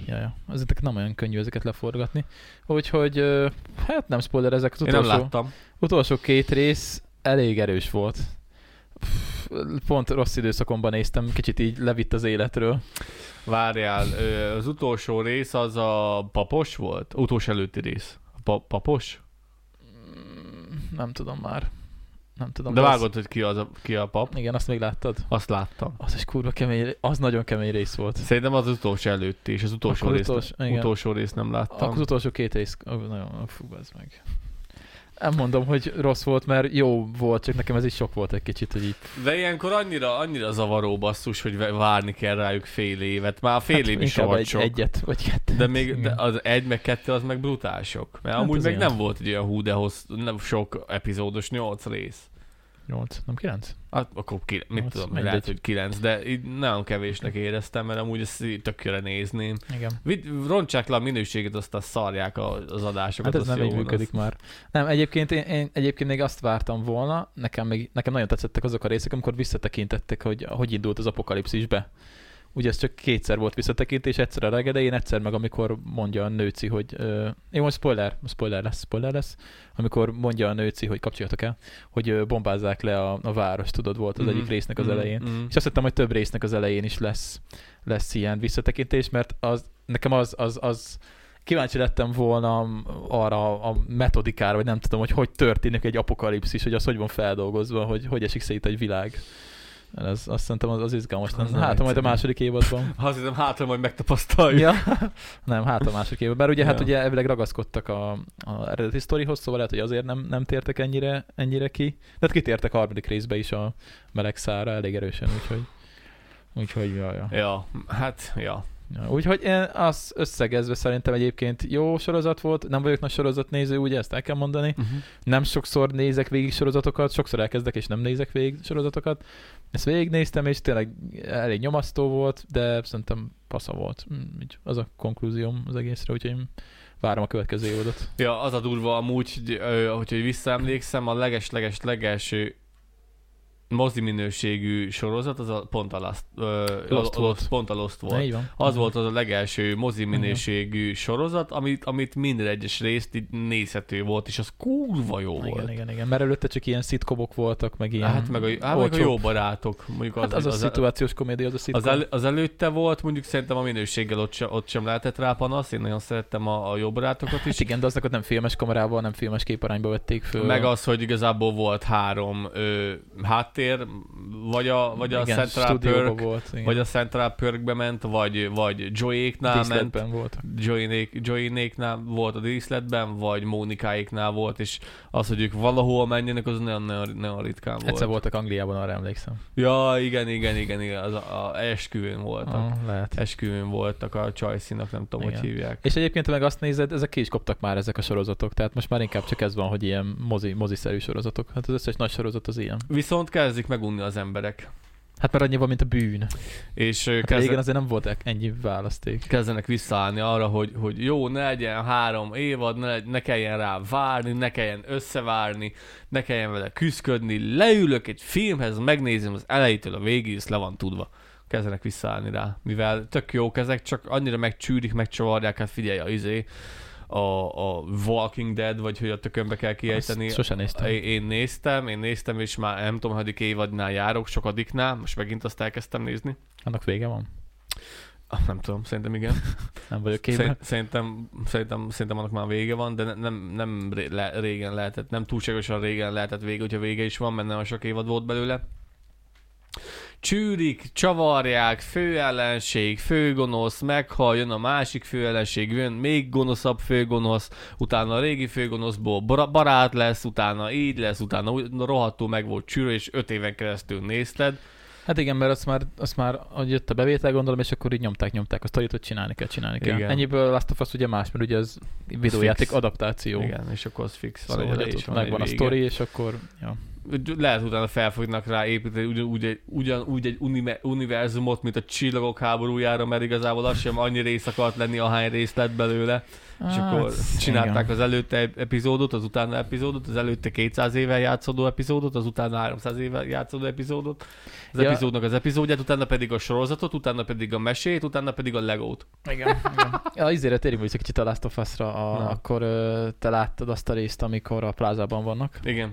Speaker 1: Jaja, ezek nem olyan könnyű ezeket leforgatni. Úgyhogy, ö, hát nem spoiler, ezek az
Speaker 2: Én nem
Speaker 1: utolsó,
Speaker 2: láttam.
Speaker 1: utolsó két rész elég erős volt. Pff, Pont rossz időszakomban néztem, kicsit így levitt az életről.
Speaker 2: Várjál, ö, az utolsó rész az a papos volt? Utolsó előtti rész. A Pa- papos?
Speaker 1: Mm, Nem tudom már. Nem tudom.
Speaker 2: De
Speaker 1: az-
Speaker 2: vágod, hogy ki, az a, ki a pap?
Speaker 1: Igen, azt még láttad.
Speaker 2: Azt láttam.
Speaker 1: Az is kurva kemény, az nagyon kemény rész volt.
Speaker 2: Szerintem az, az utolsó előtti, és az utolsó,
Speaker 1: Akkor
Speaker 2: rész,
Speaker 1: utolsó-
Speaker 2: utolsó,
Speaker 1: igen.
Speaker 2: utolsó rész nem láttam.
Speaker 1: Akkor az utolsó két rész, ó, nagyon, ó, fú, az meg. Nem mondom, hogy rossz volt, mert jó volt, csak nekem ez is sok volt egy kicsit, hogy így
Speaker 2: De ilyenkor annyira, annyira zavaró basszus, hogy ve- várni kell rájuk fél évet. Már fél év is
Speaker 1: hát inkább
Speaker 2: vagy
Speaker 1: egy,
Speaker 2: sok.
Speaker 1: egyet vagy kettőt.
Speaker 2: De még
Speaker 1: Igen.
Speaker 2: de az egy meg kettő az meg brutál sok. Mert
Speaker 1: Hát
Speaker 2: hát amúgy
Speaker 1: az
Speaker 2: meg
Speaker 1: olyan.
Speaker 2: nem volt egy olyan hú, de hossz, nem sok epizódos, nyolc rész.
Speaker 1: Nyolc, nem kilenc?
Speaker 2: Hát akkor ki, mit
Speaker 1: Nyolc,
Speaker 2: tudom,
Speaker 1: mindegy.
Speaker 2: lehet, hogy kilenc, de így nagyon kevésnek éreztem, mert amúgy ezt így tökére nézném.
Speaker 1: Igen.
Speaker 2: Vid, roncsák le a minőséget, aztán szarják a, az adásokat.
Speaker 1: Hát ez nem
Speaker 2: azt jó
Speaker 1: így
Speaker 2: van,
Speaker 1: működik már. Nem, egyébként én, én, egyébként még azt vártam volna, nekem, még, nekem nagyon tetszettek azok a részek, amikor visszatekintettek, hogy hogy indult az apokalipszisbe. Ugye ez csak kétszer volt visszatekintés, egyszer a legelején, egyszer meg amikor mondja a nőci, hogy... Uh, én most spoiler, spoiler lesz, spoiler lesz. Amikor mondja a nőci, hogy kapcsoljatok el, hogy uh, bombázzák le a, a várost, tudod, volt az
Speaker 2: Mhm,
Speaker 1: egyik résznek az
Speaker 2: mhm,
Speaker 1: elején.
Speaker 2: mhm.
Speaker 1: És azt hittem, hogy több résznek az elején is lesz, lesz ilyen visszatekintés, mert az, nekem az, az, az kíváncsi lettem volna arra a metodikára, vagy nem tudom, hogy hogy történik egy apokalipszis, hogy az hogy van feldolgozva, hogy hogy esik szét egy világ. Mert Ez, azt szerintem az, az izgalmas
Speaker 2: Az
Speaker 1: lenne.
Speaker 2: nem
Speaker 1: Hát ha majd a
Speaker 2: egyszerű.
Speaker 1: második évadban.
Speaker 2: Azt hiszem, hátra majd megtapasztaljuk.
Speaker 1: ja. Nem, hát a második évben. Bár ugye hát
Speaker 2: Ja.
Speaker 1: ugye elvileg ragaszkodtak a, a eredeti sztorihoz, szóval lehet, hogy azért nem, nem tértek ennyire, ennyire ki. De hát kitértek a harmadik részbe is a meleg szára elég erősen, úgyhogy Úgyhogy, jaj, ja.
Speaker 2: Ja, hát, ja.
Speaker 1: Ja, úgyhogy én az összegezve szerintem egyébként jó sorozat volt, nem vagyok nagy sorozatnéző, ugye ezt el kell mondani.
Speaker 2: Uh-huh.
Speaker 1: Nem sokszor nézek végig sorozatokat, sokszor elkezdek és nem nézek végig sorozatokat. Ezt végignéztem, és tényleg elég Hmm, nyomasztó volt, de szerintem pasza volt. Mm, Így az a konklúzióm az egészre, úgyhogy várom a következő évadot.
Speaker 2: Ja, az a durva amúgy, hogy, ö, hogyha visszaemlékszem, a leges-leges-leges mozi minőségű sorozat, az a, pont a Last, ö,
Speaker 1: Lost
Speaker 2: a, a,
Speaker 1: volt. Mhm.
Speaker 2: pont a Lost volt.
Speaker 1: De így van.
Speaker 2: Az volt az a legelső mozi minőségű sorozat, amit, amit minden egyes részt így nézhető volt, és az kurva jó
Speaker 1: Igen,
Speaker 2: volt.
Speaker 1: igen, igen, igen. Mert előtte csak ilyen szitkobok voltak, meg ilyen...
Speaker 2: Hát meg a, hát meg a
Speaker 1: olcsóbb.
Speaker 2: jó barátok. Mondjuk
Speaker 1: Hát az, az, a szituációs komédia, az a szitkom.
Speaker 2: az, el, az előtte volt, mondjuk szerintem a minőséggel ott, se, ott sem lehetett rá panasz, én nagyon szerettem a, a jó barátokat is.
Speaker 1: Hát igen, de aznak ott nem filmes kamerával, nem filmes képarányba vették föl.
Speaker 2: Meg az, hogy igazából volt három ö, háttér, vagy a, vagy a
Speaker 1: igen,
Speaker 2: Central
Speaker 1: stúdióba
Speaker 2: Perk,
Speaker 1: volt, igen.
Speaker 2: vagy a Central Perkbe ment, vagy, vagy Joey-éknál ment,
Speaker 1: díszletben voltak.
Speaker 2: Joey-nék- Joey-néknál volt a díszletben, vagy Mónikáéknál volt, és az, hogy ők valahol menjenek, az nagyon, nagyon, nagyon ritkán volt.
Speaker 1: Egyszer voltak Angliában, arra emlékszem.
Speaker 2: Ja, igen, igen, igen, igen, az a, a esküvőn voltak.
Speaker 1: Ah, lehet.
Speaker 2: Esküvőn voltak a csajszínak, nem tudom,
Speaker 1: Igen.
Speaker 2: hogy hívják.
Speaker 1: És egyébként, ha meg azt nézed, ezek ki is koptak már ezek a sorozatok, tehát most már inkább csak ez van, hogy ilyen mozi, moziszerű sorozatok. Hát az összes nagy sorozat az ilyen.
Speaker 2: Viszont kezdik megunni az emberek.
Speaker 1: Hát már annyi van, mint a bűn.
Speaker 2: És ö,
Speaker 1: Hát
Speaker 2: kezd,
Speaker 1: régen azért nem volt ennyi választék.
Speaker 2: kezdenek visszaállni arra, hogy, hogy jó, ne legyen három évad, ne, legy- ne kelljen rá várni, ne kelljen összevárni, ne kelljen vele küzdködni, leülök egy filmhez, megnézem az elejétől a végig, és le van tudva. Kezdenek visszaállni rá, mivel tök jók ezek, csak annyira megcsűrik, megcsavarják, hát figyelj, a izé, a, a Walking Dead, vagy hogy a tökönbe kell kiejteni.
Speaker 1: Azt Sose néztem.
Speaker 2: Én, én néztem, én néztem, és már nem tudom, hagyadik évadnál járok, sokadiknál, most megint azt elkezdtem nézni.
Speaker 1: Annak vége van?
Speaker 2: Ah, Nem tudom, szerintem igen.
Speaker 1: Nem vagyok
Speaker 2: Szerint,
Speaker 1: képben.
Speaker 2: szerintem, szerintem, szerintem annak már vége van, de ne- nem, nem ré- le, régen lehetett, nem túlságosan régen lehetett vége, hogyha vége is van, mert nem olyan sok évad volt belőle. Csűrik, csavarják, fő ellenség, fő gonosz, meghal, jön a másik fő ellenség, jön még gonoszabb fő gonosz, utána a régi fő gonoszból bar- barát lesz, utána így lesz, utána úgy- na, rohadtul meg volt csűrő, és öt éven keresztül nézted.
Speaker 1: Hát igen, mert azt már, azt már hogy jött a bevétel, gondolom, és akkor így nyomták, nyomták. Azt hogy csinálni kell, csinálni kell.
Speaker 2: Igen.
Speaker 1: Igen. Ennyiből Last of Us ugye más, mert ugye az videójáték
Speaker 2: fix.
Speaker 1: adaptáció. Igen.
Speaker 2: Igen, és akkor az fix. Van
Speaker 1: Szóval
Speaker 2: egy
Speaker 1: hogy
Speaker 2: eleje
Speaker 1: ott
Speaker 2: és van
Speaker 1: megvan
Speaker 2: egy
Speaker 1: a
Speaker 2: vége.
Speaker 1: sztori, és akkor... Ja.
Speaker 2: lehet utána fel fognak rá építeni ugyanúgy egy, ugyanúgy egy unime, univerzumot, mint a csillagok háborújára, mert igazából az sem annyi rész akart lenni, ahány rész lett belőle, és
Speaker 1: Hát,
Speaker 2: akkor csinálták az előtte epizódot, az utána epizódot, az előtte 200 éve játszódó epizódot, az utána 300 éve játszódó epizódot, az
Speaker 1: Ja.
Speaker 2: epizódnak az epizódját, utána pedig a sorozatot, utána pedig a mesét, utána pedig a legót.
Speaker 1: Igen, igen. Ja, izére térjünk vissza kicsit a Last of Us-ra.
Speaker 2: Na.
Speaker 1: A, akkor ö, te láttad azt a részt, amikor a plázában vannak.
Speaker 2: Igen.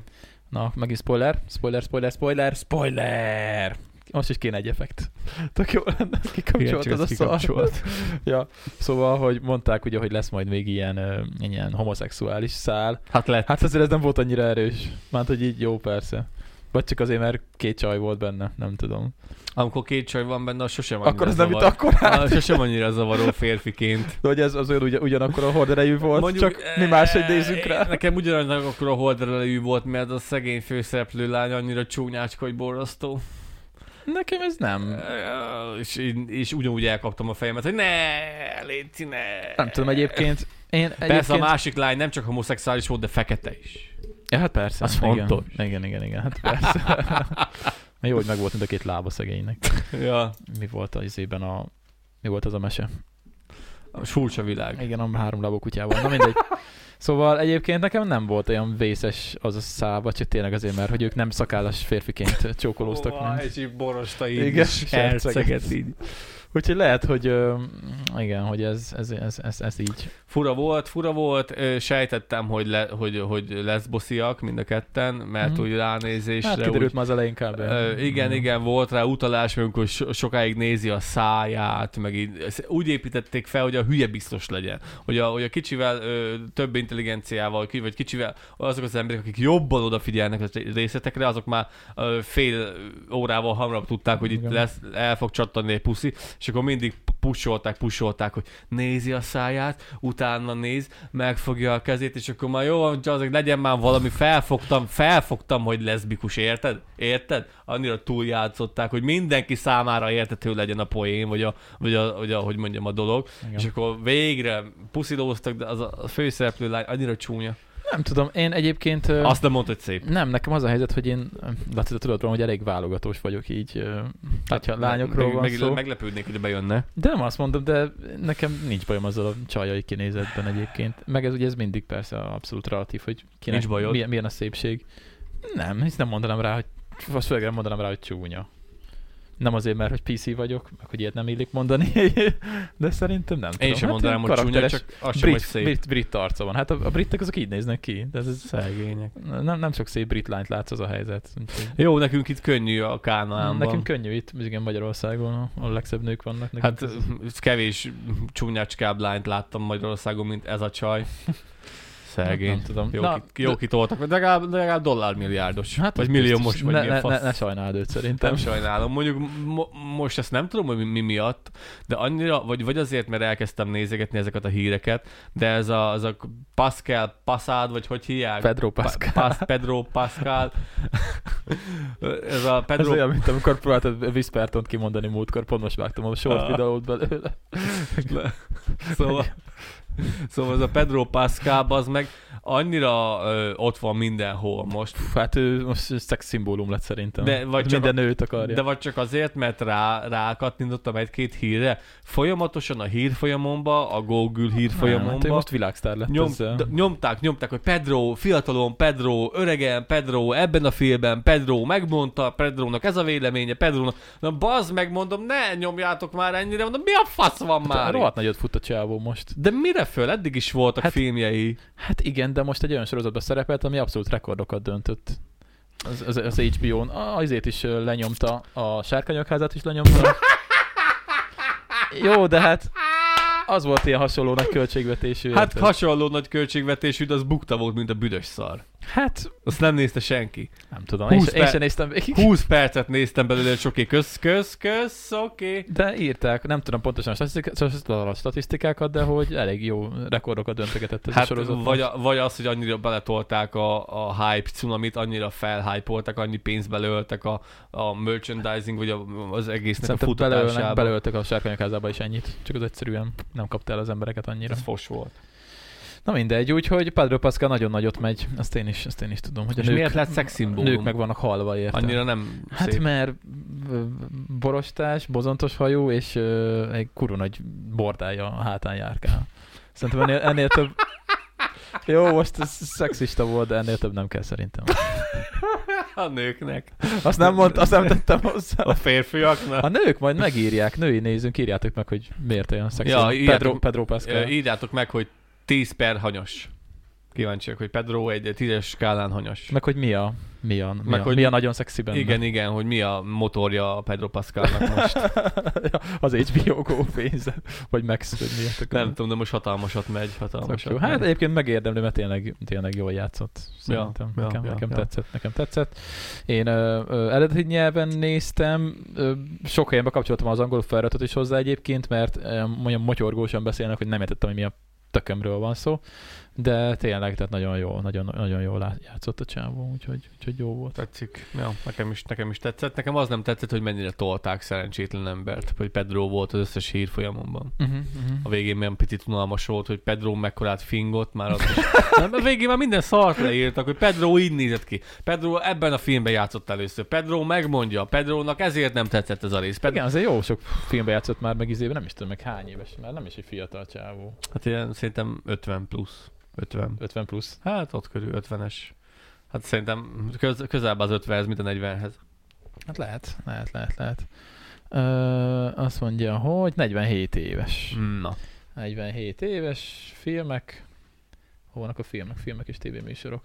Speaker 1: Na, megint spoiler, spoiler, spoiler, spoiler, spoiler! Most is kéne egy effekt. Tök jó lenne, ez kikapcsolt az
Speaker 2: Igen, csak
Speaker 1: a
Speaker 2: ezt
Speaker 1: szar.
Speaker 2: kikapcsolt.
Speaker 1: ja. Szóval, hogy mondták ugye, hogy lesz majd még ilyen, ö, ilyen homoszexuális szál.
Speaker 2: Hát lehet.
Speaker 1: Hát azért ez nem volt annyira erős. Mert hogy így jó, persze. Vagy csak azért, mert két csaj volt benne, nem tudom.
Speaker 2: Amikor két csaj van benne, az sosem annyira
Speaker 1: Akkor az nem itt
Speaker 2: zavar.
Speaker 1: akkor
Speaker 2: Ah,
Speaker 1: állt.
Speaker 2: Sosem annyira zavaró férfiként.
Speaker 1: De hogy ez azért ugyan, ugyanakkor a horderejű volt, Mondjuk, csak mi máshogy nézünk
Speaker 2: eh,
Speaker 1: rá.
Speaker 2: Nekem ugyanannak akkor a holderelejű volt, mert a szegény főszereplő lány annyira csúnyácska, hogy borrasztó.
Speaker 1: Nekem ez nem.
Speaker 2: Eh, És, én- és ugyanúgy elkaptam a fejemet, hogy ne, Léci, ne.
Speaker 1: Nem tudom, egyébként én egyébként...
Speaker 2: Persze a másik lány nem csak homoszexuális volt, de fekete is.
Speaker 1: Ja, hát persze.
Speaker 2: Az
Speaker 1: igen.
Speaker 2: fontos.
Speaker 1: Igen, igen, igen, hát persze. Jó, hogy meg volt mind a két lába szegénynek.
Speaker 2: Ja,
Speaker 1: Mi volt az izében a... Mi volt az a mese?
Speaker 2: a furcsa világ.
Speaker 1: Igen, a három lábú kutyával. Na mindegy. Szóval egyébként nekem nem volt olyan vészes az a szába, csak tényleg azért, mert hogy ők nem szakállas férfiként csókolóztak.
Speaker 2: Ó,
Speaker 1: mint.
Speaker 2: és így borosta így,
Speaker 1: Igen,
Speaker 2: és
Speaker 1: és
Speaker 2: herceget
Speaker 1: herceget.
Speaker 2: így.
Speaker 1: Úgyhogy lehet, hogy ö, igen, hogy ez, ez, ez, ez, ez így.
Speaker 2: Fura volt, fura volt, ö, sejtettem, hogy, le, hogy, hogy leszbosziak mind a ketten, mert
Speaker 1: Mhm.
Speaker 2: úgy ránézésre
Speaker 1: Hát
Speaker 2: úgy
Speaker 1: kiderült már az elején kb.
Speaker 2: Ö, igen, igen, volt rá utalás, mert amikor so- sokáig nézi a száját, meg így, ezt úgy építették fel, hogy a hülye biztos legyen. Hogy a, hogy a kicsivel ö, több intelligenciával, ki- vagy kicsivel azok az emberek, akik jobban odafigyelnek a részletekre, azok már ö, fél órával hamarabb tudták, hogy itt
Speaker 1: Igen.
Speaker 2: lesz, el fog csattanni egy puszi, és akkor mindig pusolták, pusolták, hogy nézi a száját, utána néz, megfogja a kezét, és akkor már jó, van, csak azért legyen már valami, felfogtam, felfogtam, hogy leszbikus, érted? Érted? Annyira túljátszották, hogy mindenki számára értető legyen a poén, vagy a, vagy a, vagy a hogy mondjam, a dolog.
Speaker 1: Igen.
Speaker 2: És akkor végre puszilóztak, de az a a főszereplő lány annyira csúnya.
Speaker 1: Nem tudom, én egyébként... ö,
Speaker 2: Azt nem mondta, hogy szép.
Speaker 1: Nem, nekem az a helyzet, hogy én, Laci, te tudod rólam, hogy elég válogatós vagyok így, ö, hát, hogyha lányokról
Speaker 2: meg,
Speaker 1: van
Speaker 2: meg,
Speaker 1: szó.
Speaker 2: Meglepődnék, hogy bejönne.
Speaker 1: De nem azt mondom, de nekem nincs bajom azzal a csajai kinézetben egyébként. Meg ez ugye ez mindig persze abszolút relatív, hogy kinek,
Speaker 2: Nincs bajod?
Speaker 1: Milyen, milyen a szépség. Nem, hisz nem mondanám rá, hogy azt főleg nem mondanám rá, hogy csúnya. Nem azért, mert hogy PC vagyok, meg hogy ilyet nem illik mondani, de szerintem nem
Speaker 2: Én
Speaker 1: tudom.
Speaker 2: sem mondanám,
Speaker 1: ilyen
Speaker 2: hogy csúnya,
Speaker 1: karakteres
Speaker 2: csak azt sem, hogy
Speaker 1: Brit,
Speaker 2: szép.
Speaker 1: brit, brit arca van. Hát a, a britek azok így néznek ki. De ez, ez
Speaker 2: Szegények.
Speaker 1: nem, nem sok szép brit lányt látsz az a helyzet. Úgyhogy...
Speaker 2: Jó, nekünk itt könnyű a Kánaánban.
Speaker 1: Nekünk könnyű itt, igen, Magyarországon, ahol a legszebb nők vannak. Nekünk
Speaker 2: Hát kevés csúnyácskább lányt láttam Magyarországon, mint ez a csaj.
Speaker 1: Nem
Speaker 2: Szegény.
Speaker 1: tudom.
Speaker 2: Jó,
Speaker 1: Na,
Speaker 2: ki, jó
Speaker 1: de-
Speaker 2: kitoltak, de legalább, de legalább dollármilliárdos. Hát, vagy
Speaker 1: az
Speaker 2: milliómos,
Speaker 1: biztos.
Speaker 2: vagy
Speaker 1: ne,
Speaker 2: milyen
Speaker 1: ne,
Speaker 2: fasz.
Speaker 1: ne, ne sajnáld őt szerintem.
Speaker 2: Nem sajnálom. Mondjuk mo- most ezt nem tudom, hogy mi, mi miatt, de annyira, vagy, vagy azért, mert elkezdtem nézegetni ezeket a híreket, de ez a, az a Pascal, Passad, vagy hogy hívják?
Speaker 1: Pedro
Speaker 2: Pa-
Speaker 1: Pascal.
Speaker 2: Pas- Pedro Pascal. ez a
Speaker 1: Ez
Speaker 2: Pedro
Speaker 1: olyan, mint amikor próbáltad Whispertont kimondani múltkor, pont most vágtam a short
Speaker 2: Ah.
Speaker 1: videót belőle.
Speaker 2: Le. Szóval, szóval ez a Pedro Pascal, az meg annyira ö, ott van mindenhol most.
Speaker 1: Pff, Hát ő most szex szimbólum lett szerintem.
Speaker 2: De vagy
Speaker 1: Hát
Speaker 2: csak
Speaker 1: minden nőt akarja.
Speaker 2: De vagy csak azért, mert rá, rákattintottam egy-két hírre. Folyamatosan a hírfolyamomba, a Google
Speaker 1: nem, hát ő
Speaker 2: hírfolyamomba
Speaker 1: most világsztár lett
Speaker 2: nyom,
Speaker 1: ezzel.
Speaker 2: d- nyomták, nyomták, hogy Pedro, fiatalon Pedro, öregen Pedro, ebben a filmben Pedro megmondta, Pedrónak ez a véleménye, Pedrónak. Na bazd meg, mondom, ne nyomjátok már ennyire, mondom, mi a fasz van
Speaker 1: Hát,
Speaker 2: már? itt?
Speaker 1: rohadt nagyot fut a csávó most.
Speaker 2: De mire föl? Eddig is voltak
Speaker 1: Hát-
Speaker 2: filmjei.
Speaker 1: Hát igen, de most egy olyan sorozatban szerepelt, ami abszolút rekordokat döntött. Az, az, az HBO-n. Ah, Azért is ö, lenyomta, a sárkányokházat is lenyomta. Jó, de hát az volt ilyen hasonló nagy költségvetésű.
Speaker 2: Hát
Speaker 1: érted?
Speaker 2: hasonló nagy költségvetésű, de az bukta volt, mint a büdös szar.
Speaker 1: hát
Speaker 2: Azt nem nézte senki.
Speaker 1: nem tudom, én,
Speaker 2: Húsz
Speaker 1: se, én
Speaker 2: per-
Speaker 1: sem néztem végig.
Speaker 2: 20 percet néztem belőle, és oké, kösz, kösz, kösz, oké.
Speaker 1: De írták, nem tudom pontosan a statisztik- a statisztikákat, de hogy elég jó rekordokat döntögetett ez a
Speaker 2: Hát
Speaker 1: sorozat.
Speaker 2: vagy, a, vagy az, hogy annyira beletolták a, a hype cunamit, annyira felhypolták, annyi pénzt belöltek a, a merchandising, vagy a, az egésznek a
Speaker 1: Szerintem
Speaker 2: futatásába.
Speaker 1: belőlnek, belőltek a sárkányokházába is ennyit, csak az egyszerűen nem kapta el az embereket annyira.
Speaker 2: Ez fos volt.
Speaker 1: Na mindegy, úgyhogy Pedro Pascal nagyon nagyot megy, azt én is, azt én is tudom, hogy a
Speaker 2: És
Speaker 1: nők,
Speaker 2: miért lett szexszimbólum?
Speaker 1: nők meg vannak halva érte.
Speaker 2: Annyira nem
Speaker 1: Hát
Speaker 2: szép.
Speaker 1: mert ö, borostás, bozontos hajú, és ö, egy kurva nagy bordája a hátán járkál. Szerintem ennél, ennél több... Jó, most ez szexista volt, de ennél több nem kell szerintem.
Speaker 2: A nőknek.
Speaker 1: Azt nem mondta, azt nem tettem hozzá.
Speaker 2: A férfiaknak.
Speaker 1: A nők majd megírják, női nézőnk, írjátok meg, hogy miért olyan szexista.
Speaker 2: Ja, írjátok-
Speaker 1: Pedro, Pedro Pascal.
Speaker 2: Ö, Írjátok meg, hogy 10 per hanyas. Kíváncsiak, hogy Pedro egy 10-es skálán hanyas.
Speaker 1: Meg hogy mi a, mi a, mi,
Speaker 2: Meg
Speaker 1: a,
Speaker 2: hogy-
Speaker 1: mi a nagyon szexi benne.
Speaker 2: Igen, igen, hogy mi a motorja a Pedro Pascalnak most.
Speaker 1: az HBO Go pénze, vagy Max, vagy mi a tök-
Speaker 2: Nem tudom, de most hatalmasat megy,
Speaker 1: Tök
Speaker 2: hatalmasat
Speaker 1: jó. Hát
Speaker 2: megy.
Speaker 1: egyébként megérdemli, mert tényleg, tényleg jól játszott. Szerintem.
Speaker 2: ja,
Speaker 1: nekem,
Speaker 2: ja,
Speaker 1: nekem
Speaker 2: ja.
Speaker 1: tetszett, nekem tetszett. Én ö, ö, eredeti nyelven néztem, ö, sok helyen bekapcsoltam az angol feliratot is hozzá egyébként, mert ö, mondjam, motyorgósan beszélnek, hogy nem értettem, hogy mi a tökömről van szó, de tényleg, tehát nagyon jó, nagyon, nagyon jól lá- játszott a csávó, úgyhogy, úgyhogy jó volt.
Speaker 2: Tetszik. Ja, nekem, is, nekem is tetszett. Nekem az nem tetszett, hogy mennyire tolták szerencsétlen embert, hogy Pedro volt az összes hír folyamomban.
Speaker 1: Uh-huh, uh-huh.
Speaker 2: A végén milyen picit unalmas volt, hogy Pedro mekkorát fingott már az is. Nem, a végén már minden szart leírtak, hogy Pedro így nézett ki. Pedro ebben a filmben játszott először. Pedro megmondja, Pedrónak ezért nem tetszett ez a rész. Pedro,
Speaker 1: Igen, azért jó sok filmbe játszott már meg izében, nem is tudom meg hány éves, már nem is egy fiatal csávó,
Speaker 2: Hát ilyen szerintem 50 plusz. 50.
Speaker 1: 50 plusz.
Speaker 2: Hát ott körül 50-es. Hát szerintem köz, közelebb az 50-hez, mint a 40-hez.
Speaker 1: Hát lehet, lehet, lehet, lehet. Ö, azt mondja, hogy 47 éves.
Speaker 2: Na.
Speaker 1: 47 éves, filmek, hol vannak a filmek, filmek és tévéműsorok.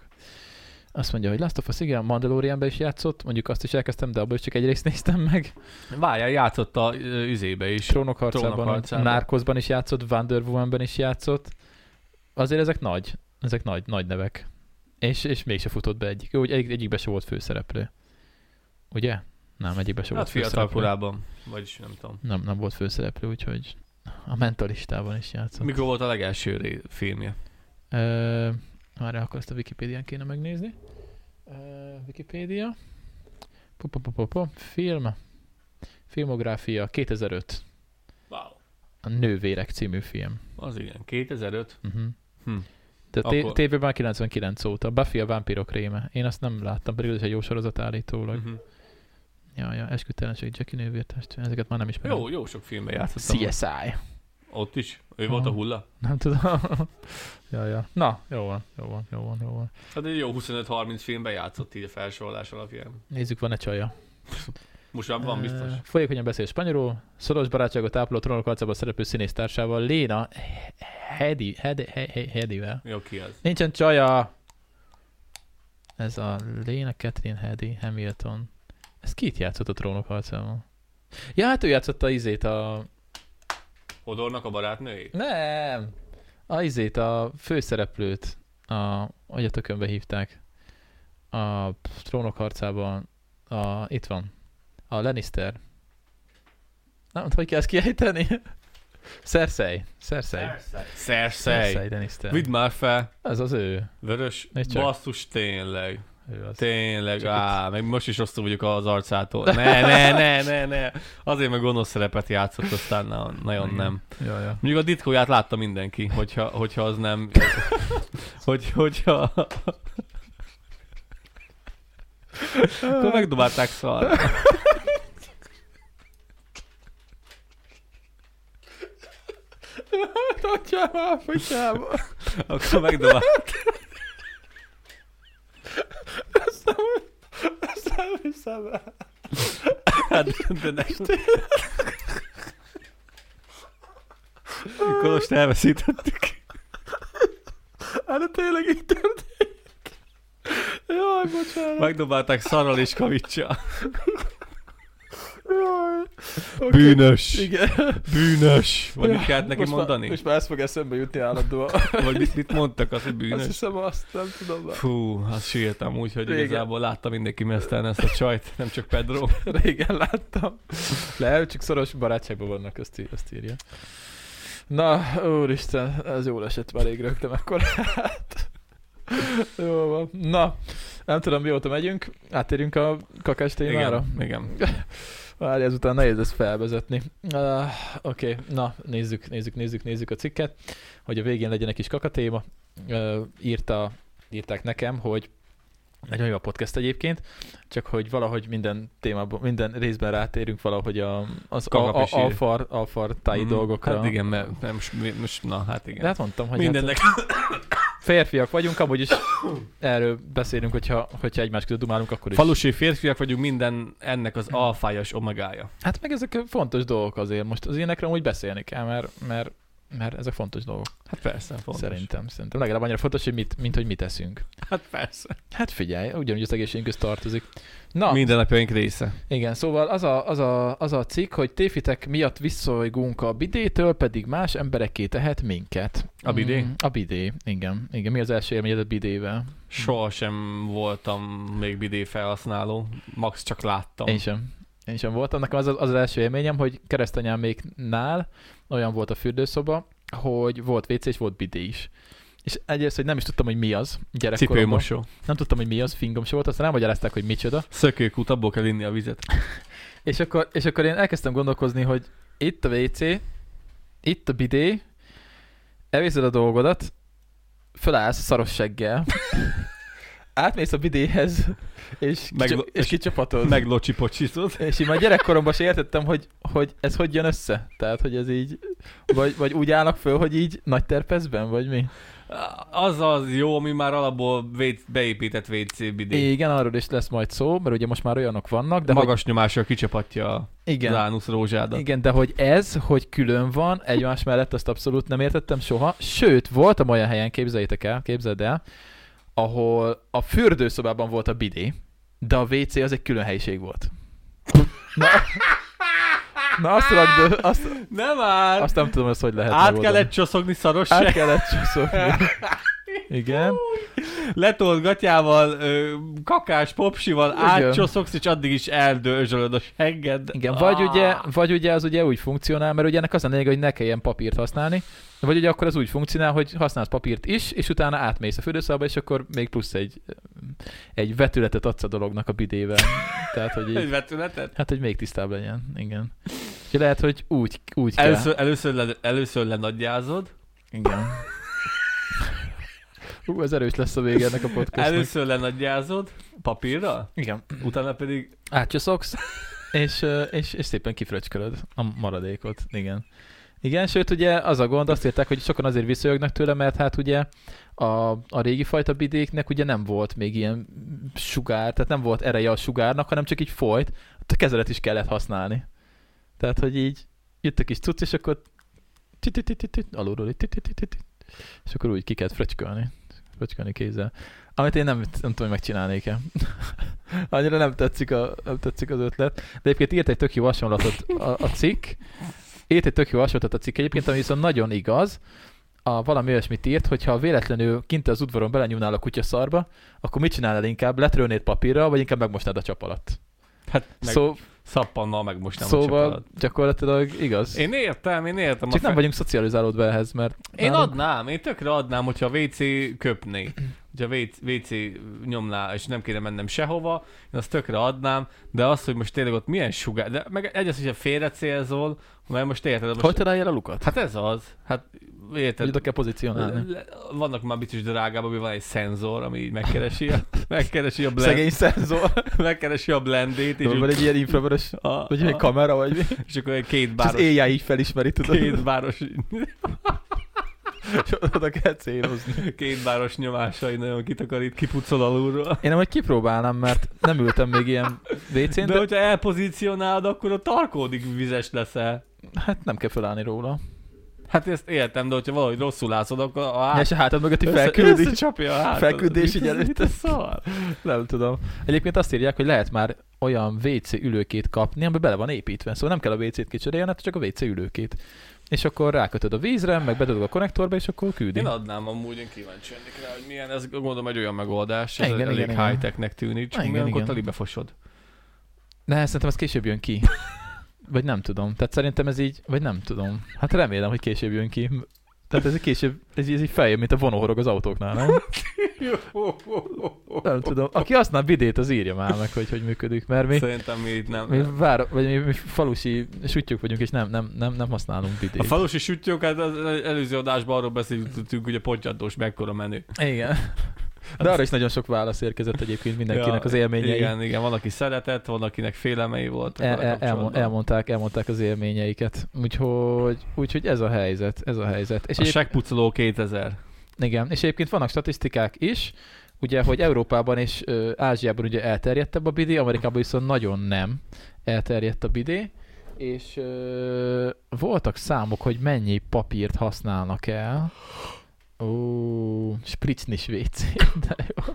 Speaker 1: Azt mondja, hogy Last of Us, igen, Mandalorianben is játszott, mondjuk azt is elkezdtem, de abból is csak egy részt néztem meg.
Speaker 2: Várjál, játszott a ö, üzébe is.
Speaker 1: Trónok harcában,
Speaker 2: Trónok harcában.
Speaker 1: Narcosban is játszott, Wonder Womanben is játszott. Azért ezek nagy, ezek nagy, nagy nevek. És, és mégse futott be egyik. Jó, hogy egy, egyikbe se volt főszereplő. Ugye? Nem, egyikbe se
Speaker 2: Hát
Speaker 1: volt
Speaker 2: fiatal
Speaker 1: főszereplő.
Speaker 2: korában, vagyis nem tudom.
Speaker 1: Nem, nem volt főszereplő, úgyhogy a mentalistában is játszott.
Speaker 2: Mikor volt a legelső ré- filmje?
Speaker 1: Ö, már akkor ezt a Wikipédián kéne megnézni. Ö, Wikipédia. Po, po, po, po, po. Film. Filmográfia 2005.
Speaker 2: Wow.
Speaker 1: A Nővérek című film.
Speaker 2: Az igen, 2005.
Speaker 1: Uh-huh.
Speaker 2: Hm.
Speaker 1: De té-
Speaker 2: Akkor-
Speaker 1: tévében már 99 óta. Buffy a vámpírok réme. Én azt nem láttam, pedig az is egy jó sorozat állítólag.
Speaker 2: Mhm.
Speaker 1: Ja, ja, esküdtelenség, Jackie nővértest. Ezeket már nem ismerem.
Speaker 2: Jó, jó sok filmben játszottam.
Speaker 1: CSI.
Speaker 2: Ott is? Ő volt a
Speaker 1: Aha.
Speaker 2: hulla?
Speaker 1: Nem tudom. ja, ja. Na, jó van, jó van, jó van, jó van.
Speaker 2: Hát egy jó 25-30 filmben játszott így a felsorolás alapján.
Speaker 1: Nézzük, van-e csaja.
Speaker 2: Most már van biztos.
Speaker 1: Ö, Folyékonyan beszél spanyolul, szoros barátságot ápoló trónok harcában szereplő színésztársával, Léna He- Hedi, Hedi, He- He- Hedivel.
Speaker 2: Jó, ki az?
Speaker 1: Nincsen csaja! Ez a Léna Catherine Hedi Hamilton. Ez kit játszott a trónok harcában? Ja, hát ő játszotta izét a...
Speaker 2: Hodornak a barátnőjét?
Speaker 1: Nem! A izét, a főszereplőt. A... Hogy a tökönbe hívták? A trónok harcában. A... Itt van. A Lannister. Nem tudom, hogy kell ezt kiejteni. Cersei. Cersei.
Speaker 2: Cersei.
Speaker 1: Cersei Lannister.
Speaker 2: Vidd már fel.
Speaker 1: Ez az ő.
Speaker 2: Vörös.
Speaker 1: Ne csak.
Speaker 2: Basszus, tényleg.
Speaker 1: ő az.
Speaker 2: Tényleg,
Speaker 1: Csak
Speaker 2: á, meg most is rosszul vagyok az arcától. Ne, ne, ne, ne, ne. Azért meg gonosz szerepet játszott, aztán na, nagyon
Speaker 1: Igen.
Speaker 2: nem.
Speaker 1: Ja, ja.
Speaker 2: Mondjuk a ditkóját látta mindenki, hogyha, hogyha az nem... hogy, hogyha... Akkor megdobálták szarra.
Speaker 1: Atyám, atyám.
Speaker 2: Akkor megdobálták.
Speaker 1: Ezt nem hiszem el.
Speaker 2: Hát, de nem. Kolost elveszítettük.
Speaker 1: Hát tényleg így történt. Jaj, bocsánat.
Speaker 2: Megdobálták szarral és kavicsa.
Speaker 1: Jaj. Oké.
Speaker 2: Bűnös.
Speaker 1: Igen.
Speaker 2: Bűnös. Vagy mit kellett neki
Speaker 1: most
Speaker 2: mondani?
Speaker 1: Már, most már ez fog eszembe jutni állandóan.
Speaker 2: Vagy mit, mit mondtak az, hogy
Speaker 1: Azt
Speaker 2: bűnös?
Speaker 1: hiszem azt, nem tudom már.
Speaker 2: Fú, hát sírtam úgy, hogy
Speaker 1: Régen.
Speaker 2: igazából látta mindenki mesztelni ezt a csajt, nem csak Pedro.
Speaker 1: Régen láttam. Le, csak szoros barátságban vannak, azt, í- azt írja. Na, úristen, ez jól esett már rég rögtem akkor hát. Jó van. Na, nem tudom mióta megyünk, átérjünk a kakás témára.
Speaker 2: Igen, igen.
Speaker 1: Várj, ezután nehéz ezt felvezetni. Uh, Oké, okay. na, nézzük, nézzük, nézzük, nézzük a cikket, hogy a végén legyen egy kis kakatéma. Uh, írta, írták nekem, hogy nagyon jó a podcast egyébként, csak hogy valahogy minden témában, minden részben rátérünk valahogy a, az a,
Speaker 2: Kakap
Speaker 1: a,
Speaker 2: is ír.
Speaker 1: alfar, alfartáji
Speaker 2: Mhm.
Speaker 1: dolgokra.
Speaker 2: Hát igen, mert nem, s- mi- most, na hát igen.
Speaker 1: De hát mondtam, hogy hát
Speaker 2: Mindennek.
Speaker 1: férfiak vagyunk, amúgy is erről beszélünk, hogyha, hogyha egymás között dumálunk, akkor is.
Speaker 2: Falusi férfiak vagyunk, minden ennek az alfája és omegája.
Speaker 1: Hát meg ezek fontos dolgok azért. Most az ilyenekről úgy beszélni kell, mert, mert, mert ezek fontos dolgok.
Speaker 2: Hát persze, fontos.
Speaker 1: Szerintem, szerintem. Legalább annyira fontos, hogy mit, mint hogy mit eszünk.
Speaker 2: Hát persze.
Speaker 1: Hát figyelj, ugyanúgy az egészségünkhöz tartozik. Na, mint...
Speaker 2: Mindennapjaink része.
Speaker 1: igen, szóval az a, az, a, az a cikk, hogy téfitek miatt visszolygunk a bidétől, pedig más embereké tehet minket.
Speaker 2: A bidé?
Speaker 1: Mm, a bidé, igen. igen. Mi az első élményed a bidével?
Speaker 2: Sohasem voltam még bidé felhasználó, max csak láttam.
Speaker 1: Én sem. Én sem voltam. Nekem az az, az első élményem, hogy keresztanyáméknál olyan volt a fürdőszoba, hogy volt WC és volt bidé is. És egyrészt, hogy nem is tudtam, hogy mi az gyerekkoromban.
Speaker 2: Cipőmosó.
Speaker 1: Nem tudtam, hogy mi az, fingom se volt, aztán elmagyarázták, hogy micsoda.
Speaker 2: Szökőkút, abból kell inni a vizet.
Speaker 1: És akkor, és akkor én elkezdtem gondolkozni, hogy itt a WC, itt a bidé, elviszed a dolgodat, fölállsz szaros seggel, átmész a bidéhez, és,
Speaker 2: Meg-
Speaker 1: kicsa, és kicsapatod.
Speaker 2: Meglocsipocsizod.
Speaker 1: És így már gyerekkoromban se értettem, hogy, hogy ez hogy jön össze. Tehát, hogy ez így, vagy, vagy úgy állnak föl, hogy így nagy terpezben, vagy mi?
Speaker 2: Az az jó, ami már alapból véd, beépített WC bidé.
Speaker 1: Igen, arról is lesz majd szó, mert ugye most már olyanok vannak, de
Speaker 2: De magas nyomással kicsapatja
Speaker 1: hogy,
Speaker 2: igen.
Speaker 1: igen,
Speaker 2: az ánusz rózsádat. Igen.
Speaker 1: Igen, de hogy ez, hogy külön van, egymás mellett, azt abszolút nem értettem soha. Sőt, voltam olyan helyen, képzeljétek el, képzeld el, ahol a fürdőszobában volt a bidé, de a WC az egy külön helyiség volt. Na, na azt, rakd, azt,
Speaker 2: Nem már!
Speaker 1: azt nem tudom, hogy ez hogy lehet
Speaker 2: Át
Speaker 1: megoldani. Hát-
Speaker 2: kellett csoszogni szaros
Speaker 1: Át
Speaker 2: se.
Speaker 1: kellett csúszogni. Igen.
Speaker 2: Letolt gatyával, ö, kakás popsival
Speaker 1: Igen.
Speaker 2: átcsoszogsz, és addig is eldőzsölöd a Ah, segged.
Speaker 1: Igen, vagy ugye, vagy ugye az ugye úgy funkcionál, mert ugye ennek az a lényeg, hogy ne kelljen papírt használni, vagy ugye akkor az úgy funkcionál, hogy használsz papírt is, és utána átmész a fürdőszobába, és akkor még plusz egy, egy vetületet adsz a dolognak a bidével. Tehát, hogy
Speaker 2: Egy
Speaker 1: így,
Speaker 2: vetületet?
Speaker 1: hát, hogy még tisztább legyen, igen. Úgyhogy lehet, hogy úgy, úgy kell. Hát
Speaker 2: Először, először, le, először lenagyázod,
Speaker 1: Igen. Hú, ez erős lesz a vége ennek a podcastnak.
Speaker 2: Először lenagyázod papírra,
Speaker 1: Igen.
Speaker 2: utána pedig
Speaker 1: Átcsoszogsz, és, ö, és, és szépen kifröcskölöd a maradékot. Igen. Igen, sőt ugye az a gond, azt írták, hogy sokan azért visszajognak tőle, mert hát ugye a, a régi fajta bidéknek ugye nem volt még ilyen sugár, tehát nem volt ereje a sugárnak, hanem csak így folyt, a kezelet is kellett használni. Tehát, hogy így jött a kis cucc, és akkor tütütütütüt, alulról így tütütütütüt, és akkor úgy ki kellett fröcskölni, fröcskölni kézzel. Amit én nem, nem tudom, hogy megcsinálnék-e. Annyira nem tetszik, a, nem tetszik az ötlet. De egyébként írt egy tök jó hasonlatot a, a cikk. Írt egy tök jó hasonlatot a cikk egyébként, ami viszont nagyon igaz. A valami olyasmit írt, hogy ha véletlenül kint az udvaron belenyúlnál a kutya szarba, akkor mit csinálnál inkább? Letrőnéd papírra, vagy inkább megmosnád a csap alatt?
Speaker 2: hát meg
Speaker 1: Szó,
Speaker 2: szappannal meg most nem
Speaker 1: szóval
Speaker 2: a
Speaker 1: gyakorlatilag igaz.
Speaker 2: Én értem, én értem.
Speaker 1: Csak
Speaker 2: a
Speaker 1: nem vagyunk szocializálódva ehhez, mert
Speaker 2: Én
Speaker 1: nálunk-
Speaker 2: adnám, én tökre adnám, hogyha a WC köpné. Hogyha WC, WC nyomná, és nem kéne mennem sehova, én azt tökre adnám, de az, hogy most tényleg ott milyen sugár, de meg egyrészt, hogyha félre célzol, mert most érted, most...
Speaker 1: Hogy találja el a lukat?
Speaker 2: Hát ez az. Hát
Speaker 1: Hogy
Speaker 2: érted,
Speaker 1: oda kell pozícionálni.
Speaker 2: Le- vannak már biztos drágább, ami van egy szenzor, ami így megkeresi a, megkeresi a, blend,
Speaker 1: Szegény szenzor.
Speaker 2: megkeresi a blendét, és,
Speaker 1: Van
Speaker 2: úgy,
Speaker 1: egy ilyen infravörös,
Speaker 2: a, a,
Speaker 1: vagy egy kamera, vagy mi?
Speaker 2: és akkor egy két
Speaker 1: És az
Speaker 2: báros,
Speaker 1: éjjel így felismeri, tudod?
Speaker 2: két báros,
Speaker 1: És oda kell célozni.
Speaker 2: két báros nyomásai nagyon kitakarít, kipucol alulról.
Speaker 1: Én amúgy kipróbálnám, mert nem ültem még ilyen WC-n,
Speaker 2: De
Speaker 1: de
Speaker 2: hogyha elpozícionálod, akkor a tarkódig vizes leszel.
Speaker 1: hát nem kell felállni róla.
Speaker 2: Hát ezt értem, de hogyha valahogy rosszul látszod, akkor a
Speaker 1: Ja,
Speaker 2: hát...
Speaker 1: és a hátad mögötti felküldi.
Speaker 2: Összecsapja a hátadat.
Speaker 1: Felküldés
Speaker 2: Mit
Speaker 1: így
Speaker 2: az-
Speaker 1: előtt.
Speaker 2: mit az szar?
Speaker 1: Nem tudom. Egyébként azt írják, hogy lehet már olyan WC ülőkét kapni, amiben bele van építve. Szóval nem kell a WC-t kicserélned, csak a WC ülőkét. És akkor rákötöd a vízre, meg bedobod a konnektorba, és akkor küldi.
Speaker 2: Én adnám amúgy, én kíváncsi lennék rá, hogy milyen, ez gondolom egy olyan megoldás, ez
Speaker 1: Igen,
Speaker 2: igen, elég
Speaker 1: igen, igen.
Speaker 2: high-technek tűnik, csak
Speaker 1: Igen,
Speaker 2: igen, amikor
Speaker 1: igen.
Speaker 2: telibe fosod.
Speaker 1: De hát szerintem ez később jön ki. Vagy nem tudom. Tehát szerintem ez így, vagy nem tudom. Hát remélem, hogy később jön ki. Tehát ez így később, ez így, ez így feljön, mint a vonóhorog az autóknál, nem? Nem tudom. Aki használ bidét, az írja már meg, hogy hogy működik, mert mi,
Speaker 2: Szerintem mi itt nem.
Speaker 1: mi, vár, vagy mi, mi falusi süttyük vagyunk, és nem, nem, nem, nem használunk
Speaker 2: A
Speaker 1: bidét.
Speaker 2: falusi süttyók, hát az az előző adásban arról beszéltünk, hogy a pontyantós mekkora menő.
Speaker 1: Igen. De arra is nagyon sok válasz érkezett egyébként mindenkinek az élményei.
Speaker 2: Igen, igen, van, aki szeretett, van, akinek félelmei voltak.
Speaker 1: El,
Speaker 2: vele
Speaker 1: el, elmo-
Speaker 2: kapcsolatban.
Speaker 1: elmondták, elmondták az élményeiket. Úgyhogy, úgyhogy ez a helyzet, ez a helyzet. És
Speaker 2: A segpucoló 2000.
Speaker 1: Igen, és egyébként vannak statisztikák is, ugye, hogy Európában és ö, Ázsiában ugye elterjedtebb a bidé, Amerikában viszont nagyon nem elterjedt a bidé, és ö, voltak számok, hogy mennyi papírt használnak el. Ó, spritznis svéc. De jó.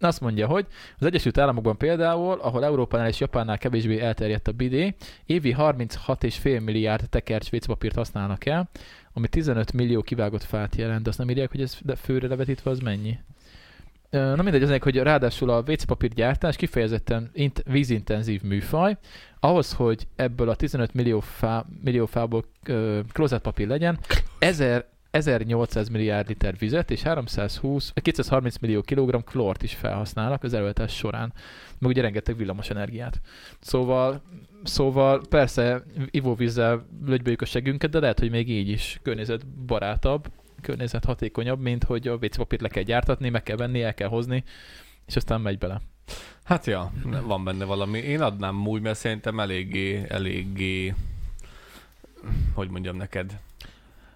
Speaker 1: Azt mondja, hogy az Egyesült Államokban például, ahol Európánál és Japánnál kevésbé elterjedt a bidé, évi 36,5 milliárd tekercs vécpapírt használnak el, ami 15 millió kivágott fát jelent, de azt nem írják, hogy ez de főre levetítve az mennyi. Ö, Na mindegy, az ennek, hogy ráadásul a WC-papír gyártás kifejezetten int- vízintenzív műfaj. Ahhoz, hogy ebből a 15 millió, fá, millió fából ö, klózetpapír legyen, 1000, 1800 milliárd liter vizet és 320, 230 millió kilogramm klort is felhasználnak az előállítás során, meg ugye rengeteg villamos energiát. Szóval Szóval persze ivóvízzel lögyböljük a segünket, de lehet, hogy még így is környezetbarátabb, környezethatékonyabb, mint hogy a WC papírt le kell gyártatni, meg kell venni, el kell hozni, és aztán megy bele.
Speaker 2: Hát ja, van benne valami. Én adnám úgy, mert szerintem eléggé, eléggé, hogy mondjam neked.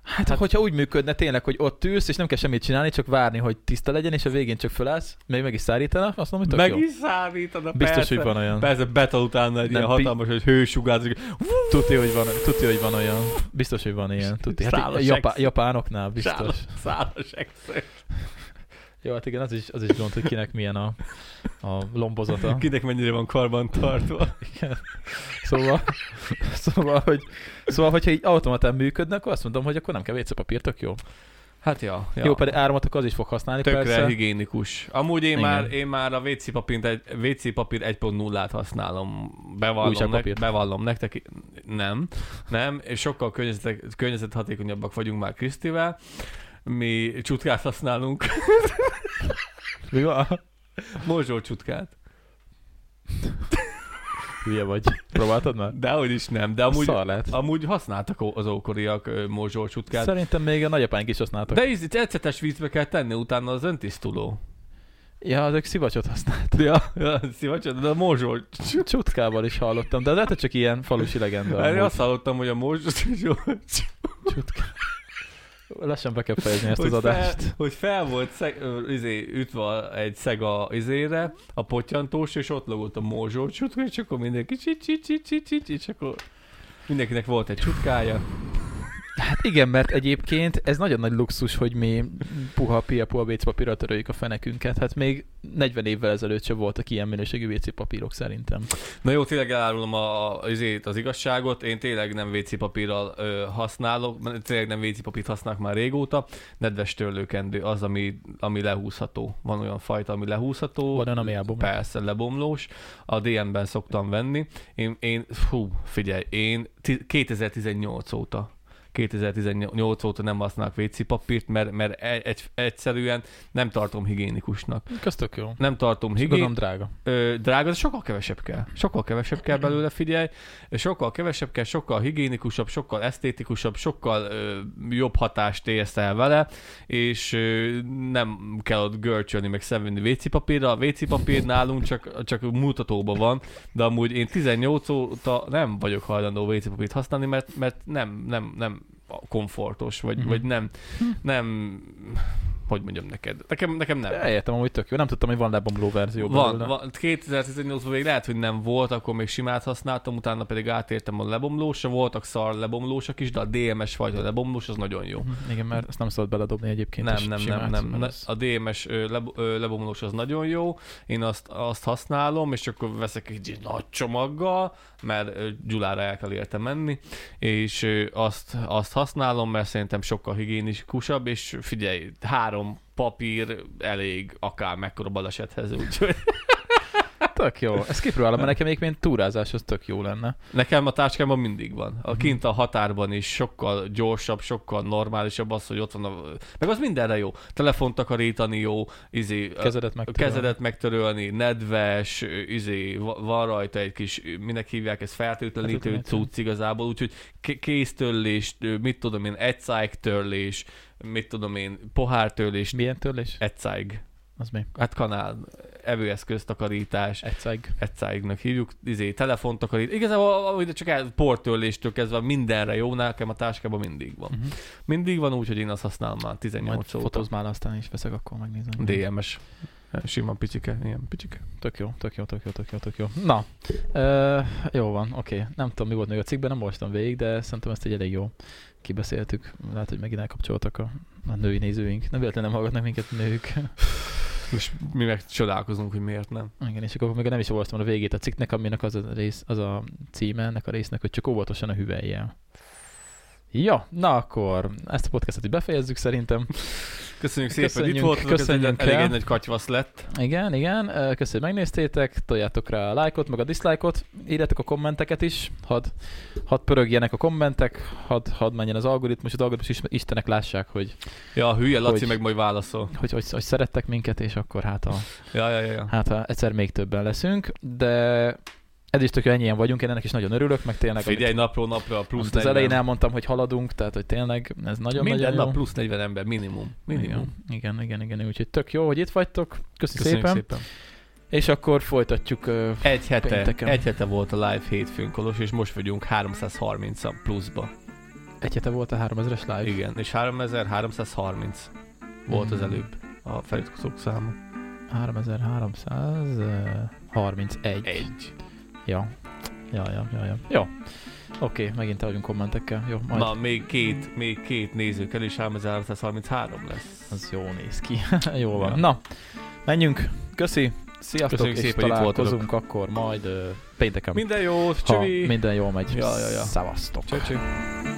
Speaker 1: Hát, hát hogyha úgy működne tényleg, hogy ott ülsz, és nem kell semmit csinálni, csak várni, hogy tiszta legyen, és a végén csak felállsz, még meg is szárítanak, azt mondom, hogy tök
Speaker 2: Meg
Speaker 1: jó.
Speaker 2: is számítod a
Speaker 1: Biztos,
Speaker 2: persze,
Speaker 1: hogy van olyan.
Speaker 2: Persze betal utána egy
Speaker 1: Nem,
Speaker 2: ilyen hatalmas, hogy hősugárzik.
Speaker 1: Tuti, hogy van, tuti, hogy van olyan. Biztos, hogy van ilyen. Tuti. Hát
Speaker 2: Szálas
Speaker 1: a japá,
Speaker 2: ex.
Speaker 1: japánoknál biztos.
Speaker 2: Sálas, szálas extra.
Speaker 1: Jó, hát igen, az is, az is gond, hogy kinek milyen a, a lombozata.
Speaker 2: Kinek mennyire van karban tartva.
Speaker 1: Szóval, szóval, hogy, szóval, hogyha így automatán működnek, akkor azt mondom, hogy akkor nem kell WC-papír, tök jó.
Speaker 2: Hát ja, ja.
Speaker 1: Ja. Jó, pedig áramot akkor az is fog használni,
Speaker 2: Tökre
Speaker 1: persze.
Speaker 2: higiénikus. Amúgy én
Speaker 1: Igen.
Speaker 2: már, én már a WC papírt, egy, WC papír 1.0-át használom. Bevallom, ne,
Speaker 1: Újságpapírt.
Speaker 2: bevallom nektek. Nem, nem. És sokkal környezet, környezethatékonyabbak vagyunk már Krisztivel. Mi csutkát használunk.
Speaker 1: Mi van?
Speaker 2: Mozsó csutkát.
Speaker 1: Hülye vagy. Próbáltad már?
Speaker 2: De hogy is nem, de amúgy,
Speaker 1: Szar lehet.
Speaker 2: amúgy használtak ó- az ókoriak ö, mozsócsutkát.
Speaker 1: Szerintem még a nagyapánk is használtak.
Speaker 2: De íz, itt ecetes vízbe kell tenni utána az öntisztuló.
Speaker 1: Ja, azok szivacsot használtak.
Speaker 2: Ja, ja szivacsod, de a morzsó.
Speaker 1: Csutkával is hallottam, de lehet, hogy csak ilyen falusi legenda.
Speaker 2: Erre
Speaker 1: amúgy.
Speaker 2: azt hallottam, hogy a morzsó,
Speaker 1: Lassan be kell fejezni ezt
Speaker 2: hogy
Speaker 1: az adást.
Speaker 2: Fel, hogy fel volt szeg, ö, izé, ütve a- egy szega izére, a potyantós, és ott lógott a morzsó csutka, és akkor mindenki csit, csit, csit, csit, csit, és akkor mindenkinek volt egy csutkája.
Speaker 1: Hát igen, mert egyébként ez nagyon nagy luxus, hogy mi puha pia, puha WC papírra töröljük a fenekünket. Hát még 40 évvel ezelőtt sem voltak ilyen minőségű WC papírok szerintem.
Speaker 2: Na jó, tényleg elárulom a, a, azért az igazságot, én tényleg nem WC papírral ö, használok, mert tényleg nem WC papírt használok már régóta, nedves törlőkendő az, ami, ami lehúzható. Van olyan fajta, ami lehúzható.
Speaker 1: Van olyan, ami elbomlik.
Speaker 2: Persze, lebomlós. A DM-ben szoktam venni. Én, én hú, figyelj, én ti- 2018 óta 2018 óta nem használok WC papírt, mert, mert egy, egy- egyszerűen nem tartom higiénikusnak.
Speaker 1: Köztök jó.
Speaker 2: Nem tartom
Speaker 1: És
Speaker 2: higiénikusnak.
Speaker 1: gondolom drága.
Speaker 2: Ö, drága, de sokkal kevesebb kell. Sokkal kevesebb kell belőle, figyelj. Sokkal kevesebb kell, sokkal higiénikusabb, sokkal esztétikusabb, sokkal ö, jobb hatást érsz el vele, és ö, nem kell ott görcsölni, meg szemvenni WC papírra. A WC papír nálunk csak, csak mutatóban van, de amúgy én 18 óta nem vagyok hajlandó WC papírt használni, mert, mert nem, nem, nem komfortos, vagy,
Speaker 1: Mhm.
Speaker 2: vagy nem, nem, hogy mondjam neked. Nekem, nekem nem.
Speaker 1: Eljöttem amúgy tök jó. Nem tudtam, hogy van lebomló verzió.
Speaker 2: Van,
Speaker 1: belőle.
Speaker 2: van. 2018-ban még lehet, hogy nem volt, akkor még simát használtam, utána pedig átértem a lebomlósra, voltak szar lebomlósak is, de a DMS fajta lebomlós az nagyon jó.
Speaker 1: Mhm, Igen, mert ezt nem szabad beledobni egyébként.
Speaker 2: Nem,
Speaker 1: is
Speaker 2: nem, nem,
Speaker 1: simát,
Speaker 2: nem,
Speaker 1: mert
Speaker 2: Ne-
Speaker 1: az-
Speaker 2: A DMS ö, leb- ö, lebomlós az nagyon jó, én azt, azt használom, és akkor veszek egy nagy csomaggal, mert ö, Gyulára el kell érte menni, és ö, azt, azt használom, mert szerintem sokkal higiénikusabb, és figyelj, három papír elég akár mekkora balesethez, úgyhogy
Speaker 1: Hát Tök jó. Ezt kipróbálom, mert nekem egyébként túrázás az tök jó lenne.
Speaker 2: Nekem a táskámban mindig van. A kint a határban is sokkal gyorsabb, sokkal normálisabb az, hogy ott van a... Meg az mindenre jó. Telefont takarítani jó, izé,
Speaker 1: Kezedet meg.
Speaker 2: kezedet megtörölni, nedves, izé, va- van rajta egy kis, minek hívják ez, fertőtlenítő
Speaker 1: Fertőtlenítő.
Speaker 2: cucc igazából, úgyhogy ké- kéztörlés, mit tudom én, egyszájktörlés, mit tudom én, pohártörlés,
Speaker 1: Milyen törlés?
Speaker 2: egyszájg,
Speaker 1: Az mi?
Speaker 2: hát kanál, evőeszköztakarítás,
Speaker 1: Egyszág.
Speaker 2: egyszáignak hívjuk, izé, telefontakarít, igazából ahogy csak el, portöléstől kezdve mindenre jó, nekem a táskában mindig van.
Speaker 1: Mhm.
Speaker 2: Mindig van úgy, hogy én azt használom már 18
Speaker 1: Majd
Speaker 2: óta.
Speaker 1: fotóz már, aztán is veszek, akkor megnézem.
Speaker 2: DMS. Eh, Sima picike, ilyen picike.
Speaker 1: Tök jó, tök jó, tök jó, tök jó, tök jó. Na, ö, jó van, oké. Nem tudom, mi volt még a cikkben, nem olvastam végig, de szerintem ezt egy elég jó kibeszéltük. Lehet, hogy megint elkapcsoltak a, a női nézőink. Nem véletlenül nem hallgatnak minket nők.
Speaker 2: És mi meg csodálkozunk, hogy miért nem.
Speaker 1: Igen, és akkor még nem is olvastam a végét a cikknek, aminek az a, rész, az a címe ennek a résznek, hogy csak óvatosan a hüvelyjel. Ja, na akkor ezt a podcastot így befejezzük szerintem.
Speaker 2: Köszönjük szépen,
Speaker 1: Köszönjük,
Speaker 2: hogy itt voltatok,
Speaker 1: köszönjünk
Speaker 2: ez egy, elég
Speaker 1: el.
Speaker 2: egy nagy katyvasz lett.
Speaker 1: Igen, igen, ö, köszönjük, hogy megnéztétek, toljátok rá a lájkot, meg a diszlájkot, írjátok a kommenteket is, hadd had pörögjenek a kommentek, hadd had menjen az algoritmus, az algoritmus is, istenek lássák, hogy
Speaker 2: Ja, a hülye Laci
Speaker 1: Hogy?
Speaker 2: meg majd válaszol.
Speaker 1: hogy, hogy, hogy szerettek minket, és akkor hát a,
Speaker 2: Ja, ja, ja. ja.
Speaker 1: hát a egyszer még többen leszünk, de ez is tök jó, ennyien vagyunk, én ennek is nagyon örülök, meg tényleg amit-
Speaker 2: Figyelj, napról napra a plusz
Speaker 1: Plusz az
Speaker 2: 40.
Speaker 1: elején elmondtam, hogy haladunk, tehát hogy tényleg ez nagyon-nagyon
Speaker 2: Minden
Speaker 1: jó.
Speaker 2: nap plusz 40 ember, minimum. Minimum.
Speaker 1: igen, igen, igen, igen, úgyhogy tök jó, hogy itt vagytok, köszi
Speaker 2: Köszönjük
Speaker 1: szépen.
Speaker 2: szépen.
Speaker 1: szépen, és akkor folytatjuk ö,
Speaker 2: Egy hete,
Speaker 1: Pénteken.
Speaker 2: egy hete volt a live hétfőn, Kolos, és most vagyunk 330 a pluszba.
Speaker 1: Egy hete volt a 3000-es live.
Speaker 2: Igen, és 3330 volt az
Speaker 1: Hmm.
Speaker 2: előbb a feliratkozók száma.
Speaker 1: 3331.
Speaker 2: Egy.
Speaker 1: Ja. Ja, ja, ja, ja. Jó. Oké, megint el vagyunk kommentekkel. Jó, majd.
Speaker 2: Na, még két, még két néző kell, és 3333 lesz.
Speaker 1: Az jó néz ki. jó van.
Speaker 2: Ja.
Speaker 1: Na, menjünk. Köszi. Sziasztok,
Speaker 2: Köszönjük
Speaker 1: és
Speaker 2: szépen, hogy itt voltatok.
Speaker 1: találkozunk akkor majd ö, pénteken.
Speaker 2: Minden jót,
Speaker 1: ha
Speaker 2: csövi!
Speaker 1: minden jól megy.
Speaker 2: Ja, ja, ja.
Speaker 1: Szevasztok.
Speaker 2: Cső, cső.